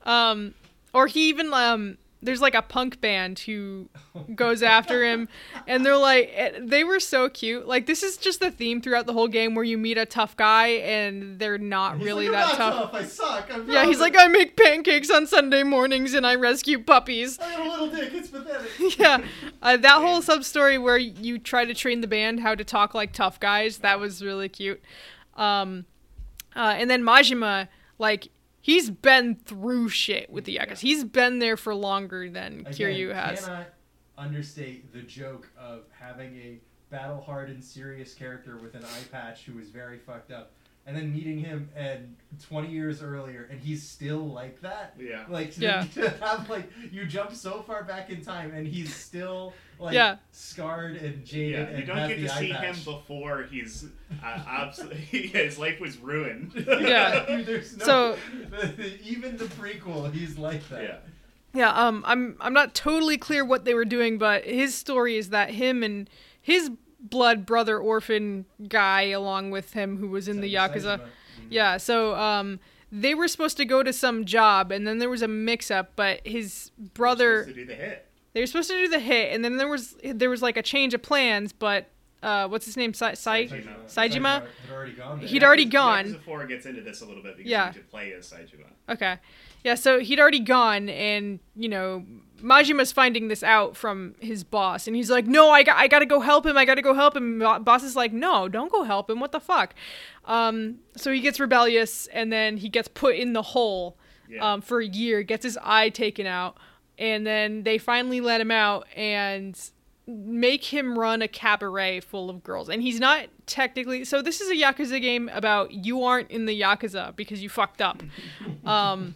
Speaker 1: you."
Speaker 3: Um or he even um there's like a punk band who goes after him and they're like eh, they were so cute like this is just the theme throughout the whole game where you meet a tough guy and they're not
Speaker 1: He's
Speaker 3: really
Speaker 1: like,
Speaker 3: that
Speaker 1: I'm not
Speaker 3: tough.
Speaker 1: tough. I suck. I'm
Speaker 3: Yeah, he's like, I make pancakes on Sunday mornings and I rescue
Speaker 1: [LAUGHS]
Speaker 3: puppies.
Speaker 1: I got a little dick. It's
Speaker 3: [LAUGHS]
Speaker 1: pathetic.
Speaker 3: yeah, uh, that whole sub story where you try to train the band how to talk like tough guys, that was really cute. Um, uh, and then Majima, like, he's been through shit with the Yakuza. He's been there for longer than
Speaker 1: Again,
Speaker 3: Kiryu has.
Speaker 1: Cannot understate the joke of having a battle-hardened, serious character with an eye patch who is very fucked up, and then meeting him and 20 years earlier, and he's still like that.
Speaker 2: Yeah.
Speaker 1: Like to,
Speaker 3: Yeah.
Speaker 1: [LAUGHS] to have like you jump so far back in time, and he's still like
Speaker 3: Yeah.
Speaker 1: scarred and jaded
Speaker 2: Yeah,
Speaker 1: and
Speaker 2: you don't
Speaker 1: has
Speaker 2: get
Speaker 1: the
Speaker 2: to
Speaker 1: eye
Speaker 2: see him
Speaker 1: patch.
Speaker 2: before he's uh,
Speaker 1: [LAUGHS]
Speaker 2: abs- [LAUGHS] his life was ruined.
Speaker 3: Yeah.
Speaker 1: There's no,
Speaker 3: So-
Speaker 1: even [LAUGHS] the prequel, he's like that.
Speaker 2: [LAUGHS] yeah.
Speaker 3: Yeah, um, I'm I'm not totally clear what they were doing, but his story is that him and his blood brother orphan guy, along with him who was in the Mm-hmm.
Speaker 1: Saitama.
Speaker 3: yakuza, yeah. So um, they were supposed to go to some job, and then there was a mix-up. But his brother,
Speaker 2: Supposed to do the hit.
Speaker 3: they were supposed to do the hit, and then there was there was like a change of plans. But uh, what's his name? Sai, Sai?
Speaker 2: Saitama.
Speaker 3: Saitama?
Speaker 1: had already gone there.
Speaker 3: He'd already
Speaker 2: Yakuza-
Speaker 3: gone.
Speaker 2: Yakuza 4 gets into this a little bit because
Speaker 3: Yeah.
Speaker 2: you need to play as Saitama.
Speaker 3: Okay, yeah. So he'd already gone, and you know Majima's finding this out from his boss, and he's like, "No, I got I gotta go help him. I gotta go help him." Bo- Boss is like, "No, don't go help him. What the fuck?" Um, so he gets rebellious, and then he gets put in the hole.
Speaker 2: Yeah.
Speaker 3: um, for a year, gets his eye taken out, and then they finally let him out and make him run a cabaret full of girls. And he's not technically so. This is a yakuza game about you aren't in the yakuza because you fucked up. Um,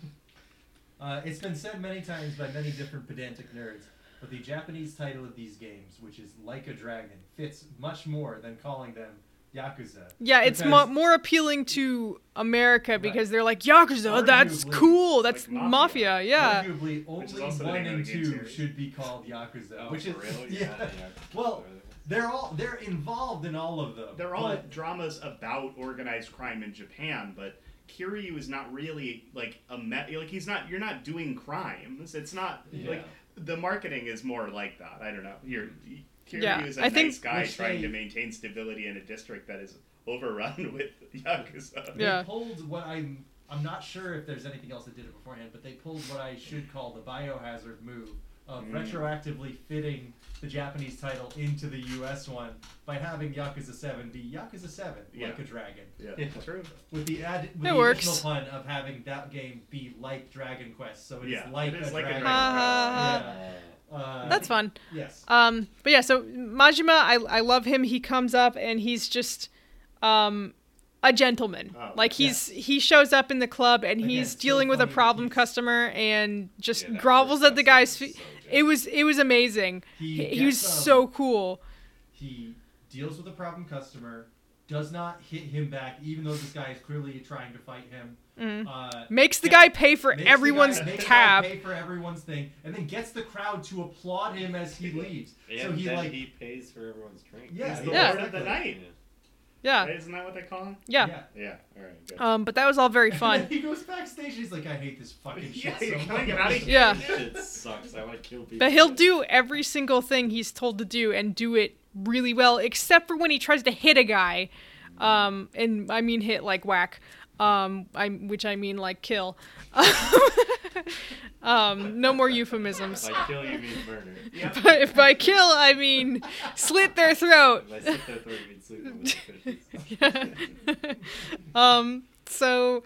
Speaker 1: Uh, it's been said many times by many different pedantic nerds, but the Japanese title of these games, which is Like a Dragon, fits much more than calling them Yakuza.
Speaker 3: yeah, it's mo-
Speaker 1: Because-
Speaker 3: more appealing to America because they're like yakuza. That's
Speaker 1: Arguably,
Speaker 3: cool. That's
Speaker 2: like
Speaker 3: mafia.
Speaker 2: mafia.
Speaker 3: Yeah.
Speaker 1: Arguably,
Speaker 2: is
Speaker 1: only
Speaker 2: also the
Speaker 1: one
Speaker 2: name of
Speaker 1: and
Speaker 2: the game
Speaker 1: two
Speaker 2: series. Oh,
Speaker 1: should be called Yakuza.
Speaker 4: Oh,
Speaker 1: which is
Speaker 5: for real?
Speaker 1: [LAUGHS] yeah.
Speaker 4: [LAUGHS]
Speaker 5: yeah.
Speaker 1: Well, they're all they're involved in all of them.
Speaker 2: They're all
Speaker 1: but
Speaker 2: dramas about organized crime in Japan, but Kiryu is not really like a me- like he's not you're not doing crimes. It's not like the marketing is more like that. I don't know. You're Kiryu
Speaker 3: Yeah,
Speaker 2: is a
Speaker 3: I
Speaker 2: nice
Speaker 3: think-
Speaker 2: guy
Speaker 1: Which
Speaker 2: trying
Speaker 1: they-
Speaker 2: to maintain stability in a district that is overrun [LAUGHS] with yakuza.
Speaker 1: they
Speaker 3: Yeah.
Speaker 1: pulled what I'm. I'm not sure if there's anything else that did it beforehand, but they pulled what I should call the biohazard move of
Speaker 2: Mm.
Speaker 1: retroactively fitting the Japanese title into the U.S. one by having Yakuza 7 be Yakuza 7, like
Speaker 2: Yeah.
Speaker 1: a dragon,
Speaker 2: Yeah, true.
Speaker 1: with the ad with
Speaker 3: It
Speaker 1: the
Speaker 3: works.
Speaker 1: additional pun of having that game be like Dragon Quest, so it's
Speaker 2: Yeah,
Speaker 1: like,
Speaker 2: it is
Speaker 1: a,
Speaker 2: like a
Speaker 1: dragon.
Speaker 2: dragon.
Speaker 3: Ha,
Speaker 1: Yeah. Uh,
Speaker 3: Uh-huh. That's fun.
Speaker 1: yes.
Speaker 3: Um, but yeah, so Majima, I, I love him. He comes up and he's just um, a gentleman.
Speaker 2: Oh,
Speaker 3: like he's he shows up in the club and
Speaker 1: Again,
Speaker 3: he's
Speaker 1: so
Speaker 3: dealing with a
Speaker 1: funny that
Speaker 3: problem
Speaker 1: he's-
Speaker 3: customer and just
Speaker 5: Yeah, that
Speaker 3: grovels
Speaker 5: first
Speaker 3: at
Speaker 5: customer
Speaker 3: the guy's
Speaker 5: is
Speaker 3: feet.
Speaker 5: so gentle.
Speaker 3: it was it was amazing.
Speaker 1: He
Speaker 3: He, he
Speaker 1: gets,
Speaker 3: was
Speaker 1: um,
Speaker 3: so cool.
Speaker 1: He deals with a problem customer, does not hit him back, even though this guy is clearly trying to fight him.
Speaker 3: Mm-hmm.
Speaker 1: Uh,
Speaker 3: Makes the
Speaker 1: yeah.
Speaker 3: guy pay for
Speaker 1: Makes the guy-
Speaker 3: everyone's
Speaker 1: makes the guy
Speaker 3: tab.
Speaker 1: pay for everyone's thing, and then gets the crowd to applaud him as he leaves.
Speaker 5: And
Speaker 1: so he
Speaker 5: then
Speaker 1: like,
Speaker 5: he pays for everyone's drink.
Speaker 1: yeah,
Speaker 2: He's the
Speaker 3: Yeah.
Speaker 2: lord of the
Speaker 5: Yeah.
Speaker 2: night.
Speaker 3: yeah,
Speaker 2: Right? Isn't that what they call him?
Speaker 3: yeah,
Speaker 8: [LAUGHS]
Speaker 2: Yeah. All right. Good.
Speaker 3: Um, but that was all very
Speaker 1: And [LAUGHS]
Speaker 3: fun.
Speaker 1: then he goes backstage. He's like, I hate this fucking shit
Speaker 2: [LAUGHS] yeah,
Speaker 1: so
Speaker 2: you're
Speaker 1: much.
Speaker 2: gonna get out of here.
Speaker 3: yeah.
Speaker 5: This shit sucks. I want to kill people.
Speaker 3: But he'll do every single thing he's told to do and do it really well, except for when he tries to hit a guy. Um, and I mean hit like whack, um, I, which I mean like kill. [LAUGHS] um, no more euphemisms.
Speaker 4: By kill, you mean murder.
Speaker 3: if by kill, I mean slit their throat.
Speaker 4: By sit there three, you mean sleep with the
Speaker 3: [LAUGHS]
Speaker 4: fishes.
Speaker 3: um, so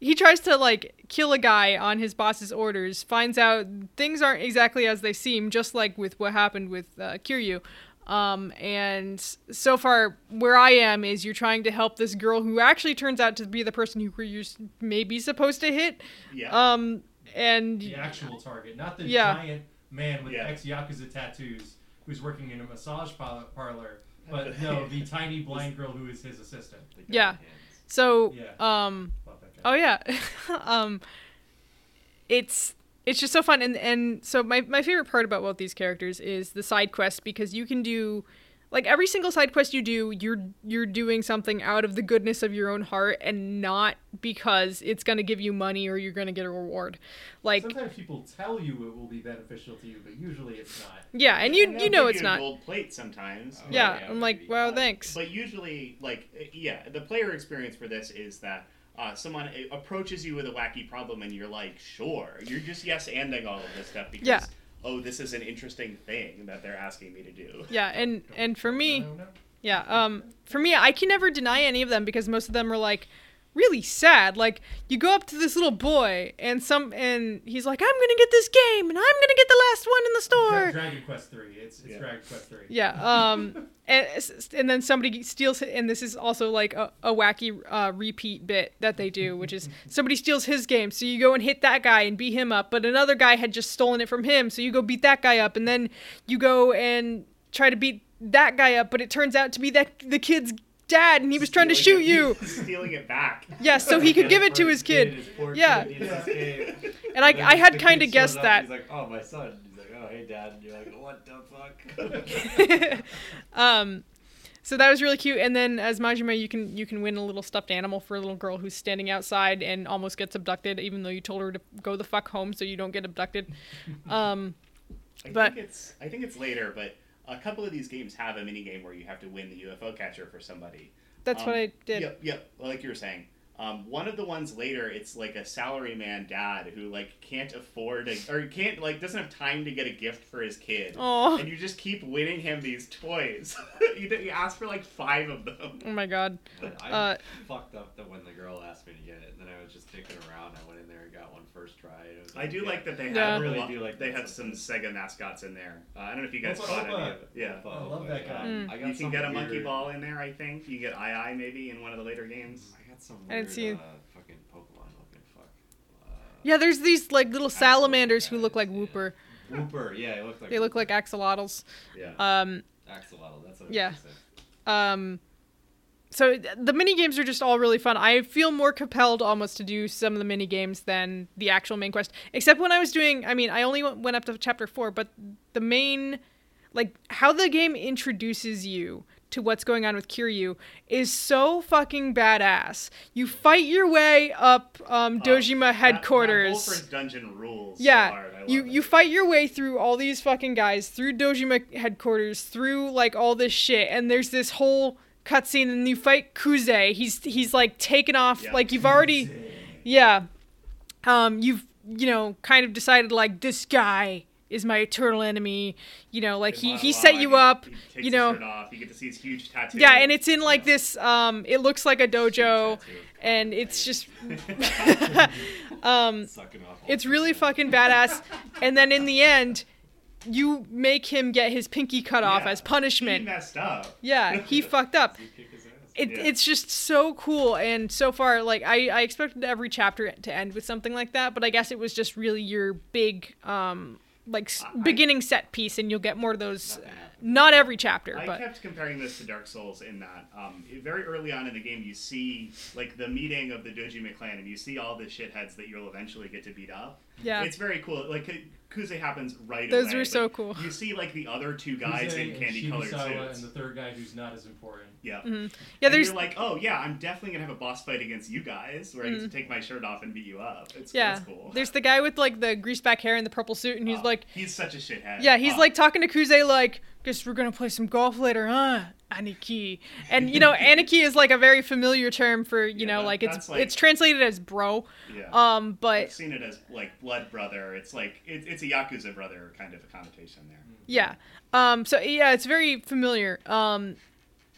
Speaker 3: he tries to like kill a guy on his boss's orders. Finds out things aren't exactly as they seem, just like with what happened with uh, Kiryu. Um, and so far, where I am is you're trying to help this girl who actually turns out to be the person who you're s- maybe supposed to hit.
Speaker 2: Yeah.
Speaker 3: Um, and
Speaker 8: The actual target, not the
Speaker 3: Yeah.
Speaker 8: giant man with
Speaker 2: Yeah.
Speaker 8: ex Yakuza tattoos who's working in a massage par-
Speaker 2: [LAUGHS]
Speaker 8: parlor, but no, the tiny blind girl who is his assistant.
Speaker 3: yeah, so
Speaker 8: Yeah.
Speaker 3: um,
Speaker 8: Love that guy.
Speaker 3: Oh yeah. [LAUGHS] um it's it's just so fun and and so my my favorite part about both these characters is the side quests because you can do like every single side quest you do, you're you're doing something out of the goodness of your own heart and not because it's going to give you money or you're going to get a reward. Like
Speaker 8: Sometimes people tell you it will be beneficial to you, but usually it's not.
Speaker 3: yeah, and
Speaker 2: And
Speaker 3: you
Speaker 2: they'll
Speaker 3: you know
Speaker 2: give
Speaker 3: it's
Speaker 2: you a
Speaker 3: not.
Speaker 2: Gold plate sometimes.
Speaker 1: Oh.
Speaker 3: yeah,
Speaker 4: yeah,
Speaker 3: I'm like,
Speaker 4: maybe.
Speaker 3: wow, thanks.
Speaker 2: But usually, like, uh, yeah, the player experience for this is that uh, someone uh, approaches you with a wacky problem and you're like, sure. You're just yes anding all of this stuff because,
Speaker 3: Yeah.
Speaker 2: oh, this is an interesting thing that they're asking me to do. [LAUGHS]
Speaker 3: Yeah, and and for me,
Speaker 8: No, no.
Speaker 3: Yeah. Um. For me, I can never deny any of them because most of them are like really sad. Like you go up to this little boy and some and he's like, "I'm gonna get this game and I'm gonna get the last one in the
Speaker 8: Dra-
Speaker 3: store."
Speaker 8: Dragon Quest Three. It's it's
Speaker 2: Yeah.
Speaker 8: Dragon Quest Three.
Speaker 3: Yeah. Um. [LAUGHS] and, and then somebody steals it, and this is also like a, a wacky uh, repeat bit that they do, which is somebody steals his game, so you go and hit that guy and beat him up, but another guy had just stolen it from him, so you go beat that guy up, and then you go and try to beat that guy up, but it turns out to be that the kid's dad, and he was trying to shoot
Speaker 2: Stealing it-
Speaker 3: you.
Speaker 2: Stealing it back.
Speaker 3: Yeah, so he could give it to his kid,
Speaker 4: [LAUGHS] His poor
Speaker 3: Yeah.
Speaker 4: kid needs his game.
Speaker 3: and I [LAUGHS]
Speaker 4: Then
Speaker 3: I
Speaker 4: the
Speaker 3: had
Speaker 4: kid
Speaker 3: kind of
Speaker 4: shows
Speaker 3: guessed
Speaker 4: up,
Speaker 3: that.
Speaker 4: He's like, oh, my son. He's like, oh, hey, dad. And you're like, what the fuck? [LAUGHS]
Speaker 3: um, so that was really cute. And then as Majima, you can you can win a little stuffed animal for a little girl who's standing outside and almost gets abducted, even though you told her to go the fuck home so you don't get abducted. Um,
Speaker 2: I
Speaker 3: But-
Speaker 2: think it's I think it's later, but a couple of these games have a mini game where you have to win the UFO catcher for somebody.
Speaker 3: that's
Speaker 2: Um,
Speaker 3: what I did.
Speaker 2: Yep, yep. Like you were saying, um, one of the ones later, it's like a salaryman dad who like can't afford a, or can't like doesn't have time to get a gift for his kid,
Speaker 3: Aw.
Speaker 2: and you just keep winning him these toys. [LAUGHS] you, you ask for like five of them.
Speaker 3: Oh my god.
Speaker 4: But I
Speaker 3: Uh,
Speaker 4: fucked up the when the girl asked me to get it, and then I was just dicking around. I went in there and got one first try. And it was
Speaker 2: I do
Speaker 4: yeah.
Speaker 2: like that they have
Speaker 3: Yeah.
Speaker 2: a
Speaker 4: Really
Speaker 2: lot-
Speaker 4: do like
Speaker 2: they
Speaker 4: that
Speaker 2: have some Sega mascots in there. Uh, I don't know if you guys
Speaker 8: Opa,
Speaker 2: caught any
Speaker 8: opa.
Speaker 2: of it. Yeah. Oh,
Speaker 4: But,
Speaker 8: I love that guy.
Speaker 3: Mm.
Speaker 4: um, I got
Speaker 2: You can
Speaker 4: some
Speaker 2: get a monkey
Speaker 4: weird-
Speaker 2: ball in there, I think. You get I I maybe in one of the later games.
Speaker 4: I got some
Speaker 3: I
Speaker 4: weird
Speaker 3: didn't see-
Speaker 4: uh, fucking Pokemon looking fuck. Uh,
Speaker 3: Yeah, there's these like little salamanders who look like Wooper.
Speaker 4: Wooper, yeah, it looked like
Speaker 3: They look like axolotls.
Speaker 2: Yeah.
Speaker 3: Um,
Speaker 4: Axolotl. That's what
Speaker 3: Yeah.
Speaker 4: I was gonna say.
Speaker 3: um so th- the mini games are just all really fun i feel more compelled almost to do some of the mini games than the actual main quest except when i was doing i mean i only went, went up to chapter four but the main like how the game introduces you to what's going on with Kiryu is so fucking badass. You fight your way up um, Dojima
Speaker 2: Oh, That, that whole
Speaker 3: headquarters.
Speaker 2: first dungeon rules. so
Speaker 3: Yeah,
Speaker 2: hard. I
Speaker 3: you
Speaker 2: love
Speaker 3: you
Speaker 2: it.
Speaker 3: fight your way through all these fucking guys, through Dojima headquarters, through like all this shit, and there's this whole cutscene, and you fight Kuze. He's he's like taken off,
Speaker 2: Yeah.
Speaker 3: like you've already, yeah, um, you've you know kind of decided like this guy is my eternal enemy, you know, like he he set you
Speaker 2: monologue,
Speaker 3: up,
Speaker 2: he- he takes
Speaker 3: you
Speaker 2: his
Speaker 3: know,
Speaker 2: shirt off, You get to see his huge tattoo.
Speaker 3: yeah, and it's in like this. Um, it looks like a dojo,
Speaker 4: Tattoo.
Speaker 3: and it's just
Speaker 4: Sucking off. all
Speaker 3: Um, It's
Speaker 4: the
Speaker 3: really fucking badass. And then in the end, you make him get his pinky cut off
Speaker 2: Yeah.
Speaker 3: as
Speaker 2: He
Speaker 3: punishment.
Speaker 2: messed up.
Speaker 3: yeah, he fucked up.
Speaker 4: people. Kick his ass.
Speaker 3: It,
Speaker 2: Yeah.
Speaker 3: It's just so cool. And so far, like, I, I expected every chapter to end with something like that, but I guess it was just really your big, um, like, s beginning set piece, and you'll get more of those. Not every chapter,
Speaker 2: I
Speaker 3: but.
Speaker 2: kept comparing this to Dark Souls in that um, very early on in the game you see like the meeting of the Dojima clan and you see all the shitheads that you'll eventually get to beat up.
Speaker 3: Yeah.
Speaker 2: it's very cool. Like K- Kuze happens right
Speaker 3: Those
Speaker 2: away.
Speaker 3: were so
Speaker 2: but
Speaker 3: cool.
Speaker 2: You see like the other two guys
Speaker 8: Yuze
Speaker 2: in
Speaker 8: and
Speaker 2: candy colored
Speaker 8: Shibasawa
Speaker 2: suits.
Speaker 8: and the third guy who's not as important.
Speaker 2: yeah.
Speaker 3: Mm-hmm. yeah,
Speaker 2: And
Speaker 3: there's.
Speaker 2: you're like, oh yeah, I'm definitely gonna have a boss fight against you guys where I get to take my shirt off and beat you up. It's
Speaker 3: Mm. yeah,
Speaker 2: it's cool. [LAUGHS]
Speaker 3: there's the guy with like the greased back hair and the purple suit, and he's
Speaker 2: Oh,
Speaker 3: like,
Speaker 2: he's such a shithead.
Speaker 3: Yeah, he's
Speaker 2: Oh,
Speaker 3: like talking to Kuze like, guess we're gonna play some golf later, huh? Aniki. And you know, Aniki is like a very familiar term for, you
Speaker 2: Yeah,
Speaker 3: know,
Speaker 2: that-
Speaker 3: like it's
Speaker 2: that's like-
Speaker 3: it's translated as bro.
Speaker 2: Yeah.
Speaker 3: Um,
Speaker 2: I've
Speaker 3: but
Speaker 2: seen it as like blood brother. It's like it, it's a yakuza brother kind of a connotation there.
Speaker 3: Yeah. Um, so yeah, it's very familiar. Um,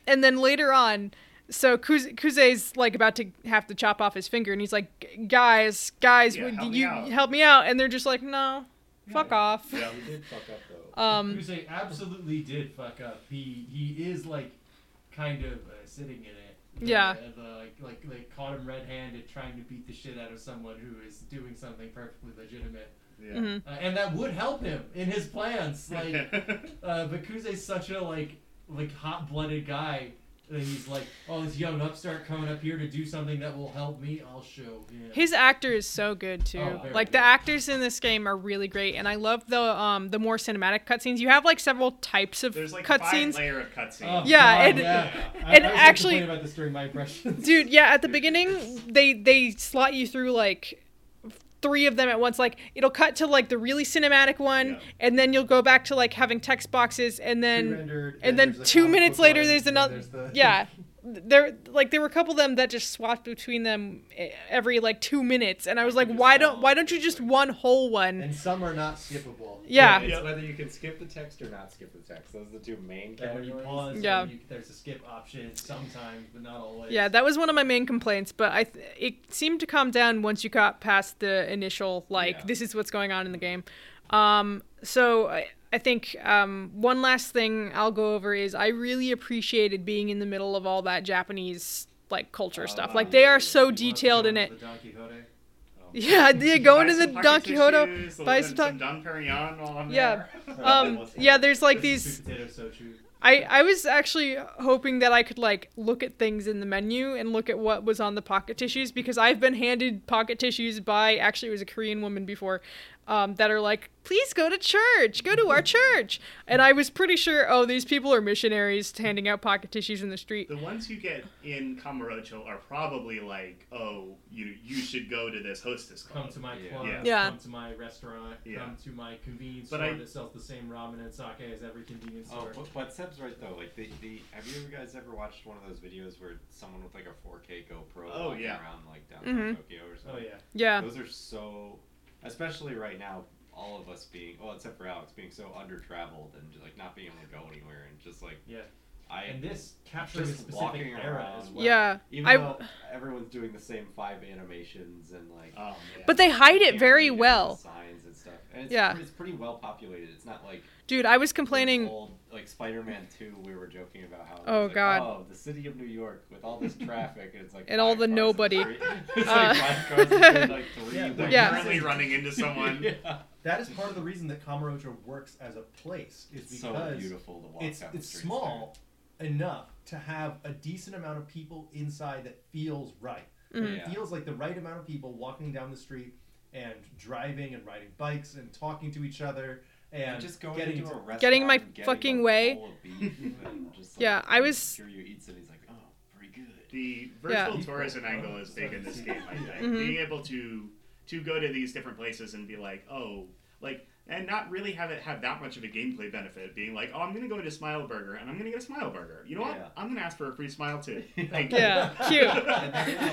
Speaker 3: and then later on, so Kuze, Kuze's like about to have to chop off his finger, and he's like, "Guys, guys,
Speaker 2: Yeah,
Speaker 3: would
Speaker 2: help me
Speaker 3: you
Speaker 2: out."
Speaker 3: help me out?" And they're just like, "No, fuck off."
Speaker 2: Yeah.
Speaker 4: He did fuck up though.
Speaker 3: Um,
Speaker 8: Crusade absolutely did fuck up. He he is like kind of uh, sitting in it.
Speaker 3: Yeah.
Speaker 8: Uh, the- like like like caught him red-handed trying to beat the shit out of someone who is doing something perfectly
Speaker 3: [LAUGHS]
Speaker 8: legitimate,
Speaker 2: Yeah.
Speaker 8: uh, and that would help him in his
Speaker 2: [LAUGHS]
Speaker 8: plans. Like, uh, but Kuze's such a like like hot-blooded guy. that He's like, oh, this young upstart coming up here to do something that will help me. I'll show him.
Speaker 3: his actor is so good too.
Speaker 8: Oh, very
Speaker 3: like
Speaker 8: good.
Speaker 3: the actors in this game are really great, and I love the um the more cinematic cutscenes. You have like several types of
Speaker 2: There's like five
Speaker 3: cutscenes.
Speaker 2: layer of
Speaker 8: Oh,
Speaker 2: cutscenes.
Speaker 3: Yeah,
Speaker 8: God,
Speaker 3: and-
Speaker 8: yeah. I-
Speaker 3: and
Speaker 8: I was
Speaker 3: actually-
Speaker 8: complaining about this during my impressions.
Speaker 3: dude yeah at the beginning they they slot you through like three of them at once like it'll cut to like the really cinematic one
Speaker 2: Yeah.
Speaker 3: and then you'll go back to like having text boxes and then
Speaker 1: Pre-rendered,
Speaker 3: and then
Speaker 1: there's the
Speaker 3: two
Speaker 1: comic
Speaker 3: minutes
Speaker 1: book
Speaker 3: later
Speaker 1: one,
Speaker 3: there's
Speaker 1: then
Speaker 3: another
Speaker 1: there's the-
Speaker 3: [LAUGHS]
Speaker 8: [LAUGHS]
Speaker 3: yeah there like there were a couple of them that just swapped between them eh, every like two minutes and i was like why don't why don't you just one whole one
Speaker 1: and some are not skippable.
Speaker 3: yeah
Speaker 2: Yeah.
Speaker 4: It's whether you can skip the text or not skip the text. Those are the two main
Speaker 8: Like when you
Speaker 4: categories.
Speaker 8: pause, yeah.
Speaker 3: Yeah.
Speaker 8: you, there's a skip option sometimes, but not always.
Speaker 3: yeah that was one of my main complaints but i th- it seemed to calm down once you got past the initial like
Speaker 4: Yeah.
Speaker 3: this is what's going on in the game um so i I think um, one last thing I'll go over is I really appreciated being in the middle of all that Japanese like culture stuff. Like they are so
Speaker 8: You want to
Speaker 3: detailed
Speaker 8: go
Speaker 3: in
Speaker 8: to
Speaker 3: it.
Speaker 8: The Don Quixote.
Speaker 3: [LAUGHS] Yeah, yeah, going
Speaker 2: Buy
Speaker 3: to the
Speaker 2: some pocket
Speaker 3: Don Quixote,
Speaker 2: tissues, a
Speaker 3: buy
Speaker 2: little-
Speaker 3: some
Speaker 2: some
Speaker 3: Don.
Speaker 2: Don Perignon while I'm
Speaker 3: Yeah,
Speaker 2: there. [LAUGHS]
Speaker 3: um, yeah. There's like these
Speaker 8: Sweet potato soju.
Speaker 3: I, I was actually hoping that I could like look at things in the menu and look at what was on the pocket tissues because I've been handed pocket tissues by actually it was a Korean woman before um, that are like please go to church go to our church and I was pretty sure oh these people are missionaries handing out pocket tissues in the street
Speaker 2: The ones you get in Kamurocho are probably like, oh, you you should go to this hostess club.
Speaker 8: Come to my
Speaker 4: Yeah.
Speaker 8: club.
Speaker 2: Yeah.
Speaker 3: Yeah.
Speaker 8: Come to my restaurant.
Speaker 2: Yeah.
Speaker 8: Come to my convenience
Speaker 2: But
Speaker 8: store
Speaker 2: I-
Speaker 8: that sells the same ramen and sake as every convenience
Speaker 4: Oh,
Speaker 8: store.
Speaker 4: but, but Seb's right though. Like the, the have you ever guys ever watched one of those videos where someone with like a 4K GoPro
Speaker 2: Oh,
Speaker 4: walking
Speaker 2: yeah.
Speaker 4: around like downtown Tokyo or
Speaker 8: Oh
Speaker 4: something?
Speaker 8: yeah.
Speaker 3: Mm-hmm. yeah
Speaker 4: Those are so, especially right now, all of us being well, except for Alex being so under traveled and just, like not being able to go anywhere and just like
Speaker 8: Yeah.
Speaker 4: I
Speaker 8: And this captures a
Speaker 4: just
Speaker 8: specific
Speaker 4: walking
Speaker 8: era
Speaker 4: around.
Speaker 8: as well.
Speaker 3: yeah
Speaker 4: Even
Speaker 3: I
Speaker 4: though everyone's doing the same five animations and like
Speaker 1: Uh,
Speaker 2: Oh, yeah.
Speaker 3: but they hide it
Speaker 4: can't
Speaker 3: very
Speaker 4: read it,
Speaker 3: well
Speaker 4: the Signs and stuff. And it's,
Speaker 3: Yeah.
Speaker 4: it's pretty well populated. It's not like
Speaker 3: dude I was
Speaker 4: those
Speaker 3: complaining
Speaker 4: Old, like Spider-Man Two, we were joking about how. it
Speaker 3: Oh,
Speaker 4: was like,
Speaker 3: God.
Speaker 4: Oh, the city of New York with all this traffic and it's like.
Speaker 3: [LAUGHS] And all
Speaker 4: five
Speaker 3: the
Speaker 4: cars in
Speaker 3: nobody.
Speaker 4: street. [LAUGHS] it's
Speaker 3: Uh,
Speaker 4: like five cars between,
Speaker 1: [LAUGHS]
Speaker 4: like three.
Speaker 1: Yeah,
Speaker 4: lanes.
Speaker 3: Yeah.
Speaker 2: currently running into
Speaker 8: [LAUGHS]
Speaker 2: someone.
Speaker 4: [LAUGHS] Yeah.
Speaker 1: That is part of the reason that Kamurocho works as a place is
Speaker 4: It's so
Speaker 1: because
Speaker 4: beautiful to walk
Speaker 1: it's
Speaker 4: down the
Speaker 1: it's
Speaker 4: streets
Speaker 1: small enough to have a decent amount of people inside that feels right.
Speaker 4: Mhm.
Speaker 1: It
Speaker 4: Yeah.
Speaker 1: feels like the right amount of people walking down the street and driving and riding bikes and talking to each other
Speaker 4: there.
Speaker 1: and
Speaker 4: And just going
Speaker 1: getting
Speaker 4: into
Speaker 1: to-
Speaker 4: a restaurant,
Speaker 3: Getting my
Speaker 4: and getting
Speaker 3: fucking
Speaker 4: a
Speaker 3: way.
Speaker 4: bowl of beef and just,
Speaker 3: [LAUGHS]
Speaker 4: like,
Speaker 3: Yeah, I was-
Speaker 4: Sure, you eat something. He's like, oh, pretty good.
Speaker 2: The
Speaker 3: Yeah.
Speaker 2: virtual tourism angle is big in this game, I think. Being able to to go to these different places and be like, oh, like, and not really have it have that much of a gameplay benefit. Being like, oh, I'm gonna go to Smile Burger and I'm gonna get a Smile Burger. You know
Speaker 4: Yeah.
Speaker 2: what? I'm gonna ask for a free smile too. Thank you. [LAUGHS]
Speaker 3: yeah cute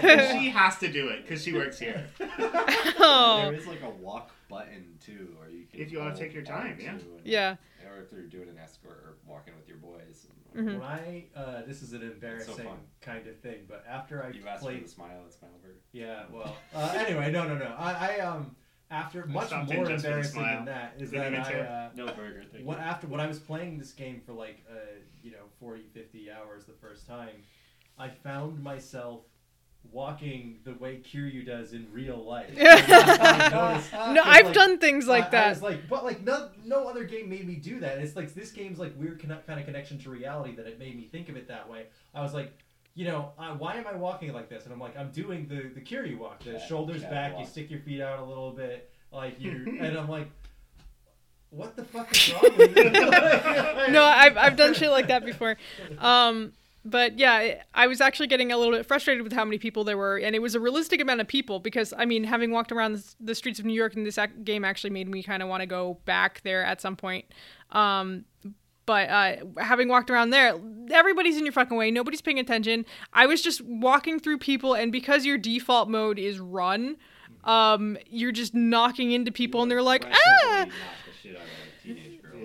Speaker 2: And she has to do it because she works here.
Speaker 3: [LAUGHS] oh
Speaker 4: There is like a walk button too, or you can.
Speaker 2: If you wanna
Speaker 4: hold
Speaker 2: take your time,
Speaker 4: onto
Speaker 2: yeah.
Speaker 4: and-
Speaker 3: yeah
Speaker 4: Or if you're doing an escort or walking with your boys. and-
Speaker 1: When I uh, this is an embarrassing
Speaker 4: fun.
Speaker 1: kind of thing, but after
Speaker 3: Mm-hmm.
Speaker 1: I
Speaker 4: You asked for
Speaker 1: played
Speaker 4: the smile at Smileberg.
Speaker 1: Yeah, well. Uh, anyway, no, no, no. I, I um, after much
Speaker 2: stopped in
Speaker 1: more
Speaker 2: just for the
Speaker 1: embarrassing
Speaker 2: smile.
Speaker 1: than that is
Speaker 2: Didn't
Speaker 1: that
Speaker 2: even
Speaker 1: I,
Speaker 2: cheer.
Speaker 1: uh,
Speaker 4: No burger, thank
Speaker 1: what
Speaker 4: [LAUGHS]
Speaker 1: after when I was playing this game for like uh, you know 40, 50 hours the first time, I found myself walking the way Kiryu does in real life.
Speaker 3: [LAUGHS] no
Speaker 1: no,
Speaker 3: I've done things like
Speaker 1: I, I
Speaker 3: that
Speaker 1: was like, but like no, no other game made me do that. It's like this game's like weird conne- kind of connection to reality that it made me think of it that way. I was like, you know, I, why am I walking like this? And I'm like, I'm doing the the Kiryu walk, the
Speaker 4: Cat-
Speaker 1: shoulders
Speaker 4: cat
Speaker 1: back, you
Speaker 4: walk.
Speaker 1: stick your feet out a little bit, like
Speaker 4: [LAUGHS]
Speaker 1: you, and I'm like, what the fuck is wrong with
Speaker 3: [LAUGHS]
Speaker 1: you?
Speaker 3: no, I've I've done shit like that before. Um, but yeah, it- I was actually getting a little bit frustrated with how many people there were, and it was a realistic amount of people because I mean, having walked around the s- the streets of New York in this ac- game actually made me kind of want to go back there at some point. Um, But uh, having walked around there, everybody's in your fucking way. Nobody's paying attention. I was just walking through people, and because your default mode is run, um, you're just knocking into people, and they're like, ah.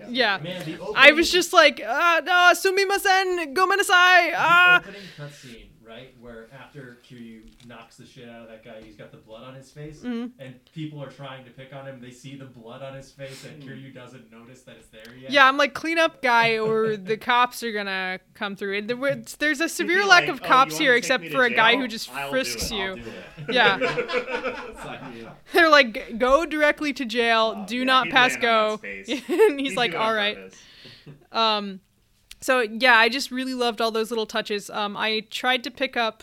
Speaker 3: Yeah.
Speaker 1: Man, the opening,
Speaker 3: I was just like, ah, no, sumimasen, gomenasai, ah.
Speaker 1: the opening cutscene, right, where after Kiryu knocks the shit out of that guy, he's got the blood on his face,
Speaker 3: Mm-hmm.
Speaker 1: and people are trying to pick on him. They see the blood on his face, and
Speaker 2: Hmm.
Speaker 1: Kiryu doesn't notice that it's there yet.
Speaker 3: Yeah, I'm like cleanup guy, or the cops are gonna come through. And there was- there's a severe
Speaker 2: be
Speaker 3: lack
Speaker 2: like,
Speaker 3: of
Speaker 2: "Oh, you
Speaker 3: cops
Speaker 2: wanna
Speaker 3: here,
Speaker 2: take
Speaker 3: except
Speaker 2: me to
Speaker 3: for a guy
Speaker 2: jail?
Speaker 3: who just
Speaker 2: I'll do
Speaker 3: frisks
Speaker 2: it,
Speaker 3: you.
Speaker 2: I'll
Speaker 3: Yeah,
Speaker 2: [LAUGHS]
Speaker 4: Sign me up.
Speaker 3: they're like, go directly to jail. do
Speaker 2: Oh, yeah,
Speaker 3: not
Speaker 2: he'd
Speaker 3: pass
Speaker 2: land on
Speaker 3: go.
Speaker 2: that space.
Speaker 3: [LAUGHS] and he's
Speaker 2: He'd
Speaker 3: like,
Speaker 2: do it on
Speaker 3: all right.
Speaker 2: purpose.
Speaker 3: Um, so yeah, I just really loved all those little touches. Um, I tried to pick up.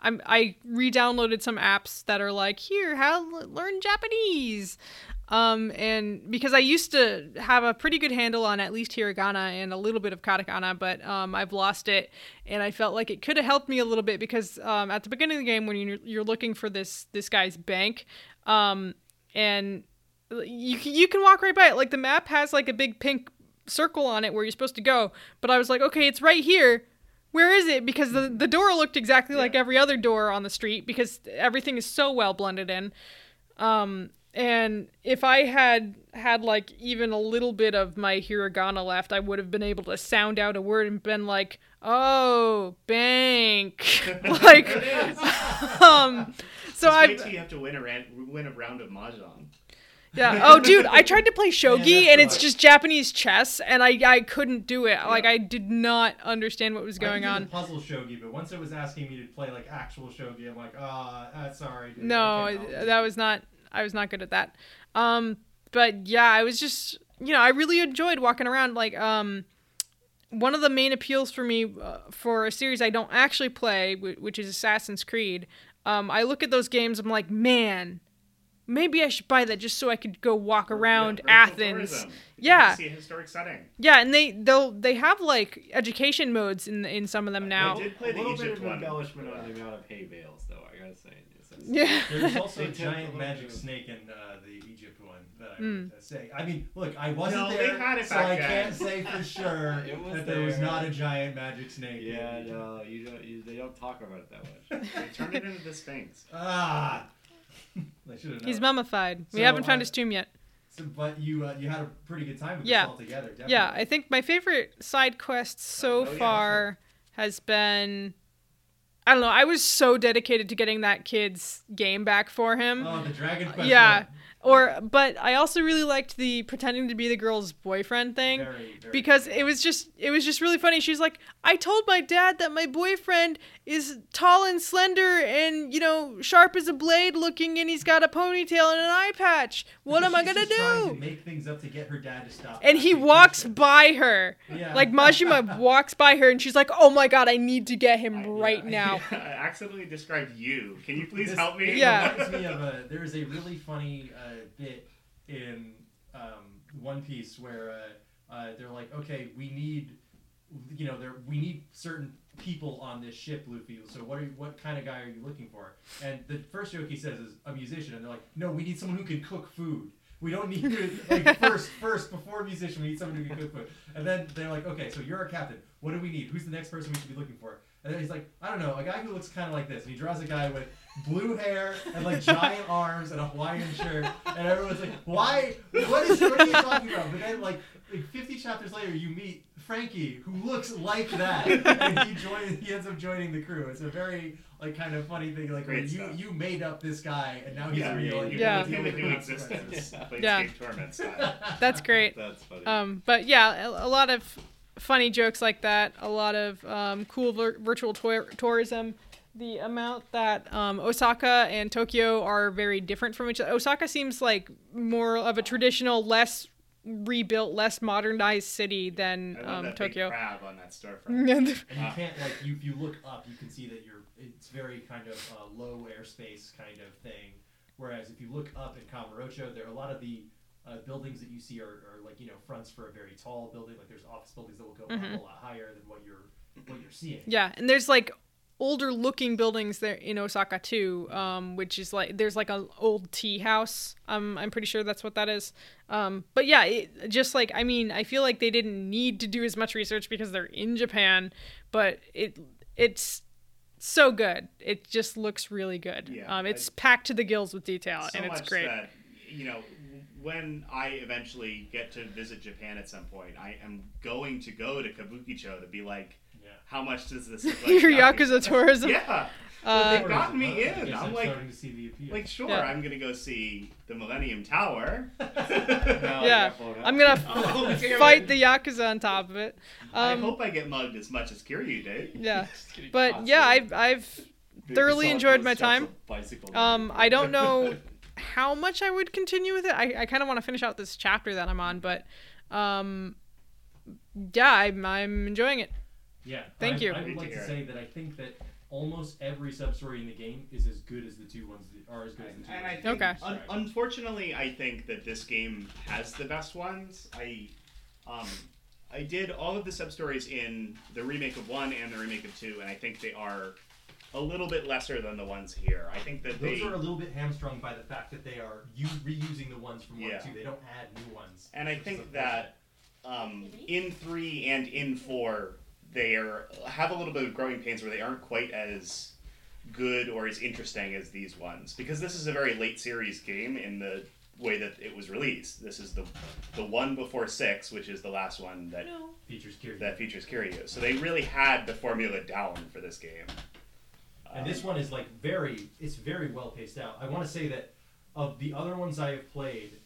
Speaker 3: I'm, I re-downloaded some apps that are like here, how l- learn Japanese, um, and because I used to have a pretty good handle on at least hiragana and a little bit of katakana, but um, I've lost it, and I felt like it could have helped me a little bit because um, at the beginning of the game when you're, you're looking for this this guy's bank, um, and you can, you can walk right by it. Like the map has like a big pink circle on it where you're supposed to go, but I was like, okay, it's right here. Where is it? Because the the door looked exactly like every other door on the street because everything is so well blended in. Um, and if I had had like even a little bit of my hiragana left, I would have been able to sound out a word and been like, "Oh, bank." [LAUGHS]
Speaker 2: [LAUGHS]
Speaker 3: like, um, so
Speaker 2: Just
Speaker 3: I
Speaker 2: wait till you have to win a, ran- win a round of mahjong.
Speaker 3: yeah. Oh, dude, I tried to play
Speaker 1: [LAUGHS]
Speaker 3: shogi
Speaker 1: Yeah,
Speaker 3: and
Speaker 1: that's
Speaker 3: it's
Speaker 1: hard.
Speaker 3: just Japanese chess, and I I couldn't do it. Like I did not understand what was going
Speaker 1: I
Speaker 3: on.
Speaker 1: did the puzzle shogi, but once it was asking me to play like actual shogi, I'm like, ah, uh, sorry. Dude,
Speaker 3: No,
Speaker 1: I can't help."
Speaker 3: that
Speaker 1: [LAUGHS]
Speaker 3: was not. I was not good at that. Um, but yeah, I was just you know I really enjoyed walking around. Like um, one of the main appeals for me uh, for a series I don't actually play, wh- which is Assassin's Creed. Um, I look at those games. I'm like, man, maybe I should buy that just so I could go walk around
Speaker 2: Yeah, virtual
Speaker 3: Athens.
Speaker 2: tourism. You
Speaker 3: Yeah.
Speaker 2: can See a historic setting.
Speaker 3: Yeah, and they they'll they have like education modes in in some of them
Speaker 2: I
Speaker 3: now.
Speaker 2: did play
Speaker 4: A
Speaker 2: the
Speaker 4: little bit
Speaker 2: Egypt
Speaker 4: of
Speaker 2: one.
Speaker 4: embellishment on the amount of hay bales, though. I gotta say, It's- it's-
Speaker 3: [LAUGHS] Yeah. [LAUGHS]
Speaker 1: There's also a
Speaker 4: took
Speaker 1: giant
Speaker 4: the-
Speaker 1: magic snake in uh, the Egypt one that
Speaker 3: Hmm.
Speaker 1: I would say. I mean, look, I wasn't
Speaker 2: No, they
Speaker 1: there,
Speaker 2: had it
Speaker 1: so
Speaker 2: back
Speaker 1: I
Speaker 2: then.
Speaker 1: can't say
Speaker 2: [LAUGHS]
Speaker 1: for sure
Speaker 4: It was
Speaker 1: that there was
Speaker 4: there.
Speaker 1: not a giant magic snake. in
Speaker 4: Yeah,
Speaker 1: Egypt.
Speaker 4: no, you don't. You, they don't talk about it that [LAUGHS] much.
Speaker 2: They turned it into the
Speaker 3: [LAUGHS]
Speaker 2: Sphinx.
Speaker 1: Ah, [LAUGHS] I should have known.
Speaker 3: He's mummified. we
Speaker 1: So,
Speaker 3: haven't found
Speaker 1: uh,
Speaker 3: his tomb yet.
Speaker 1: So- but you uh, you had a pretty good time with
Speaker 3: Yeah.
Speaker 1: this all together. Definitely.
Speaker 3: Yeah, I think my favorite side quest so
Speaker 2: yeah,
Speaker 3: far has been I don't know, I was so dedicated to getting that kid's game back for him.
Speaker 1: Oh, the Dragon Quest.
Speaker 3: yeah.
Speaker 1: one.
Speaker 3: Or but I also really liked the pretending to be the girl's boyfriend thing.
Speaker 1: Very, very
Speaker 3: because it was just it was just really funny. She's like, I told my dad that my boyfriend is tall and slender and you know sharp as a blade looking, and he's got a ponytail and an eye patch. What am I
Speaker 1: She's
Speaker 3: gonna
Speaker 1: just trying
Speaker 3: do?
Speaker 1: To make things up to get her dad to stop.
Speaker 3: And he
Speaker 1: asking
Speaker 3: walks
Speaker 1: questions.
Speaker 3: by her,
Speaker 1: Yeah.
Speaker 3: like Majima walks by her, and she's like, "Oh my god, I need to get him
Speaker 1: [LAUGHS]
Speaker 3: right [LAUGHS] now."
Speaker 2: [LAUGHS] I accidentally described you. Can you please
Speaker 1: This-
Speaker 2: help me?
Speaker 3: Yeah.
Speaker 1: reminds me of a there is a really funny uh, bit in um, One Piece where uh, uh, they're like, okay, we need, you know, there we need certain people on this ship, Luffy. So what are you, what kind of guy are you looking for? And the first joke he says is a musician, and they're like, no, we need someone who can cook food. We don't need to, like first, first before a musician. We need someone who can cook food, and then they're like, okay, so you're our captain. What do we need? Who's the next person we should be looking for? And then he's like, I don't know, a guy who looks kind of like this. And he draws a guy with blue hair and like giant arms and a Hawaiian shirt. And everyone's like, why? What is what are you talking about? But then like, like 50 chapters later, you meet Frankie, who looks like that, and he joins. He ends up joining the crew. It's a very like kind of funny thing. Like where
Speaker 2: Great
Speaker 1: you
Speaker 2: stuff.
Speaker 1: you made up this guy, and now he's
Speaker 2: Yeah,
Speaker 1: real. and
Speaker 2: you
Speaker 1: you
Speaker 3: Yeah.
Speaker 1: have to
Speaker 2: Him
Speaker 1: deal with
Speaker 2: into
Speaker 1: the consequences.
Speaker 2: existence. Planescape
Speaker 3: Yeah.
Speaker 2: Torment style.
Speaker 3: [LAUGHS] That's great.
Speaker 4: That's funny.
Speaker 3: Um, but yeah, a, a lot of funny jokes like that. A lot of um, cool vir- virtual tour- tourism. The amount that um, Osaka and Tokyo are very different from each other. Osaka seems like more of a traditional, less rebuilt, less modernized city than
Speaker 2: I love
Speaker 3: um,
Speaker 2: that
Speaker 3: Tokyo.
Speaker 2: big crab on that storefront.
Speaker 3: And [LAUGHS]
Speaker 1: And you
Speaker 2: Ah.
Speaker 1: can't like you, if you look up, you can see that you're. It's very kind of uh, low airspace kind of thing. Whereas if you look up in Kamurocho, there are a lot of the uh, buildings that you see are, are like you know fronts for a very
Speaker 3: Mm-hmm.
Speaker 1: tall building. Like there's office buildings that will go up a lot higher than what you're what you're seeing.
Speaker 3: yeah, and there's like older looking buildings there in Osaka too, um, which is like there's like an old tea house. Um, I'm pretty sure that's what that is. Um, but yeah, it, just like I mean, I feel like they didn't need to do as much research because they're in Japan, but it it's so good. It just looks really good.
Speaker 2: Yeah,
Speaker 3: um, it's
Speaker 2: I-
Speaker 3: packed to the gills with detail,
Speaker 2: so
Speaker 3: and it's
Speaker 2: much
Speaker 3: great. [LAUGHS]
Speaker 2: that you know when I eventually get to visit Japan at some point, I am going to go to Kabukicho to be like,
Speaker 1: Yeah.
Speaker 2: how much does this look like
Speaker 3: [LAUGHS] Your Yakuza
Speaker 2: [LAUGHS]
Speaker 3: tourism.
Speaker 2: Yeah, [LAUGHS]
Speaker 3: Uh,
Speaker 2: they got me
Speaker 8: I
Speaker 2: in.
Speaker 8: guess
Speaker 2: I'm
Speaker 8: I'm
Speaker 2: like,
Speaker 8: starting to see the appeal.
Speaker 2: like sure,
Speaker 3: Yeah.
Speaker 2: I'm gonna go see the Millennium
Speaker 3: [LAUGHS]
Speaker 2: Tower.
Speaker 4: No,
Speaker 3: Yeah, I'm gonna
Speaker 2: Oh, damn
Speaker 3: fight
Speaker 2: it.
Speaker 3: the yakuza on top of it.
Speaker 2: I
Speaker 3: Um,
Speaker 2: hope I get mugged as much as Kiryu did. [LAUGHS]
Speaker 3: yeah, but yeah, I've I've thoroughly enjoyed my time. Um,
Speaker 2: [LAUGHS]
Speaker 3: I don't know how much I would continue with it. I, I kind of want to finish out this chapter that I'm on, but um, yeah, I'm I'm enjoying it.
Speaker 8: Yeah.
Speaker 3: Thank
Speaker 8: I,
Speaker 3: you.
Speaker 8: I would
Speaker 2: Good to
Speaker 8: like
Speaker 2: hear
Speaker 8: to
Speaker 2: it.
Speaker 8: say that I think that almost every sub story in the game is as good as the two ones that are as good as the two.
Speaker 2: And I
Speaker 8: ones.
Speaker 2: think,
Speaker 3: Okay.
Speaker 2: un- unfortunately, I think that this game has the best ones. I, um, I did all of the sub stories in the remake of one and the remake of two, and I think they are a little bit lesser than the ones here. I think that
Speaker 1: Those
Speaker 2: they
Speaker 1: are a little bit hamstrung by the fact that they are you reusing the ones from one
Speaker 2: Yeah.
Speaker 1: and two. They don't add new ones.
Speaker 2: And I
Speaker 1: which is
Speaker 2: think that um, in three and in four, they are have a little bit of growing pains where they aren't quite as good or as interesting as these ones because this is a very late series game in the way that it was released. This is the the one before six, which is the last one that
Speaker 8: Features Kiryu.
Speaker 2: that features Kiryu. So they really had the formula down for this game.
Speaker 1: And this one is like very, it's very well paced out. I want to say that of the other ones I have played,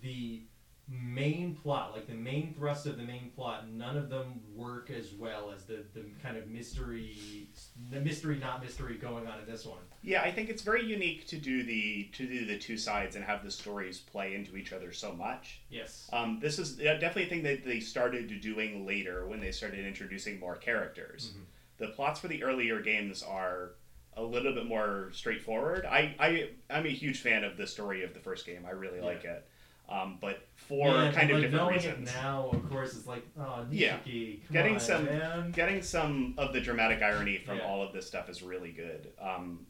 Speaker 1: the main plot, like the main thrust of the main plot, none of them work as well as the, the kind of mystery, the mystery not mystery going on in this one.
Speaker 2: Yeah, I think it's very unique to do the to do the two sides and have the stories play into each other so much.
Speaker 1: Yes.
Speaker 2: Um, this is yeah, definitely a thing that they started doing later when they started introducing more characters. The plots for the earlier games are a little bit more straightforward. I, I I'm a huge fan of the story of the first game. I really like it, um, but for
Speaker 8: Yeah,
Speaker 2: kind of
Speaker 8: like,
Speaker 2: different
Speaker 8: knowing
Speaker 2: reasons.
Speaker 8: It now, of course, it's like, oh,
Speaker 2: Yeah.
Speaker 8: Nishiki, come
Speaker 2: Getting
Speaker 8: on,
Speaker 2: some
Speaker 8: man.
Speaker 2: getting some of the dramatic irony from
Speaker 8: Yeah.
Speaker 2: all of this stuff is really good. Um,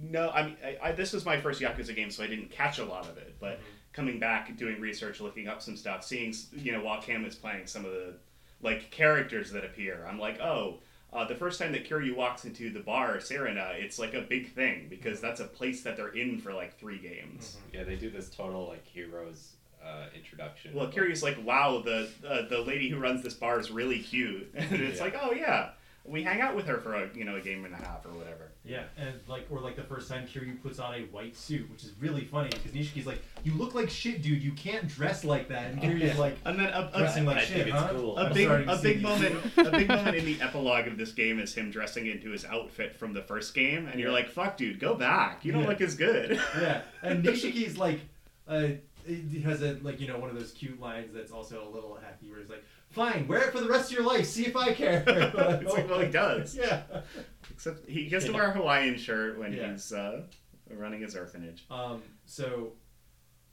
Speaker 2: no, I mean, I, I, this was my first Yakuza game, so I didn't catch a lot of it. But coming back, doing research, looking up some stuff, seeing s- you know while Cam is playing some of the like characters that appear, I'm like, oh, uh, the first time that Kiryu walks into the bar Serena, it's like a big thing because that's a place that they're in for like three games.
Speaker 4: Yeah, they do this total like heroes uh, introduction.
Speaker 2: Well,
Speaker 4: Like,
Speaker 2: Curious, like, wow, the uh, the lady who runs this bar is really cute, [LAUGHS] and it's
Speaker 4: Yeah.
Speaker 2: like, oh yeah, we hang out with her for a you know a game and a half or whatever.
Speaker 1: Yeah, and like, or like the first time Kiryu puts on a white suit, which is really funny because Nishiki's like, "You look like shit, dude. You can't dress like that." And Kiryu's like,
Speaker 2: And then a,
Speaker 1: "Dressing
Speaker 2: a,
Speaker 1: like
Speaker 4: I
Speaker 1: shit,
Speaker 4: think it's
Speaker 1: huh?"
Speaker 4: cool.
Speaker 2: a
Speaker 1: I'm
Speaker 2: big
Speaker 1: starting to
Speaker 2: a
Speaker 1: see
Speaker 2: big
Speaker 1: these-
Speaker 2: moment a big moment [LAUGHS] in the epilogue of this game is him dressing into his outfit from the first game, and you're like, fuck, dude, go back. You don't
Speaker 1: Yeah.
Speaker 2: look as good.
Speaker 1: [LAUGHS]
Speaker 2: [LAUGHS]
Speaker 1: Yeah, and Nishiki's like, uh, he has a like you know one of those cute lines that's also a little hacky where he's like, "Fine, wear it for the rest of your life. See if I care." [LAUGHS]
Speaker 2: [LAUGHS] it's like, well, he does.
Speaker 1: yeah.
Speaker 2: Except he gets to wear a Hawaiian shirt when
Speaker 1: Yeah.
Speaker 2: he's uh, running his orphanage.
Speaker 1: Um, so,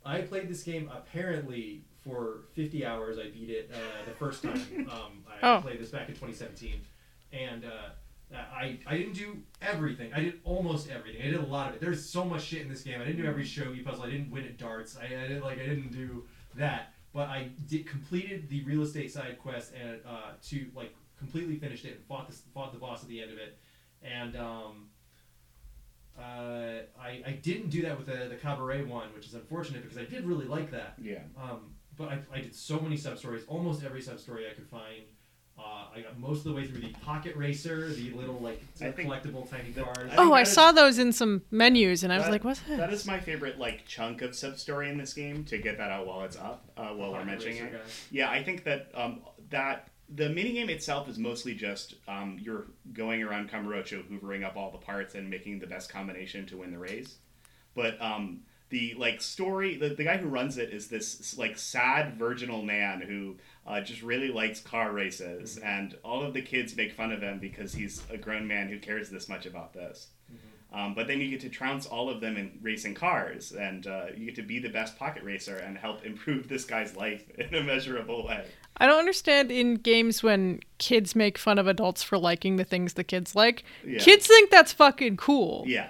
Speaker 1: I played this game apparently for 50 hours. I beat it uh, the first time. Um, I
Speaker 3: Oh.
Speaker 1: played this back in 2017, and uh, I I didn't do everything. I did almost everything. I did a lot of it. There's so much shit in this game. I didn't do every shogi puzzle. I didn't win at darts. I, I didn't like I didn't do that. But I did completed the real estate side quest and uh, to like completely finished it and fought this fought the boss at the end of it, and. Um, uh, I, I didn't do that with the, the cabaret one, which is unfortunate because I did really like that.
Speaker 2: Yeah.
Speaker 1: Um, but I, I did so many sub stories, almost every sub story I could find. Uh, I got most of the way through the pocket racer, the little like
Speaker 2: I think
Speaker 1: collectible tiny
Speaker 2: the-
Speaker 1: cars.
Speaker 2: I think
Speaker 3: Oh, I
Speaker 2: that is-
Speaker 3: saw those in some menus, and I was
Speaker 2: That-
Speaker 3: like, "What's that?"
Speaker 2: That is my favorite like chunk of sub story in this game. To get that out while it's up, uh, while we're
Speaker 1: Pocket
Speaker 2: mentioning
Speaker 1: racer
Speaker 2: it.
Speaker 1: guy.
Speaker 2: Yeah, I think that um, that the minigame itself is mostly just um, you're going around Kamurocho, hoovering up all the parts and making the best combination to win the race. But um, the like story, the, the guy who runs it is this like sad virginal man who uh, just really likes car races, and all of the kids make fun of him because he's a grown man who cares this much about this. Um, but then you get to trounce all of them in racing cars, and uh, you get to be the best pocket racer and help improve this guy's life [LAUGHS] in a measurable way.
Speaker 3: I don't understand in games when kids make fun of adults for liking the things the kids like.
Speaker 2: Yeah.
Speaker 3: Kids think that's fucking cool.
Speaker 2: Yeah,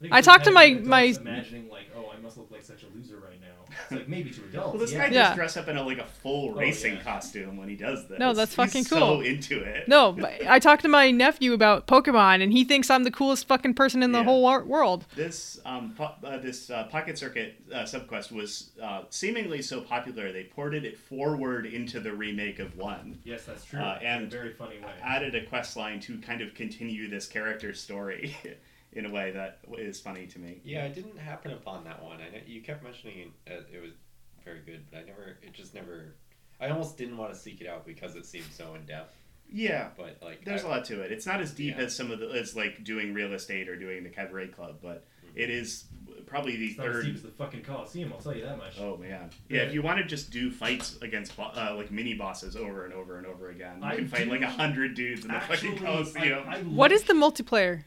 Speaker 1: think
Speaker 3: I
Speaker 1: to
Speaker 3: talked to my-
Speaker 1: adults
Speaker 3: my-
Speaker 1: imagining like, oh, I must look like such a loser right now. It's like maybe to adults.
Speaker 2: Well, this
Speaker 1: yeah. Oh,
Speaker 2: guy
Speaker 3: Yeah.
Speaker 2: just dressed up in a, like a full racing
Speaker 1: yeah.
Speaker 2: costume when he does this.
Speaker 3: No, that's
Speaker 2: He's
Speaker 3: fucking
Speaker 2: So
Speaker 3: cool.
Speaker 2: into it.
Speaker 3: No, but I talked to my nephew about Pokemon, and he thinks I'm the coolest fucking person in the
Speaker 2: Yeah.
Speaker 3: whole wor- world.
Speaker 2: This um, po- uh, this uh, pocket circuit uh, subquest was uh, seemingly so popular they ported it forward into the remake of one.
Speaker 1: Yes, that's true.
Speaker 2: Uh, and-
Speaker 1: in a very funny way.
Speaker 2: Added a quest line to kind of continue this character's story [LAUGHS] in a way that is funny to me.
Speaker 4: Yeah, it didn't happen upon that one. I know you kept mentioning it, uh, it was very good, but I never. It just never. I almost didn't want to seek it out because it seemed so in depth.
Speaker 2: Yeah,
Speaker 4: But like,
Speaker 2: there's
Speaker 4: I-
Speaker 2: a lot to it. It's not as deep
Speaker 4: Yeah.
Speaker 2: as some of the as like doing real estate or doing the cabaret club, but it is probably the
Speaker 1: Mm-hmm. It's not as
Speaker 2: third
Speaker 1: deep as the fucking Coliseum, I'll tell you that much.
Speaker 2: Oh man, yeah. If you want to just do fights against bo- uh, like mini bosses over and over and over again, you
Speaker 1: I
Speaker 2: can fight like
Speaker 1: do-
Speaker 2: a hundred dudes in the
Speaker 1: Actually,
Speaker 2: fucking Coliseum.
Speaker 1: I, I
Speaker 3: What
Speaker 1: love-
Speaker 3: is the multiplayer?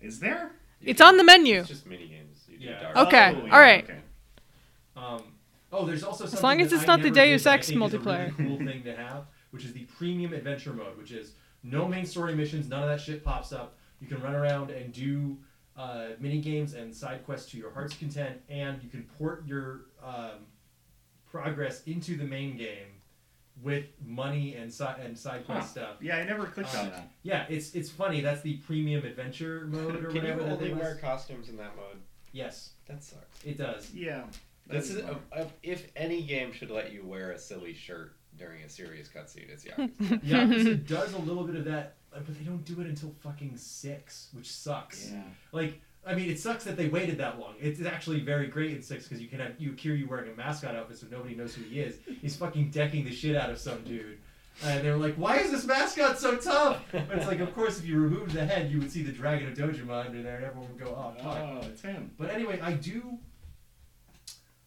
Speaker 2: Is there?
Speaker 3: It's on the menu.
Speaker 4: It's just mini games. You do
Speaker 1: Yeah.
Speaker 4: dark.
Speaker 3: Okay,
Speaker 2: Oh, yeah,
Speaker 3: all right.
Speaker 2: okay.
Speaker 1: Um, oh, there's also something
Speaker 3: long as
Speaker 1: that
Speaker 3: it's
Speaker 1: I
Speaker 3: not the
Speaker 1: never
Speaker 3: Deus
Speaker 1: did, but I
Speaker 3: Ex
Speaker 1: think is a
Speaker 3: multiplayer.
Speaker 1: Really cool thing to have, which is the premium adventure mode, which is no main story missions, none of that shit pops up. You can run around and do uh, mini games and side quests to your heart's content, and you can port your um, progress into the main game with money and side and side quest
Speaker 2: Huh.
Speaker 1: stuff.
Speaker 2: Yeah, I never clicked
Speaker 1: Uh,
Speaker 2: on that.
Speaker 1: Yeah, it's it's funny. That's the premium adventure
Speaker 2: [LAUGHS]
Speaker 1: mode or
Speaker 4: Can you
Speaker 1: whatever that
Speaker 4: only
Speaker 1: thing was.
Speaker 4: wear costumes in that mode?
Speaker 1: Yes,
Speaker 4: That sucks.
Speaker 1: it does.
Speaker 2: Yeah.
Speaker 4: This is
Speaker 2: a,
Speaker 4: a, if any game should let you wear a silly shirt during a serious cutscene,
Speaker 3: [LAUGHS]
Speaker 4: it's Yakuza.
Speaker 1: [LAUGHS] Yeah, it does a little bit of that, uh, but they don't do it until fucking six, which sucks.
Speaker 2: yeah.
Speaker 1: Like, I mean, it sucks that they waited that long. It's actually very great in six because you can have you hear you wearing a mascot outfit, so nobody knows who he is. He's fucking decking the shit out of some dude. And they were like, "Why is this mascot so tough?" But it's like, of course, if you removed the head, you would see the dragon of Dojima under there, and everyone would go, [LAUGHS] "Oh fuck."
Speaker 2: Oh, it's him.
Speaker 1: But anyway, I do.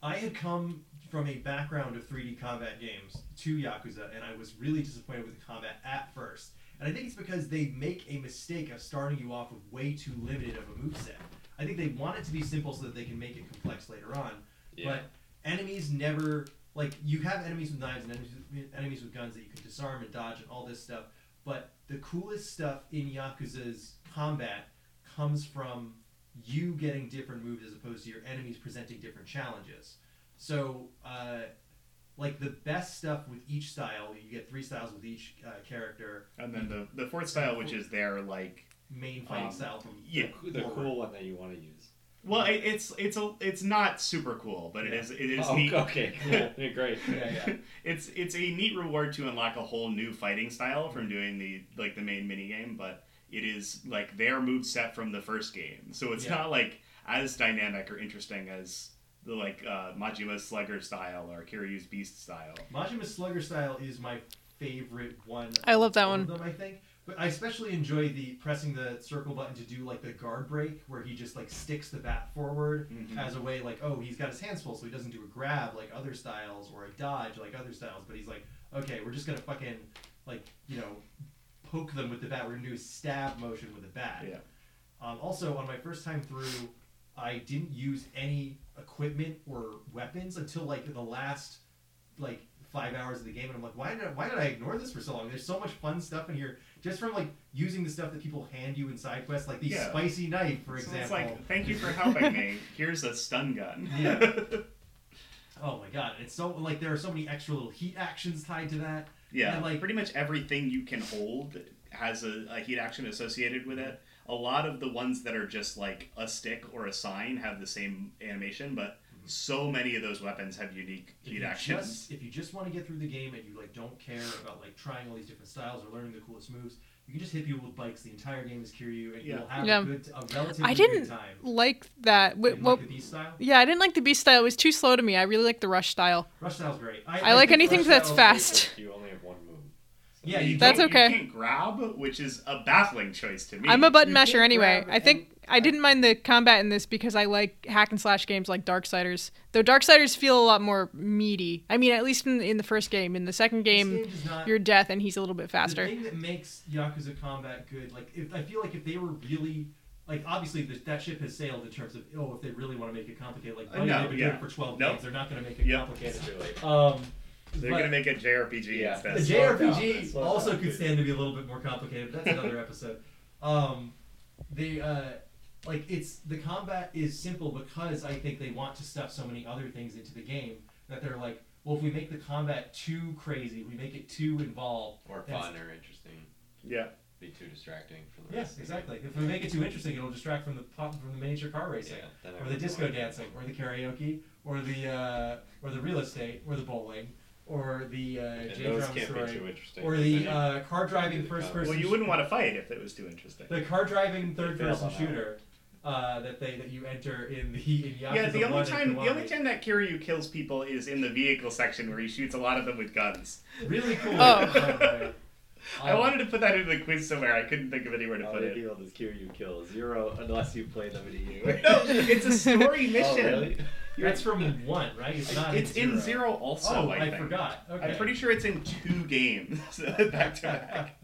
Speaker 1: I had come from a background of 3D combat games to Yakuza, and I was really disappointed with the combat at first. And I think it's because they make a mistake of starting you off with way too limited of a moveset. I think they want it to be simple so that they can make it complex later on.
Speaker 4: Yeah.
Speaker 1: But enemies never like you have enemies with knives and enemies with, enemies with guns that you can disarm and dodge and all this stuff. But the coolest stuff in Yakuza's combat comes from you getting different moves as opposed to your enemies presenting different challenges. So, uh, like the best stuff with each style, you get three styles with each uh, character.
Speaker 2: And then the the fourth style, which is their like
Speaker 1: Main fighting
Speaker 2: Um,
Speaker 1: style from
Speaker 2: yeah.
Speaker 4: the
Speaker 1: forward.
Speaker 4: cool one that you want to use.
Speaker 2: Well, it, it's it's a it's not super cool, but it is it is
Speaker 4: oh,
Speaker 2: neat.
Speaker 4: okay, [LAUGHS] cool. Yeah, great.
Speaker 1: Yeah, yeah.
Speaker 2: [LAUGHS] it's it's a neat reward to unlock a whole new fighting style from doing the like the main minigame, but it is like their move set from the first game. So it's
Speaker 1: Yeah.
Speaker 2: not like as dynamic or interesting as the like uh, Majima's Slugger style or Kiryu's Beast style.
Speaker 1: Majima Slugger style is my favorite one.
Speaker 3: I
Speaker 1: of
Speaker 3: love that
Speaker 1: all of
Speaker 3: one.
Speaker 1: them, I think, but I especially enjoy the pressing the circle button to do like the guard break, where he just like sticks the bat forward
Speaker 2: Mhm.
Speaker 1: as a way like, oh, he's got his hands full, so he doesn't do a grab like other styles or a dodge like other styles. But he's like, okay, we're just gonna fucking like you know poke them with the bat. We're gonna do a stab motion with the bat.
Speaker 2: Yeah.
Speaker 1: Um, also, on my first time through, I didn't use any equipment or weapons until like the last like five hours of the game, and I'm like, why did I, why did I ignore this for so long? There's so much fun stuff in here just from like using the stuff that people hand you in side quests, like the
Speaker 2: Yeah.
Speaker 1: spicy knife, for
Speaker 2: so
Speaker 1: example.
Speaker 2: it's like, thank you for
Speaker 1: [LAUGHS]
Speaker 2: helping me. Here's a stun gun.
Speaker 1: Yeah. oh my god, it's so like there are so many extra little heat actions tied to that.
Speaker 2: Yeah,
Speaker 1: And, like-
Speaker 2: pretty much everything you can hold has a, a heat action associated with it. A lot of the ones that are just like a stick or a sign have the same animation, but
Speaker 4: Mm-hmm.
Speaker 2: so many of those weapons have unique
Speaker 1: If
Speaker 2: heat
Speaker 1: you
Speaker 2: actions.
Speaker 1: Just, if you just want to get through the game and you like don't care about like trying all these different styles or learning the coolest moves, you can just hit people with bikes the entire game as Kiryu, and
Speaker 2: Yeah.
Speaker 1: you'll have
Speaker 3: Yeah.
Speaker 1: a good, a relatively
Speaker 3: I didn't
Speaker 1: good time.
Speaker 3: like that. Wh-
Speaker 1: You
Speaker 3: what-
Speaker 1: like the beast style?
Speaker 3: yeah, I didn't like the beast style. It was too slow to me. I really like the rush style.
Speaker 1: Rush style's great.
Speaker 3: I like
Speaker 1: think
Speaker 3: anything
Speaker 1: rush
Speaker 3: that's
Speaker 1: style-
Speaker 3: fast.
Speaker 4: You only have one move. So
Speaker 1: Yeah,
Speaker 2: You
Speaker 1: you
Speaker 3: That's
Speaker 2: can't-
Speaker 3: okay.
Speaker 2: You can't grab, which is a baffling choice to me.
Speaker 3: I'm a button
Speaker 4: you
Speaker 3: masher
Speaker 4: can't
Speaker 3: anyway.
Speaker 4: grab
Speaker 3: I think I didn't mind the combat in this because I like hack and slash games like Darksiders. Though Darksiders feel a lot more meaty. I mean, at least in, in the first game. In the second
Speaker 1: This
Speaker 3: game,
Speaker 1: does not-
Speaker 3: you're death and he's a little bit
Speaker 1: The
Speaker 3: faster.
Speaker 1: thing that makes Yakuza combat good, like if I feel like if they were really like obviously the, that ship has sailed in terms of oh if they really want to make it complicated like
Speaker 2: Uh,
Speaker 1: oh yeah,
Speaker 2: no,
Speaker 1: they've been
Speaker 2: yeah.
Speaker 1: doing it for twelve
Speaker 2: No.
Speaker 1: games they're not going to make it
Speaker 2: Yeah.
Speaker 1: complicated.
Speaker 4: Really.
Speaker 1: Um,
Speaker 2: They're
Speaker 1: but
Speaker 2: gonna make a JRPG
Speaker 4: Yeah.
Speaker 2: instead.
Speaker 1: the
Speaker 4: slow it down. Let's
Speaker 1: JRPG
Speaker 4: slow it
Speaker 1: also
Speaker 4: down.
Speaker 1: could stand to be a little bit more complicated. But
Speaker 4: [LAUGHS]
Speaker 1: that's another episode. Um, they uh, like it's the combat is simple because I think they want to stuff so many other things into the game that they're like, well, if we make the combat too crazy, we make it too involved
Speaker 4: Or
Speaker 1: that's-
Speaker 4: fun or interesting.
Speaker 2: yeah.
Speaker 4: Be too distracting for the rest
Speaker 1: Yes, exactly. If we make it too interesting, it'll distract from the pop, from the miniature car racing,
Speaker 4: Yeah, then I
Speaker 1: or the
Speaker 4: wouldn't
Speaker 1: disco
Speaker 4: want it.
Speaker 1: dancing, or the karaoke, or the uh, or the real estate, or the bowling, or the uh,
Speaker 4: And
Speaker 1: J
Speaker 4: those
Speaker 1: drama
Speaker 4: can't be
Speaker 1: story,
Speaker 4: too interesting,
Speaker 1: or
Speaker 4: 'cause
Speaker 1: the
Speaker 4: [LAUGHS] then
Speaker 1: uh, car driving
Speaker 4: the
Speaker 1: first
Speaker 4: comedy.
Speaker 1: person.
Speaker 2: Well, you
Speaker 1: sh-
Speaker 2: wouldn't want to fight it if it was too interesting.
Speaker 1: the car driving third
Speaker 4: failed
Speaker 1: person
Speaker 4: on that one.
Speaker 1: shooter uh, that they that you enter in the in Yakuza
Speaker 2: Yeah, the only
Speaker 1: 1 and
Speaker 2: time the only
Speaker 1: Kiwami.
Speaker 2: time that Kiryu kills people is in the vehicle section where he shoots a lot of them with guns.
Speaker 1: really
Speaker 2: [LAUGHS]
Speaker 1: cool. uh,
Speaker 3: Oh.
Speaker 1: by the way.
Speaker 2: I
Speaker 1: Um,
Speaker 2: wanted to put that in the quiz somewhere. I couldn't think of anywhere to
Speaker 4: How
Speaker 2: put
Speaker 4: many
Speaker 2: it.
Speaker 4: people does Kiryu kill?
Speaker 1: [LAUGHS]
Speaker 4: Zero, unless you play WDU.
Speaker 2: No, it's a story mission.
Speaker 4: oh, really?
Speaker 1: That's from one, right? It's not.
Speaker 2: It's in zero also.
Speaker 1: Oh,
Speaker 2: I,
Speaker 1: I,
Speaker 2: think.
Speaker 1: forgot. Okay.
Speaker 2: I'm pretty sure it's in two games [LAUGHS] back to back.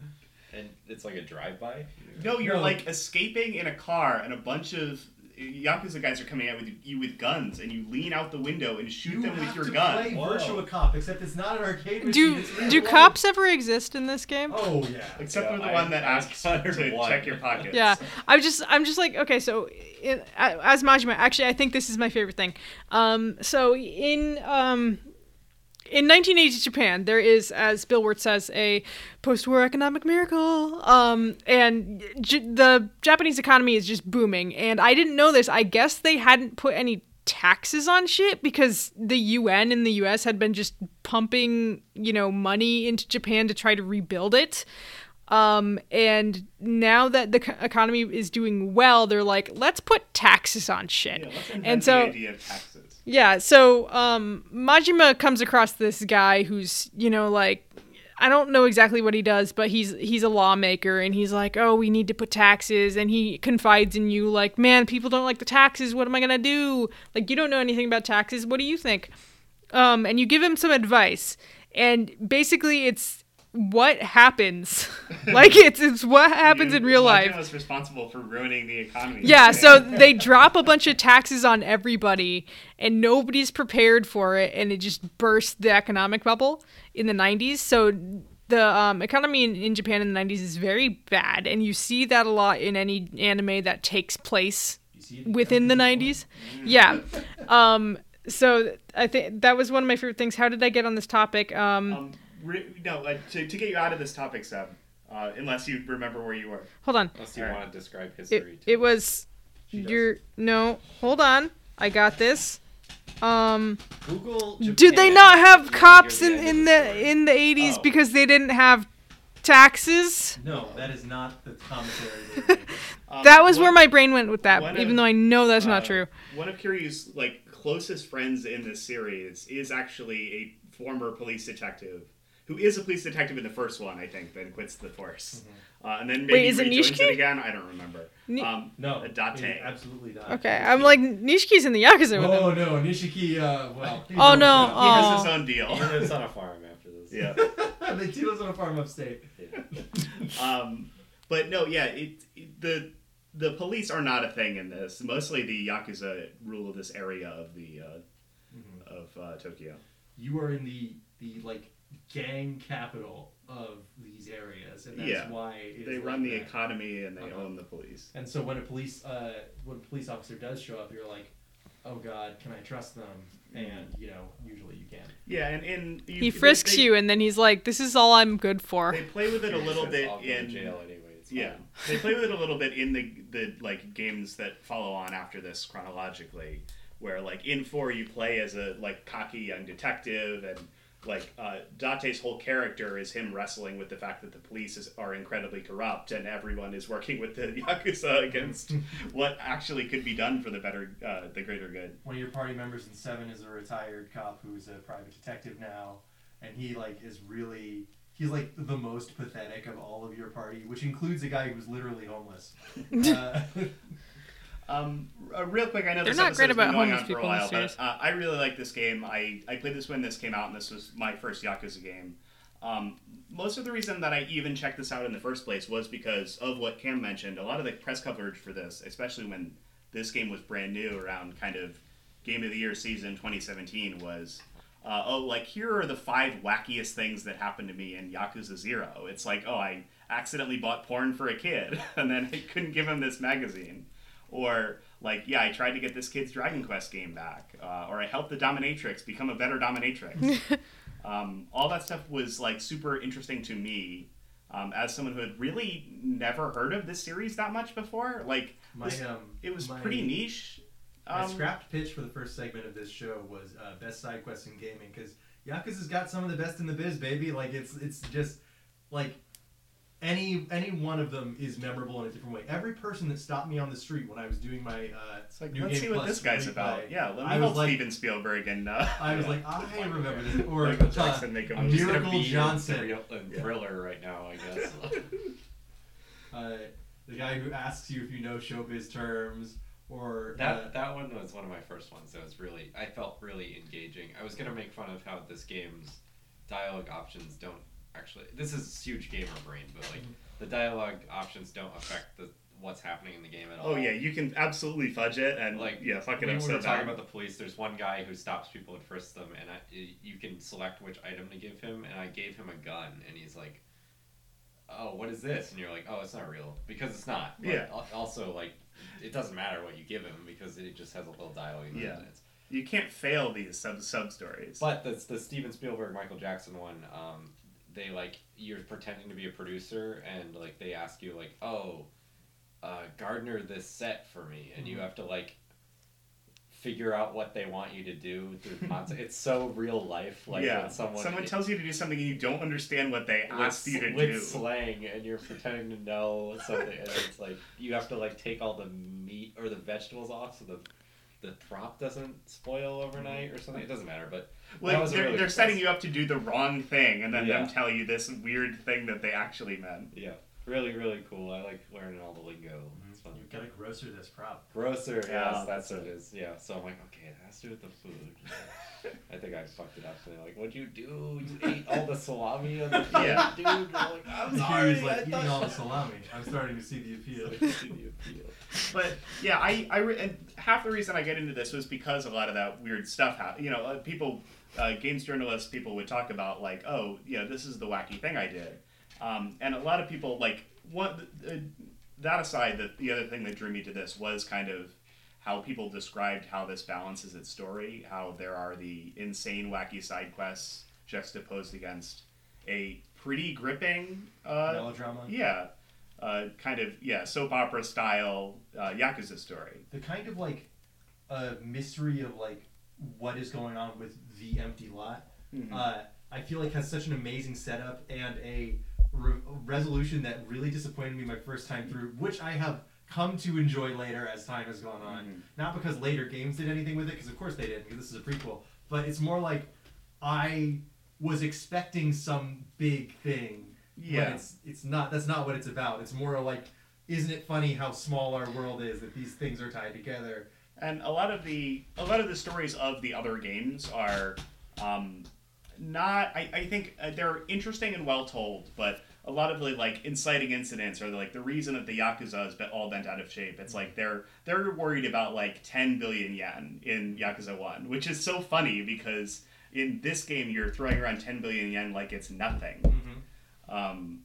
Speaker 4: And it's like a drive-by.
Speaker 2: No, you're
Speaker 1: No.
Speaker 2: like escaping in a car, and a bunch of yakuza guys are coming at with you with guns, and you lean out the window and shoot
Speaker 1: You
Speaker 2: them with
Speaker 1: have
Speaker 2: your
Speaker 1: to
Speaker 2: gun.
Speaker 1: Play Virtua Cop, except it's not an arcade machine.
Speaker 3: Do
Speaker 1: it's real
Speaker 3: do
Speaker 1: life.
Speaker 3: cops ever exist in this game?
Speaker 1: Oh yeah.
Speaker 2: Except
Speaker 4: Yeah,
Speaker 2: for the
Speaker 4: I-
Speaker 2: one that
Speaker 4: I
Speaker 2: asks
Speaker 4: encountered
Speaker 2: to
Speaker 4: one.
Speaker 2: check your pockets.
Speaker 3: Yeah, I'm just I'm just like okay. So in, as Majima, actually, I think this is my favorite thing. Um, so in um. In 1980 Japan, there is, as Bill Wirtz says, a post-war economic miracle, um, and j- the Japanese economy is just booming. And I didn't know this. I guess they hadn't put any taxes on shit because the UN and the US had been just pumping, you know, money into Japan to try to rebuild it. Um, and now that the co- economy is doing well, they're like, let's put taxes on shit.
Speaker 2: Yeah, let's invent
Speaker 3: and
Speaker 2: the
Speaker 3: so,
Speaker 2: idea of taxes.
Speaker 3: yeah, so um, Majima comes across this guy who's, you know, like I don't know exactly what he does, but he's he's a lawmaker and he's like, "Oh, we need to put taxes." And he confides in you like, "Man, people don't like the taxes. What am I going to do? Like you don't know anything about taxes. What do you think?" Um, and you give him some advice. And basically it's what happens. [LAUGHS] like it's it's what happens
Speaker 2: You-
Speaker 3: in real
Speaker 2: Majima
Speaker 3: life.
Speaker 2: was responsible for ruining the economy.
Speaker 3: Yeah,
Speaker 2: in
Speaker 3: so
Speaker 2: Japan.
Speaker 3: they drop a bunch of taxes on everybody and nobody's prepared for it and it just burst the economic bubble in the 90s. So the um, economy in, in Japan in the 90s is very bad and you see that a lot in any anime that takes place
Speaker 1: You see it?
Speaker 3: within the 90s. Yeah. Um so I think that was one of my favorite things. How did I get on this topic? Um,
Speaker 2: Um, re- no, uh, to, to get you out of this topic, Seb, uh, unless you remember where you were.
Speaker 3: hold on.
Speaker 4: Unless you
Speaker 2: Alright.
Speaker 4: want to describe history.
Speaker 3: It,
Speaker 4: to
Speaker 3: it was your no. Hold on. I got this. Um
Speaker 4: Google.
Speaker 3: Did they
Speaker 4: Japan.
Speaker 3: not have
Speaker 4: You'll
Speaker 3: cops in,
Speaker 4: hear the end
Speaker 3: in
Speaker 4: of
Speaker 3: the
Speaker 4: story.
Speaker 3: in the eighties
Speaker 4: Oh.
Speaker 3: because they didn't have taxes?
Speaker 1: No, that is not the commentary. they
Speaker 3: [LAUGHS]
Speaker 1: were making.
Speaker 2: Um,
Speaker 3: That was
Speaker 2: one-
Speaker 3: where my brain went with that,
Speaker 2: one
Speaker 3: even
Speaker 2: of-
Speaker 3: though I know that's not
Speaker 2: uh,
Speaker 3: true.
Speaker 2: One of Kiryu's like closest friends in this series is actually a former police detective, who is a police detective in the first one, I think, then quits the force,
Speaker 1: Mm-hmm.
Speaker 2: uh, and then maybe
Speaker 3: is it
Speaker 2: rejoins
Speaker 3: Nishiki?
Speaker 2: it again. I don't remember.
Speaker 3: Ni-
Speaker 2: um,
Speaker 1: No,
Speaker 2: a date.
Speaker 1: it- absolutely not.
Speaker 3: Okay, I'm like Nishiki's in the yakuza with
Speaker 1: Oh
Speaker 3: him.
Speaker 1: no, Nishiki. Uh, well. [LAUGHS]
Speaker 3: Oh no!
Speaker 2: he has his
Speaker 3: aw.
Speaker 2: own
Speaker 3: [LAUGHS]
Speaker 2: deal.
Speaker 4: He lives on a farm after this.
Speaker 2: yeah.
Speaker 1: they do live on a farm upstate.
Speaker 2: Um, but no, yeah, it, it- the the police are not a thing in this. Mostly the yakuza rule this area of the uh,
Speaker 1: Mm-hmm.
Speaker 2: of uh, Tokyo.
Speaker 1: You are in the the like gang capital of these areas, and that's
Speaker 2: Yeah.
Speaker 1: why it is
Speaker 2: They
Speaker 1: like
Speaker 2: run the
Speaker 1: that.
Speaker 2: economy and they
Speaker 1: Uh-huh.
Speaker 2: own the police.
Speaker 1: And so when a police uh, when a police officer does show up, you're like, oh god, can I trust them?
Speaker 2: Mm-hmm.
Speaker 1: And you know, usually you can.
Speaker 2: Yeah, and and you,
Speaker 3: He frisks you, and then he's like, "This is all I'm good for."
Speaker 2: They play with it a little
Speaker 4: Says,
Speaker 2: bit
Speaker 4: I'll go to
Speaker 2: in
Speaker 4: jail anyway. It's
Speaker 2: yeah,
Speaker 4: fine.
Speaker 2: they play with it a little bit in the the like games that follow on after this chronologically, where like in four you play as a like cocky young detective and. Like uh, Dante's whole character is him wrestling with the fact that the police is, are incredibly corrupt and everyone is working with the [LAUGHS] yakuza against what actually could be done for the better, uh, the greater good.
Speaker 1: One of your party members in Seven is a retired cop who's a private detective now, and he like is really he's like the most pathetic of all of your party, which includes a guy who's literally
Speaker 2: [LAUGHS]
Speaker 1: homeless. uh, [LAUGHS]
Speaker 2: Um, uh, real quick, I know
Speaker 3: They're
Speaker 2: this
Speaker 3: not
Speaker 2: episode's
Speaker 3: great about
Speaker 2: been going
Speaker 3: homeless
Speaker 2: on for a
Speaker 3: people in
Speaker 2: while,
Speaker 3: this
Speaker 2: but
Speaker 3: series.
Speaker 2: uh, I really like this game. I, I played this when this came out, and this was my first Yakuza game. Um, most of the reason that I even checked this out in the first place was because of what Cam mentioned. A lot of the press coverage for this, especially when this game was brand new around kind of Game of the Year season 2017, was uh, oh, like here are the five wackiest things that happened to me in Yakuza Zero. It's like, oh, I accidentally bought porn for a kid [LAUGHS] and then I couldn't give him this magazine. Or, like, yeah, I tried to get this kid's Dragon Quest game back. Uh, or I helped the dominatrix become a better dominatrix. um, all that stuff was, like, super interesting to me um, as someone who had really never heard of this series that much before. Like,
Speaker 1: My,
Speaker 2: this-
Speaker 1: um,
Speaker 2: it was
Speaker 1: my-
Speaker 2: pretty niche.
Speaker 1: My
Speaker 2: Um,
Speaker 1: scrapped pitch for the first segment of this show was uh, best side quest in gaming because Yakuza's got some of the best in the biz, baby. Like it's it's just like any any one of them is memorable in a different way. Every person that stopped me on the street when I was doing my uh,
Speaker 2: it's like,
Speaker 1: New
Speaker 2: let's
Speaker 1: Game
Speaker 2: see what
Speaker 1: Plus
Speaker 2: this guy's
Speaker 1: replay,
Speaker 2: about. Yeah, let me
Speaker 1: I was
Speaker 2: help
Speaker 1: like-
Speaker 2: Steven Spielberg and. Uh,
Speaker 1: I was
Speaker 2: yeah.
Speaker 1: like, I remember this. Or
Speaker 2: Michael
Speaker 1: uh,
Speaker 2: Jackson make a movie.
Speaker 1: Miracle
Speaker 4: Gonna be in
Speaker 1: Johnson.
Speaker 4: thrill- in thriller right now, I guess.
Speaker 1: [LAUGHS] uh, the guy who asks you if you know showbiz terms, or uh,
Speaker 4: that that one was one of my first ones that was really I felt really engaging. I was gonna make fun of how this game's dialogue options don't actually this is huge gamer brain, but like
Speaker 2: Mm-hmm.
Speaker 4: the dialogue options don't affect the what's happening in the game at
Speaker 2: [LAUGHS]
Speaker 4: all.
Speaker 2: Oh yeah, you can absolutely fudge it and like
Speaker 4: Like,
Speaker 2: yeah, fuck it
Speaker 4: When we
Speaker 2: up
Speaker 4: were
Speaker 2: so
Speaker 4: talking
Speaker 2: bad.
Speaker 4: about the police, there's one guy who stops people and frisks them, and I, y- you can select which item to give him. And I gave him a gun, and he's like, "Oh, what is this?" And you're like, "Oh, it's not real because it's not." But
Speaker 2: Yeah.
Speaker 4: al- Also, like, it doesn't matter what you give him because it just has a little dialogue. in
Speaker 2: Yeah.
Speaker 4: It. It's-
Speaker 2: You can't fail these sub sub stories.
Speaker 4: But that's the Steven Spielberg, Michael Jackson one. Um, they like you're pretending to be a producer, and like they ask you like, "Oh, uh, Gardner this set for me," and you
Speaker 2: Mm-hmm.
Speaker 4: have to like figure out what they want you to do through concept. it's so real life. Like
Speaker 2: yeah,
Speaker 4: when someone
Speaker 2: tells you to do something and you don't understand what they
Speaker 4: with
Speaker 2: asked you to
Speaker 4: sl- with
Speaker 2: do.
Speaker 4: slang, and you're pretending to know something, and it's like you have to like take all the meat or the vegetables off so the the prop doesn't spoil overnight or something. It doesn't matter, but that
Speaker 2: Like
Speaker 4: was
Speaker 2: Mm-hmm.
Speaker 4: a
Speaker 2: they're,
Speaker 4: really
Speaker 2: they're
Speaker 4: good
Speaker 2: setting
Speaker 4: test.
Speaker 2: you up to do the wrong thing and then them
Speaker 4: Yeah.
Speaker 2: tell you this weird thing that they actually meant.
Speaker 4: Yeah, really, really cool. I like learning all the lingo. It's fun.
Speaker 1: you've got to grosser this
Speaker 2: [LAUGHS]
Speaker 1: prop.
Speaker 4: Grocer,
Speaker 2: Yeah,
Speaker 4: yes,
Speaker 2: that's
Speaker 4: that's what it is. Yeah, so I'm like, okay, it has to do with the food. I think I fucked it up. And they're like, what'd you do? You ate all the salami on the plate,
Speaker 2: Yeah.
Speaker 4: dude. And I'm like,
Speaker 1: The [LAUGHS]
Speaker 4: I'm
Speaker 1: guy
Speaker 4: sorry.
Speaker 1: was like
Speaker 4: I
Speaker 1: eating
Speaker 2: [LAUGHS]
Speaker 4: thought-
Speaker 1: all the salami. I'm starting to see the [LAUGHS] appeal.
Speaker 4: [LAUGHS]
Speaker 2: But yeah, I, I re- and half the reason I get into this was because a lot of that weird stuff happened. You know, uh, people, uh, games journalists, people would talk about like, oh, you know, this is the wacky thing I did, um, and a lot of people like one. Uh, that aside, the, the other thing that drew me to this was kind of how people described how this balances its story, how there are the insane, wacky side quests juxtaposed against a pretty gripping uh,
Speaker 1: Melodrama.
Speaker 2: yeah, uh, kind of yeah soap opera style uh, yakuza story.
Speaker 1: the kind of like uh, mystery of like what is going on with the empty lot uh, i feel like has such an amazing setup and a re- resolution that really disappointed me my first time through which i have come to enjoy later as time has gone on not because later games did anything with it because of course they didn't because this is a prequel but it's more like i was expecting some big thing
Speaker 2: Yeah.
Speaker 1: but it's it's not that's not what it's about it's more like isn't it funny how small our world is that these things are tied together
Speaker 2: And a lot of the a lot of the stories of the other games are um, not. I, I think uh, they're interesting and well told, but a lot of the like inciting incidents are like the reason that the yakuza is be- all bent out of shape. It's like they're they're worried about like ten billion yen in Yakuza One, which is so funny because in this game you're throwing around ten billion yen like it's nothing. Um,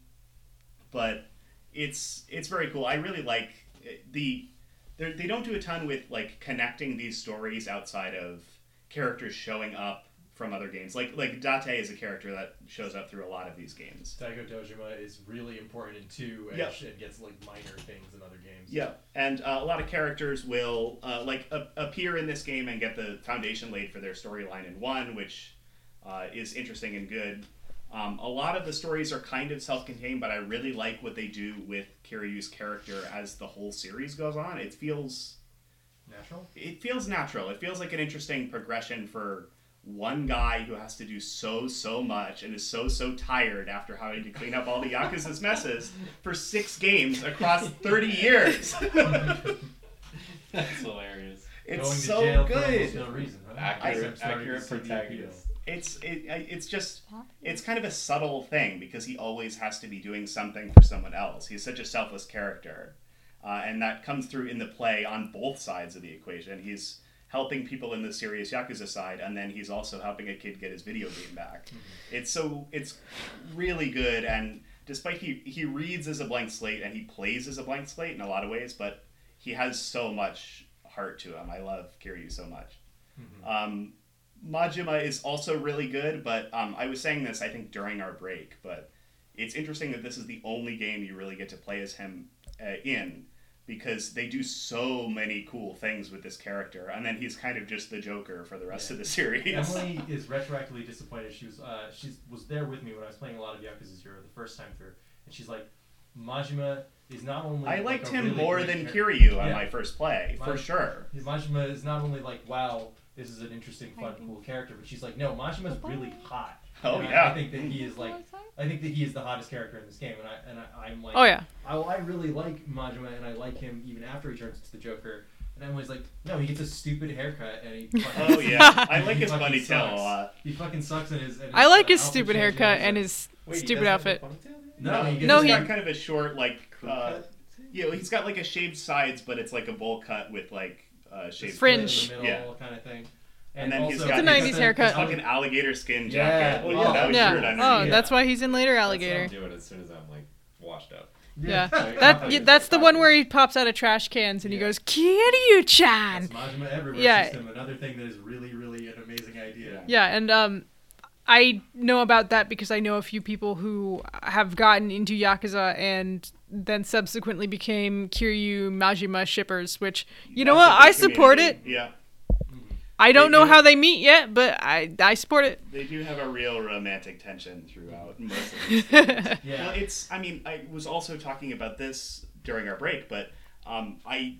Speaker 2: but it's it's very cool. I really like eh, the they're- they don't do a ton with like connecting these stories outside of characters showing up from other games. Like like Date is a character that shows up through a lot of these games.
Speaker 1: Taiko Dojima is really important in two and,
Speaker 2: Yeah.
Speaker 1: it gets like minor things in other games.
Speaker 2: Yeah, and uh, a lot of characters will uh, like a- appear in this game and get the foundation laid for their storyline in one, which uh, is interesting and good. Um, a lot of the stories are kind of self-contained, but I really like what they do with Kiryu's character as the whole series goes on. It feels
Speaker 1: Natural?
Speaker 2: it feels natural. It feels like an interesting progression for one guy who has to do so so much and is so so tired after having to clean up all the Yakuza's messes for six games across thirty years.
Speaker 4: That's hilarious.
Speaker 2: it's
Speaker 1: Going to
Speaker 2: so
Speaker 1: jail for almost
Speaker 2: good.
Speaker 1: no reason. Huh?
Speaker 4: Accurate,
Speaker 1: I'm starting to
Speaker 4: accurate
Speaker 1: see the appeal.
Speaker 4: protagonist.
Speaker 2: it's it, I- it's just it's kind of a subtle thing because he always has to be doing something for someone else. He's such a selfless character, uh, and that comes through in the play on both sides of the equation. He's helping people in the serious yakuza side, and then he's also helping a kid get his video game back. It's so it's really good, and despite he he reads as a blank slate and he plays as a blank slate in a lot of ways, but he has so much heart to him. I love Kiryu so much. Um, Majima is also really good, but um, I was saying this I think during our break, but it's interesting that this is the only game you really get to play as him uh, in because they do so many cool things with this character, and then he's kind of just the Joker for the rest of the series.
Speaker 1: Emily is retroactively disappointed. She was uh, she was there with me when I was playing a lot of Yakuza Zero the first time through, and she's like, Majima is not only
Speaker 2: [LAUGHS] I
Speaker 1: like,
Speaker 2: liked
Speaker 1: a
Speaker 2: him
Speaker 1: really
Speaker 2: more
Speaker 1: great
Speaker 2: than
Speaker 1: character-
Speaker 2: Kiryu on
Speaker 1: Yeah.
Speaker 2: my first play, for
Speaker 1: Mine-
Speaker 2: sure.
Speaker 1: Majima is not only like, wow, this is an interesting, fun, cool character, but she's like, no, Majima's really hot.
Speaker 2: Oh,
Speaker 1: And I- I,
Speaker 2: yeah.
Speaker 1: think that he is like, I think that he is the hottest character in this game, and I and I, I'm like,
Speaker 3: Oh yeah.
Speaker 1: I, I really like Majima, and I like him even after he turns into the Joker. And Emily's like, no, he gets a stupid haircut, and
Speaker 2: [LAUGHS]
Speaker 1: he. Fucking
Speaker 2: Oh yeah, I
Speaker 1: [LAUGHS]
Speaker 2: like
Speaker 1: he
Speaker 2: his
Speaker 1: fucking
Speaker 2: bunny tail a
Speaker 1: sucks.
Speaker 2: lot.
Speaker 1: He fucking sucks in his. In his
Speaker 3: I like
Speaker 1: uh,
Speaker 3: his
Speaker 1: outfit
Speaker 3: stupid
Speaker 1: changes.
Speaker 3: haircut and his
Speaker 5: Wait, he
Speaker 3: stupid
Speaker 5: doesn't have a
Speaker 3: outfit.
Speaker 5: ponytail?
Speaker 4: Uh,
Speaker 1: No, he gets
Speaker 3: No,
Speaker 1: no,
Speaker 2: Uh, he's
Speaker 1: he.
Speaker 2: got kind of a short like.
Speaker 5: Cool
Speaker 2: Uh,
Speaker 5: cut.
Speaker 2: yeah, he's got like a shaved sides, but it's like a bowl cut with like uh, shaved.
Speaker 3: Fringe.
Speaker 1: middle,
Speaker 2: Yeah.
Speaker 1: kind of thing.
Speaker 2: And then he's
Speaker 1: also-
Speaker 2: got It's a
Speaker 1: he's
Speaker 3: 90s
Speaker 1: got
Speaker 2: His
Speaker 3: haircut.
Speaker 2: fucking alligator skin
Speaker 1: Yeah.
Speaker 2: jacket. with
Speaker 1: Oh,
Speaker 2: that
Speaker 3: yeah.
Speaker 2: shirt underneath.
Speaker 3: Oh,
Speaker 1: Yeah.
Speaker 3: that's why he's in later
Speaker 5: I'm
Speaker 3: alligator.
Speaker 5: doing as soon as I'm like washed up.
Speaker 1: [LAUGHS]
Speaker 3: Yeah.
Speaker 5: Like,
Speaker 3: That
Speaker 5: I'm
Speaker 3: yeah,
Speaker 5: like,
Speaker 3: that's the
Speaker 5: "Fuck
Speaker 3: one
Speaker 5: it."
Speaker 3: where he pops out of trash cans and he goes, Kiryu-chan.
Speaker 1: It's Majima everywhere
Speaker 3: Yeah.
Speaker 1: system. Another thing that is really, really an amazing idea.
Speaker 3: Yeah, and um, I know about that because I know a few people who have gotten into Yakuza and then subsequently became Kiryu Majima shippers, which you know
Speaker 2: That's a
Speaker 3: what,
Speaker 2: big
Speaker 3: I support it.
Speaker 2: community. Yeah,
Speaker 3: I don't
Speaker 2: They
Speaker 3: know
Speaker 2: do.
Speaker 3: how they meet yet, but I I support it.
Speaker 2: they do have a real romantic tension throughout
Speaker 1: [LAUGHS]
Speaker 2: most of these.
Speaker 1: Yeah.
Speaker 2: Well, it's. I mean, I was also talking about this during our break, but um, I.